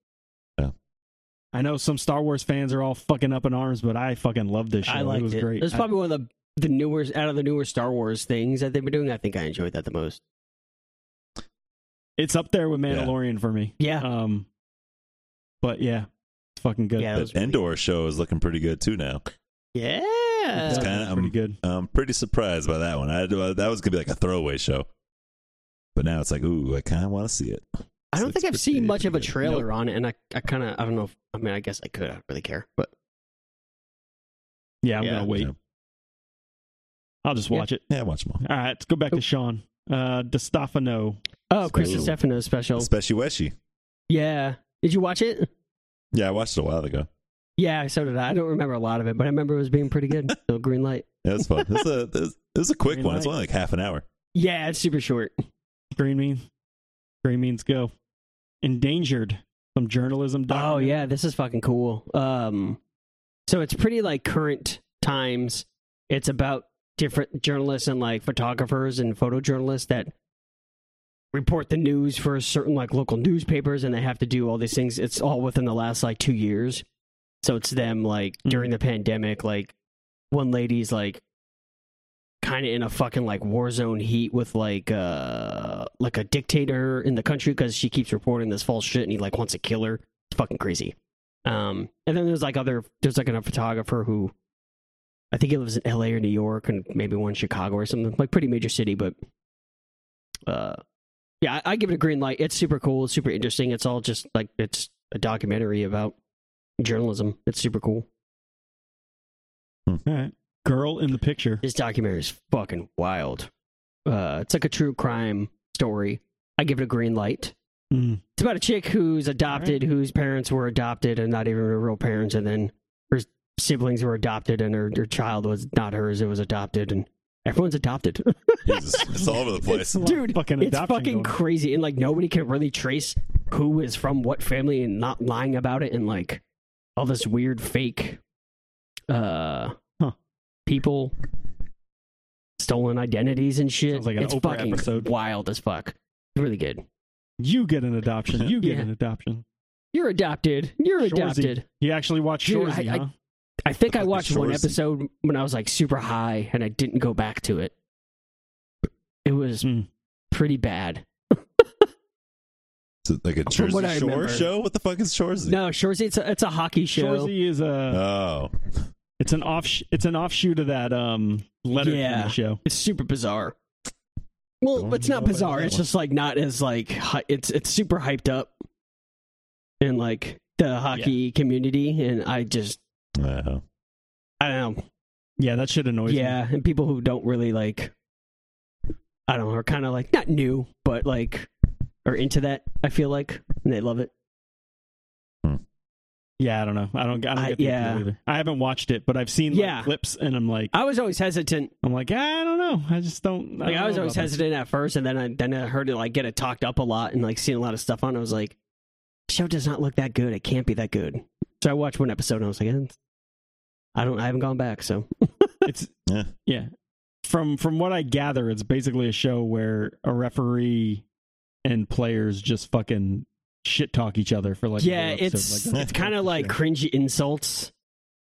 I know some Star Wars fans are all fucking up in arms, but I fucking loved this show.
I liked
it was great.
It's
I-
probably one of the the newer out of the newer Star Wars things that they've been doing. I think I enjoyed that the most.
it's up there with
Yeah.
Mandalorian for me.
Yeah,
Um, but yeah, it's fucking good.
Yeah, That was
That
really
Endor show is looking pretty good too now.
yeah.
It's
kinda-
pretty
um,
good.
I'm pretty surprised by that one. I uh, that was gonna be like a throwaway show, but now it's like, ooh, I kind of want to see it.
I don't
it's
think I've
pretty-
seen much of a
pretty good.
trailer on it, and I, I kind of I don't know. If, I mean, I guess I could. I don't really care, but
Yeah, I'm
yeah.
gonna wait.
Yeah.
I'll just
Yeah.
watch it.
Yeah, watch them all.
All right, let's go back to Sean. Uh, DeStefano.
oh, Chris
Ooh.
Stefano's special.
Especially Weshi.
Yeah, did you watch it?
Yeah, I watched it a while ago.
Yeah, so did I. I don't remember a lot of it, but I remember it was being pretty good. so green light.
It was fun. It's a it's, it's a quick
Green
one. It's
light.
only like half an hour.
Yeah, it's super short.
Green mean. Green means go. Endangered. Some journalism.
Oh
document.
yeah, this is fucking cool. Um, so it's pretty like current times. It's about different journalists and like photographers and photojournalists that report the news for certain like local newspapers, and they have to do all these things. It's all within the last like two years. So it's them like during the pandemic, like one lady's like kind of in a fucking like war zone heat with like uh like a dictator in the country because she keeps reporting this false shit and he like wants to kill her it's fucking crazy. Um, and then there's like other, there's like a photographer who, I think he lives in L.A. or New York, and maybe one in Chicago or something, like pretty major city. But, uh, yeah, I, I give it a green light. It's super cool, it's super interesting. It's all just like it's a documentary about journalism. It's super cool.
All right. Girl in the picture.
This documentary is fucking wild. Uh, it's like a true crime story. I give it a green light.
Mm.
It's about a chick who's adopted, whose parents were adopted and not even her real parents, and then her siblings were adopted, and her, her child was not hers; it was adopted, and everyone's adopted.
Jesus, it's all over the place.
It's-
Dude,
Fucking
it's
adoption
fucking
going.
crazy, and like nobody can really trace who is from what family, and not lying about it, and like all this weird fake, uh,
Huh.
people stolen identities and shit.
Sounds like an
it's
Oprah
fucking
episode.
wild as fuck. It's really good.
You get an adoption. You get
Yeah.
an adoption.
You're adopted. You're
Shorzy.
adopted.
You actually watch
Dude,
Shorzy,
I- I-
huh?
I think I
Fucking
watched one
Shorzy.
episode when I was like super high and I didn't go back to it. It was
Hmm.
pretty bad.
It's like a
From what I
Jersey Shore
remember.
show. What the fuck is Jersey?
No, Shorzy, Uh. it's a, it's a hockey show.
Shorzy is a.
Oh,
it's an off. It's an offshoot of that um letter
Yeah.
show.
It's super bizarre. Well,
Don't
it's not
know about
bizarre.
that
It's
one.
just like not as like hy- it's it's super hyped up in like the hockey community, and I just
uh,
I don't know.
Yeah, that should annoy me.
yeah, and people who don't really like I don't know are kind of like not new, but like are into that. I feel like and they love it.
Yeah, I don't know. I don't. I don't
I-
get the appeal
yeah.
either. I haven't watched it, but I've seen like,
Yeah.
clips, and I'm like,
I was always hesitant
I'm like, "Ah, I don't know. I just don't.
Like
don't
I was
know
always
about
hesitant at first, and then I then I heard it like get it talked up a lot, and like seeing a lot of stuff on. it, I was like, show does not look that good. It can't be that good. So I watched one episode, and I was like, "Eh, I don't. I haven't gone back. So
that. It's
Yeah.
yeah. From from what I gather, it's basically a show where a referee and players just fucking shit talk each other for like. a
yeah,
whole episode.
it's
Like, that's
it's
the
kind of like
show.
cringy insults,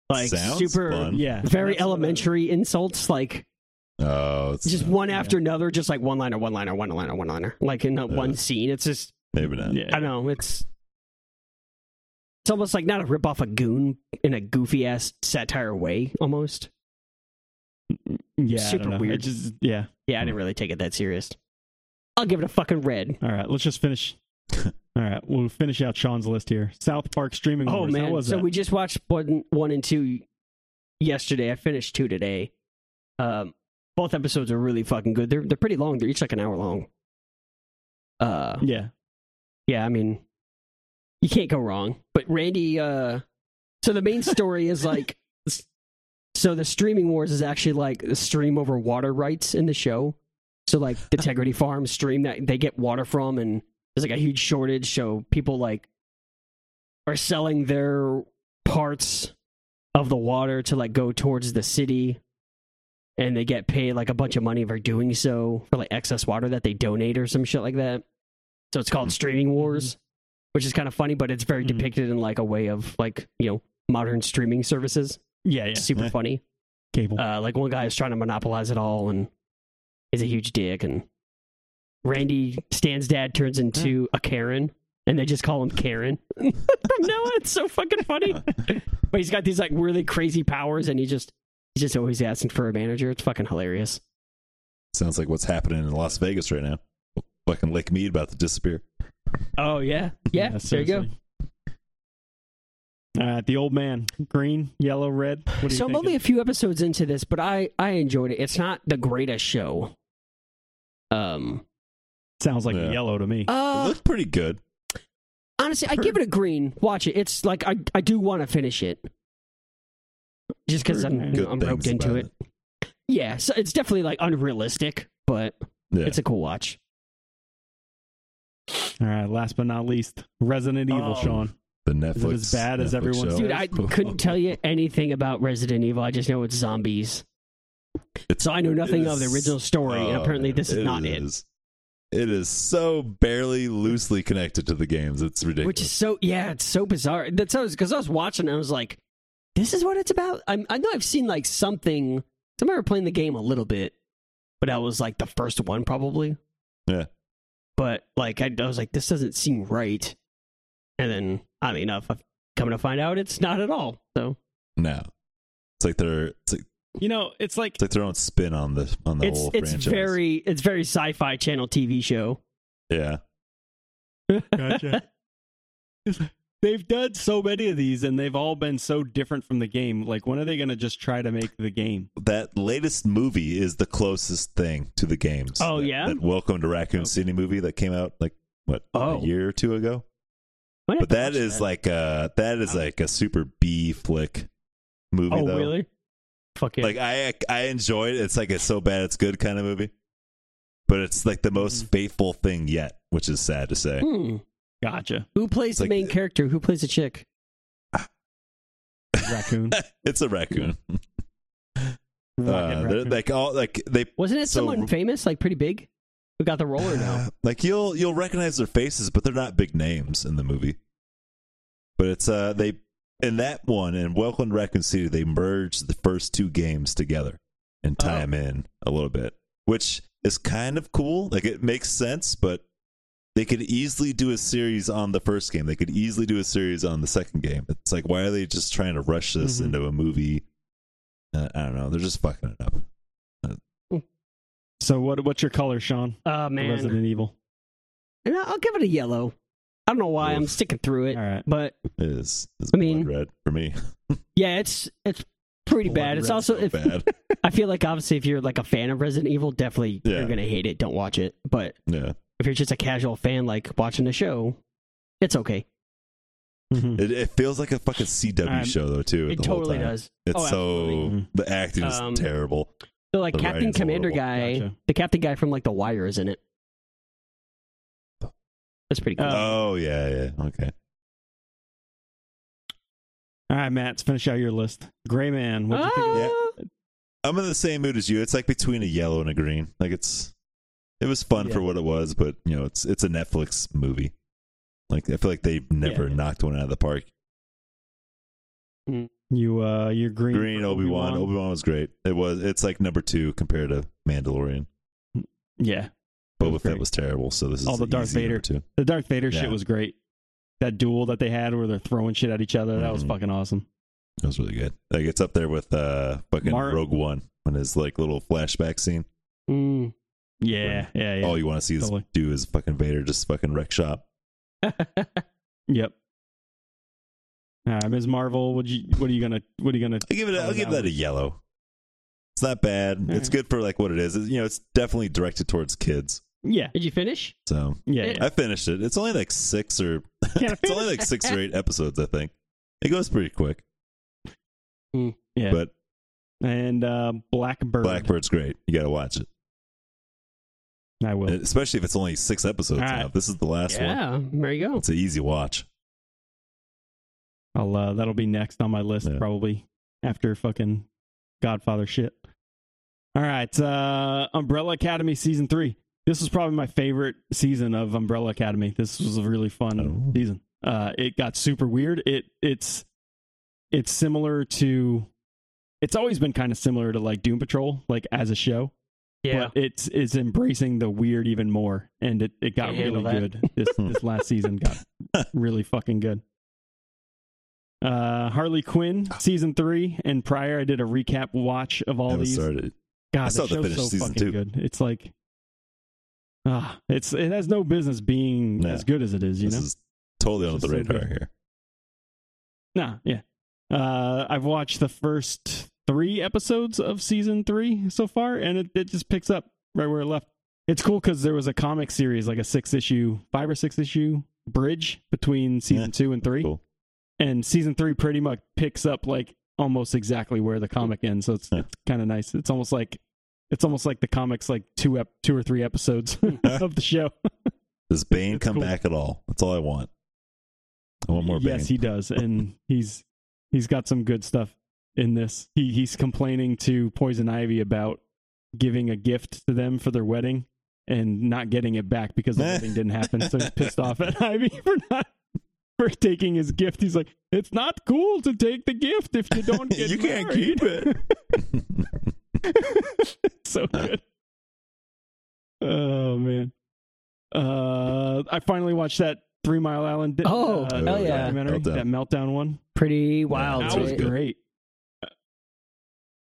like
Sounds
super
fun.
yeah,
very
That's what it-
elementary insults, like
oh, it's,
just one after another, just like one liner, one liner, one liner, one liner, like in that one
Uh,
scene. It's just
maybe not.
Yeah.
I don't know. It's it's almost like not a rip off a goon in a goofy ass satire way, almost.
Yeah, I don't
Super
know.
weird.
It just yeah. Mm.
Yeah, I didn't really take it that serious. I'll give it a fucking red.
All right, let's just finish. All right, we'll finish out Sean's list here. South Park streaming.
Oh
wars. How
man,
was
so
that?
we just watched one, one and two yesterday. I finished two today. Um, both episodes are really fucking good. They're they're pretty long. They're each like an hour long. Uh,
yeah,
yeah, I mean, you can't go wrong. But Randy, uh, so the main story is like, s- so the streaming wars is actually like the stream over water rights in the show. So like the Integrity Farm stream that they get water from, and there's like a huge shortage. So people like are selling their parts of the water to like go towards the city. And they get paid like a bunch of money for doing so for like excess water that they donate or some shit like that. So it's called Streaming Wars, which is kind of funny, but it's very
Mhm.
depicted in like a way of like, you know, modern streaming services.
yeah, yeah.
Super
Yeah.
funny.
Cable.
Uh, like one guy is trying to monopolize it all and is a huge dick. And Randy Stan's dad turns into a Karen, and they just call him Karen. no, it's so fucking funny. but he's got these like really crazy powers, and he just he's just always asking for a manager. It's fucking hilarious.
Sounds like what's happening in Las Vegas right now. Fucking Lake Mead about to disappear.
Oh yeah, yeah. there you go.
seriously. All right, the old man. Green, yellow, red. What do you
So I'm
thinking?
only a few episodes into this, but I I enjoyed it. It's not the greatest show. Um.
Sounds like
Yeah.
a yellow to me.
it
Uh,
looked pretty good.
honestly, I give it a green. Watch it. It's like I I do want to finish it. Just because I'm you know,
Good
I'm roped
things
into
about
it. Yeah, so it's definitely like unrealistic, but
Yeah.
it's a cool watch.
All right, last but not least, Resident Evil,
Oh.
Sean.
the Netflix.
Is it as bad as
Netflix
everyone
show.
says?
Dude, I couldn't tell you anything about Resident Evil. I just know it's zombies.
It's-
So I know nothing of the
is-
original story, and
Oh,
apparently this is
it
not it.
is- It is so barely loosely connected to the games. It's ridiculous.
Which is so yeah, it's so bizarre. That's how because I was watching, and I was like, "This is what it's about." I'm, I know I've seen like something. 'cause I remember playing the game a little bit, but that was like the first one probably.
Yeah.
But like I, I was like, "This doesn't seem right," and then I mean, I've, I've come to find out it's not at all. So
no, it's like their it's like,
You know, it's like
it's like their own spin on the on the
it's
whole
it's
franchise.
very it's very sci-fi channel TV show.
yeah.
Gotcha. they've done so many of these and they've all been so different from the game. Like, when are they going to just try to make the game?
That latest movie is the closest thing to the games.
Oh,
That-
yeah?
that Welcome to Raccoon City movie that came out like what
Oh.
a year or two ago.
Might have
But
to
that
watch
is like a that is like a super B flick movie.
oh
though.
really? Fuck it.
Like I I enjoy it. It's like it's so bad it's good kind of movie. But it's like the most
Mm.
faithful thing yet, which is sad to say.
Hmm.
Gotcha.
Who plays
It's
the
like-
main character? Who plays the chick?
Raccoon.
It's a raccoon.
Rocket
Uh, they're
raccoon.
like all like they
Wasn't it
So-
someone famous, like pretty big, who got the role or no?
like you'll you'll recognize their faces, but they're not big names in the movie. But it's uh they in that one in Welcome to Raccoon City they merged the first two games together and tie
Oh.
them in a little bit, which is kind of cool. Like it makes sense, but they could easily do a series on the first game. They could easily do a series on the second game. It's like why are they just trying to rush this
Mm-hmm.
Mhm.
into a movie? Uh, I don't know. They're just fucking it up.
so, what? what's your color, Sean?
Oh
for
man,
Resident Evil.
and I- I'll give it a yellow. I don't know why I'm
Oof.
sticking through it,
All right.
but
It is. It's
I mean-
blood red for me.
yeah, it's it's pretty
Blood
bad. It's
red's
also
so
if,
bad.
I feel like obviously if you're like a fan of Resident Evil, definitely
Yeah.
you're gonna hate it. Don't watch it. But
yeah.
if you're just a casual fan, like watching the show, it's okay.
Mhm.
It, it feels like a fucking CW
Um,
show though too.
it
the whole
totally
time.
does.
It's
Oh, absolutely.
so the acting is
Um,
terrible.
So like
The
Captain
writing's
Commander
horrible.
guy,
Gotcha.
the Captain guy from like The Wire is in it. That's pretty cool.
Uh,
oh yeah, yeah. Okay.
All right, Matt, let's finish out your list. Gray Man, what'd you think? of-
yeah.
Ah!
I'm in the same mood as you. It's like between a yellow and a green. Like it's it was fun
Yeah.
for what it was, but you know, it's it's a Netflix movie. Like I feel like they've never
yeah.
knocked one out of the park.
You, uh, you're green.
Green Obi Wan. Obi Wan was great. It was it's like number two compared to Mandalorian.
Yeah. was
Boba Fett
great.
was terrible, so this is
All the Darth
easy number
Vader.
two.
The Darth Vader
Yeah.
shit was great. That duel that they had where they're throwing shit at each other, that was
Mhm.
fucking awesome.
That was really good. Like it's up there with uh fucking
Mar-
Rogue One when his like little flashback scene.
Mm.
Yeah, yeah, yeah.
all you want to see is
Totally.
do is fucking Vader just fucking wreck shop.
mm.
Yep. All right, Ms. Marvel, would you? What are you gonna? What are you gonna?
I'll give it. A,
Oh,
I'll give
that
that a
one.
yellow. It's not bad.
All
it's
right.
good for like what it is. It's, you know, it's definitely directed towards kids.
Yeah,
Did you finish?
So
yeah.
It-
yeah.
I finished it. It's only like six or it's only like six or eight episodes. I think it goes pretty quick.
Hmm.
Yeah.
But
And uh, Blackbird.
Blackbird's great. You got to watch it,
I will.
And especially if it's only six episodes.
All right.
now. If This is the last one.
yeah, there you go.
It's an easy watch.
I'll. Uh, that'll be next on my list
Yeah.
probably after fucking Godfather shit. All right, uh, Umbrella Academy season three. This was probably my favorite season of Umbrella Academy. This was a really fun
Oh.
season. Uh, it got super weird. It it's it's similar to. It's always been kind of similar to like Doom Patrol, like as a show.
Yeah,
but it's it's embracing the weird even more, and it, it got
Can't handle
really
that.
good. This this last season got really fucking good. Uh, Harley Quinn
Ah.
season three and prior, I did a recap watch of all
Haven't
these.
started.
God,
I saw
the
the
show's
finished
so
season
fucking
two.
good. It's like, ah, it's it has no business being
No.
as good as it is. You
this
know,
is totally on
This
the
is so
radar
good.
here.
Nah, yeah. Uh, I've watched the first three episodes of season three so far, and it, it just picks up right where it left. It's cool because there was a comic series, like a six issue, five or six issue bridge between season
Yeah,
two and three,
Cool.
and season three pretty much picks up like almost exactly where the comic ends. So it's,
Yeah.
it's kind of nice. It's almost like it's almost like the comics like two ep- two or three episodes of the show.
Does Bane
It's
come
cool.
back at all? That's all I want. I want more Bane.
Yes, he does, and he's he's got some good stuff in this. He he's complaining to Poison Ivy about giving a gift to them for their wedding and not getting it back because the wedding didn't happen. So he's pissed off at Ivy for not for taking his gift. He's like, "It's not cool to take the gift if you don't get
you can't
married."
keep it.
so good. Oh man. Uh I finally watched that 3 Mile Island
Oh,
uh,
hell yeah.
documentary,
Meltdown.
that meltdown one.
pretty wild.
That
That was
was
right?
good.
great.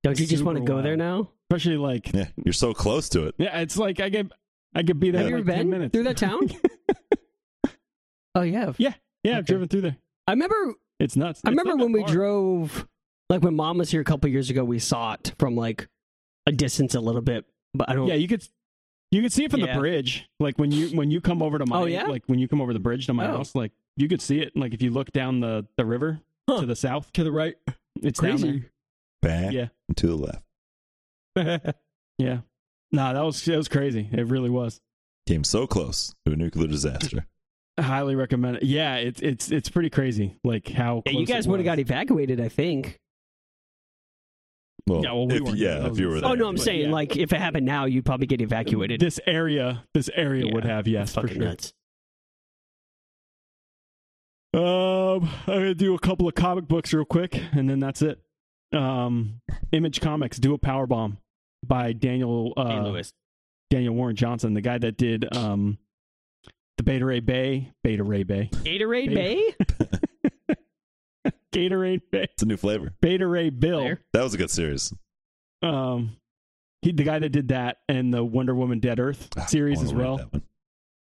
Don't you just want to
Super
go
wild.
there now?
Especially like
yeah, you're so close to it.
yeah, it's like I could I could be there
Have
in
you ever
like 10
been
minutes.
through that town? oh yeah,
Yeah, I've
Okay.
driven through there.
I remember.
It's nuts.
I
It's
remember
not
when
that
we
far.
drove, like when Mom was here a couple years ago. We saw it from like a distance, a little bit, but I don't.
Yeah, you could you could see it from
Yeah.
the bridge. Like when you when you come over to my
Oh, yeah?
like when you come over the bridge to my
Oh.
house, like you could see it. Like if you look down the the river
Huh.
to the south,
to the right,
it's down
crazy.
Back
Yeah.
and to the left.
there. Yeah. Nah, that was that was crazy. It really was.
Came so close to a nuclear disaster.
I highly recommend it. Yeah, it's it's it's pretty crazy. Like how
Yeah, you
close
guys
it
would have got
was.
evacuated, I think.
Well,
Yeah, well, we
if,
weren't there.
yeah,
That
if you
was-
were there.
Oh no, I'm
But,
saying
yeah.
like if it happened now, you'd probably get evacuated.
This area, this area
Yeah,
would have yes for
fucking
sure.
nuts.
Um, I'm gonna do a couple of comic books real quick, and then that's it. Um, Image Comics, do a power bomb by Daniel uh,
hey, Lewis.
Daniel Warren Johnson, the guy that did um, the Beta Ray Bay, Beta Ray Bay,
Gatorade Bay?
Bay? Gatorade Bay,
It's a new flavor.
Beta Ray Bill.
There.
That was a good series.
Um, he the guy that did that and the Wonder Woman Dead Earth
Ah,
series
I wanna
as
read
well.
that one.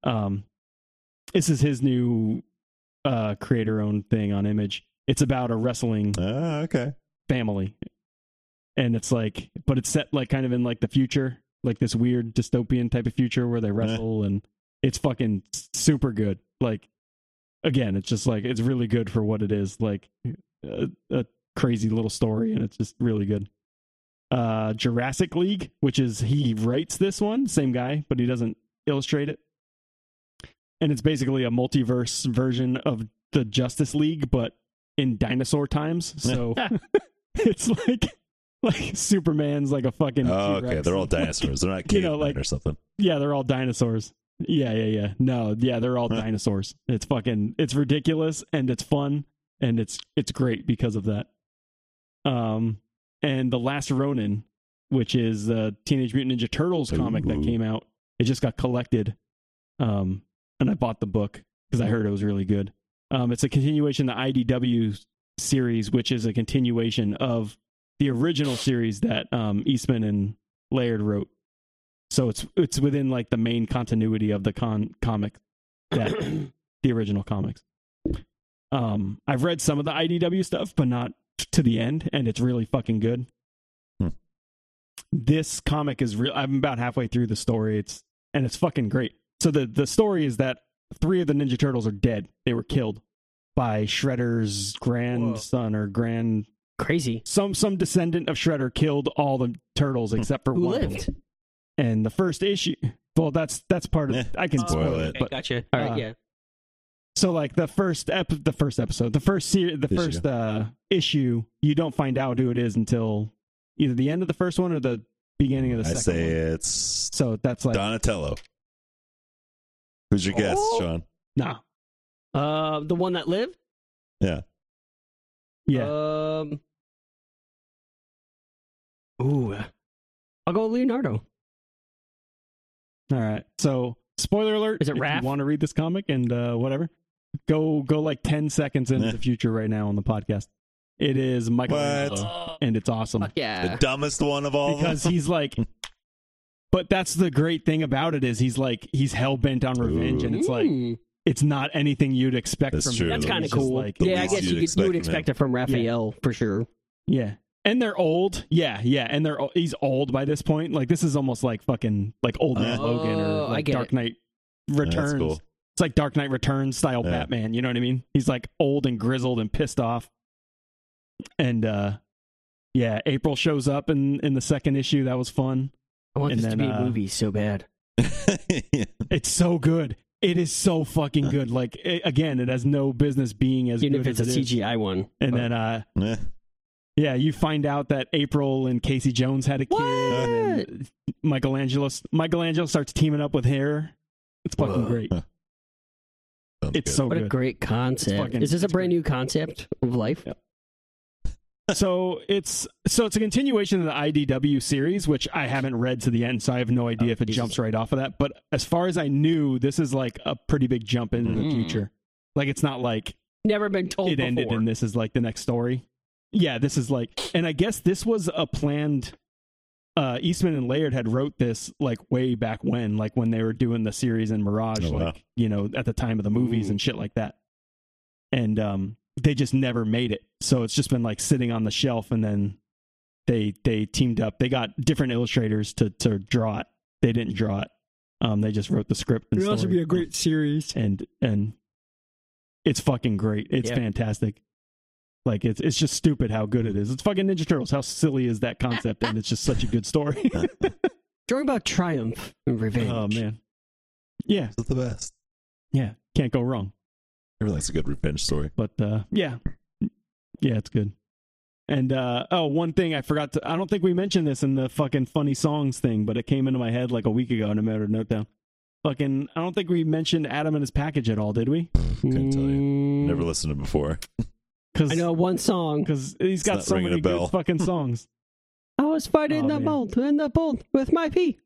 um this is his new uh creator owned thing on image it's about a wrestling
Ah, okay.
family and it's like but it's set like kind of in like the future like this weird dystopian type of future where they wrestle and it's fucking s- super good like again it's just like it's really good for what it is like a, a crazy little story and it's just really good uh jurassic league which is he writes this one same guy but he doesn't illustrate it and it's basically a multiverse version of the justice league but in dinosaur times so it's like like superman's like a fucking
Oh, okay.
T-Rex.
They're all dinosaurs. They're not
You
cavemen
know, like-
or something.
yeah, they're all dinosaurs. Yeah, yeah, yeah. No, yeah, they're all
Huh.
dinosaurs. It's fucking it's ridiculous and it's fun and it's it's great because of that. Um and The Last Ronin, which is the Teenage Mutant Ninja Turtles comic
Ooh.
that came out. It just got collected. Um and I bought the book because I heard it was really good. Um it's a continuation of the IDW series, which is a continuation of the original series that um Eastman and Laird wrote so it's it's within like the main continuity of the con comic that the original comics. Um, I've read some of the IDW stuff, but not t- to the end, and it's really fucking good.
Hmm.
This comic is real. I'm about halfway through the story. It's and it's fucking great. So the the story is that three of the Ninja Turtles are dead. They were killed by Shredder's grandson or grand
Crazy.
some some descendant of Shredder killed all the turtles except for
Who
one. of them.
lived?
And the first issue. Well, that's that's part of.
Eh,
I can
Oh,
spoil
okay.
it, but
gotcha. All right,
uh,
yeah.
so like the first ep- the first episode, the first series, the
Issue.
first uh issue, you don't find out who it is until either the end of the first one or the beginning of the
I
second
say
one.
it's
So that's like
Donatello. Who's your guess,
Oh.
Sean?
nah.
Uh, the one that lived.
Yeah.
Um. Ooh. I'll go Leonardo.
All right. So spoiler alert
Uh, Is it
if you
Raph?
want to read this comic and uh whatever, go go like ten seconds into
Eh.
the future right now on the podcast. It is Michael
What?
and it's awesome.
Uh, Fuck yeah.
The dumbest one of all
because
of them.
he's like but that's the great thing about it is he's like he's hell bent on revenge and it's like
Mm.
it's not anything you'd expect
That's
from
true.
him.
that's
It's
kind of
He's just
cool.
Like,
The
yeah, I
least
guess you,
you'd
could, you would
expect,
expect it from Raphael for sure.
yeah. And they're old. Yeah, yeah. And they're o- he's old by this point. Like this is almost like fucking like old man
Oh,
Logan or
I
like
get
Dark
it.
Knight
Yeah, that's
Returns.
cool.
It's like Dark Knight Returns style
Yeah.
Batman, you know what I mean? He's like old and grizzled and pissed off. And uh yeah, April shows up in in the second issue. That was fun.
I want
And
this
then,
to be
uh,
a movie so bad.
Yeah.
It's so good. It is so fucking good. Like i again, it has no business being as
Even
good
if it's a
as it is.
CGI one.
And
But-
then uh
Eh.
yeah, you find out that April and Casey Jones had a kid.
What?
And then Michelangelo Michelangelo starts teaming up with her. It's fucking
Whoa.
great.
Sounds
It's
good.
so
what a
good.
great concept.
fucking-
Is this a
it's
brand
great.
new concept of life?
so it's so it's a continuation of the IDW series, which I haven't read to the end, so I have no idea if it
Oh, Jesus.
jumps right off of that. But as far as I knew, this is like a pretty big jump into the
Mhm.
future. Like it's not like
Never been told
it
before.
ended and this is like the next story yeah this is like and i guess this was a planned uh eastman and laird had wrote this like way back when like when they were doing the series in mirage
Oh, wow.
like you know at the time of the movies
Ooh.
and shit like that and um they just never made it so it's just been like sitting on the shelf and then they they teamed up they got different illustrators to to draw it they didn't draw it um they just wrote the script and story
series.
and and it's fucking great. It's
Yeah.
fantastic. Like it's it's just stupid how good it is. It's fucking Ninja Turtles. How silly is that concept? And it's just such a good story.
Drawing about triumph and revenge.
oh man, yeah,
It's the best.
yeah, can't go wrong.
Everyone likes a good revenge story.
But uh, yeah, yeah, it's good. And uh, oh, one thing I forgot to. I don't think we mentioned this in the fucking funny songs thing, but it came into my head like a week ago, and I made a note down. Fucking, I don't think we mentioned Adam and his package at all, did we?
Couldn't tell you.
Hmm.
Mm,
Never listened to it before.
Because
I know one song.
because he's got
not
so
ringing
many
a bell.
good fucking songs.
I was fighting
Oh,
the
man.
bolt and the bolt with my pee.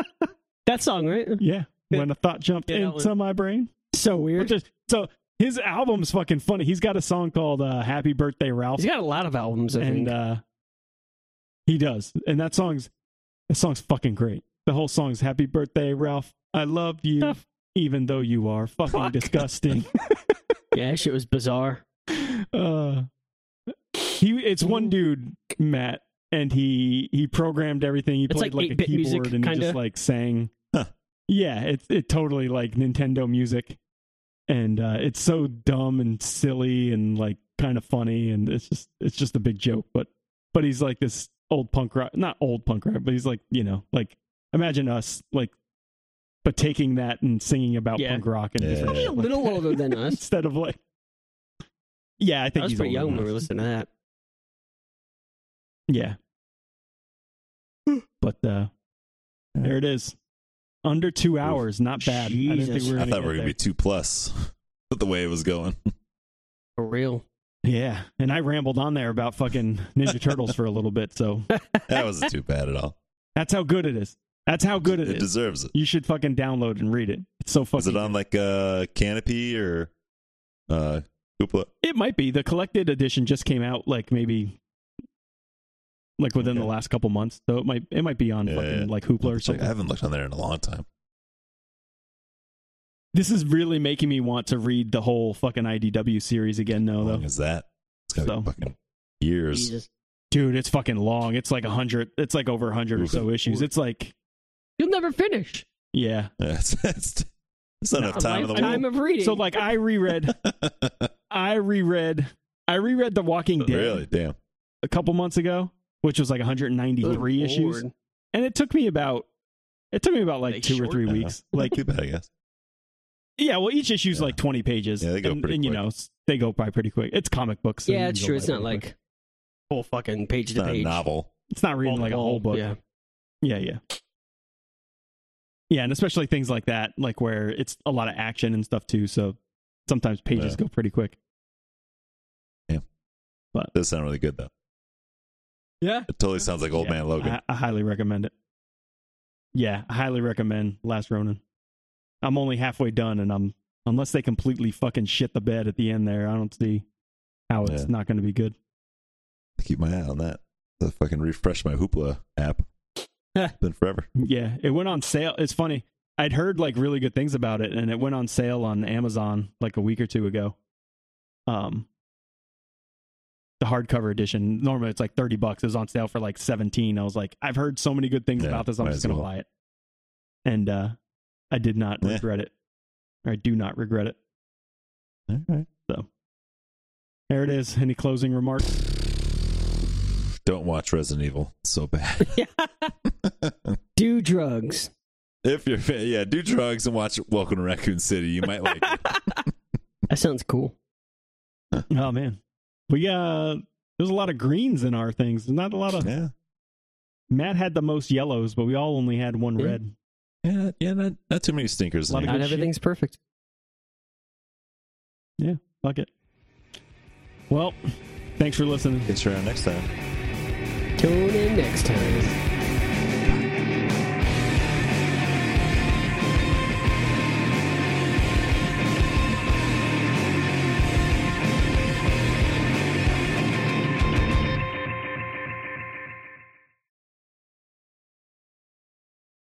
that song, right?
Yeah, when a thought jumped
Yeah, that
into my brain.
So
Which
weird.
is- so his album's fucking funny. He's got a song called uh, "Happy Birthday, Ralph,"
He's got a lot of albums. I
and
think.
uh, he does. And that song's that song's fucking great. The whole song's "Happy Birthday, Ralph. I love you, even though you are fucking
Fuck.
disgusting."
yeah, that shit was bizarre.
uh, he it's one dude, Matt, and he he programmed everything. He
It's
played
like
like, a
8-bit music,
keyboard and he
kinda.
just like sang.
Huh.
Yeah, it's it totally like Nintendo music, and uh, it's so dumb and silly and like kind of funny, and it's just it's just a big joke. But but he's like this old punk rock, not old punk rock, but he's like you know like imagine us like. But taking that and singing about
Yeah.
punk rock and
Yeah.
different
Probably
shit
a
like
little
that
older than us.
instead of like yeah i
I
think
was
he's
pretty
older
young
than
when we
us.
listened to that.
yeah but uh there it is under two hours not bad i didn't think
Jesus.
we were
I
gonna
thought we were
get
gonna be two plus, but the way it was going,
For real.
there. yeah and i rambled on there about fucking ninja turtles for a little bit so
that wasn't too bad at all.
that's how good it is that's how good it
It
is
deserves it.
you should fucking download and read it it's so
Is
fucking
it on like a canopy or uh Hoopla?
It might be. The collected edition just came out like maybe like within the
Okay.
last couple months. So it might it might be on
Yeah,
fucking
yeah.
like Hoopla or
Check- I
something.
haven't looked on there in a long time.
This is really making me want to read the whole fucking IDW series again, though.
How
Though,
long is that? It's gotta
Oh, So.
be fucking years.
Jesus.
dude, it's fucking long. It's like a hundred. It's like over a hundred or
Oof.
so issues. It's like,
You'll never finish.
yeah.
That's, that's, that's not enough
A
time in the
lifetime
world.
of reading.
So like, I reread, I reread, I reread The Walking Dead
really? Damn.
a couple months ago, which was like 193
Good
issues,
lord.
and it took me about, it took me about like
They
two or three
it,
shortened
huh?
weeks. Like,
Too bad, I guess.
yeah, well, each issue's
Yeah.
like 20 pages.
Yeah, they go
and,
pretty
and, you
quick.
know, s- they go by pretty quick. It's comic books. so
Yeah,
they
it's
go
true.
by
It's not
pretty
like
quick.
full fucking page
It's
to
not a
page.
novel.
it's not reading like a whole book.
Yeah.
Yeah, yeah. Yeah, and especially things like that, like where it's a lot of action and stuff too, so sometimes pages
Yeah.
go pretty quick.
Does sound really good though.
Yeah.
It totally sounds like Old
Yeah,
Man Logan.
I, I highly recommend it. Yeah, I highly recommend Last Ronin. I'm only halfway done and I'm unless they completely fucking shit the bed at the end there, I don't see how it's
Yeah.
not gonna be good.
Keep my eye on that. I fucking refresh my Hoopla app. Been forever.
Yeah, it went on sale. It's funny. I'd heard like really good things about it, and it went on sale on Amazon like a week or two ago. Um, the hardcover edition. Normally it's like thirty bucks. It was on sale for like seventeen. I was like, I've heard so many good things
Yeah,
about this. I'm
might
just
as
gonna
well.
buy it. And uh, I did not
Yeah.
regret it. Or I do not regret it.
All right.
There it is. Any closing remarks?
Don't watch Resident Evil. It's so bad.
Do drugs.
if you're fa- yeah, do drugs and watch Welcome to Raccoon City. You might like it.
That sounds cool.
Oh man, we uh, there's a lot of greens in our things. Not a lot of
yeah.
Matt had the most yellows, but we all only had one
Yeah.
red.
Yeah, yeah, not, not too many stinkers in
Lot of
here.
good
Not
shit.
everything's perfect.
Fuck it. Well, thanks for listening.
Get you around next time.
Tune in next time.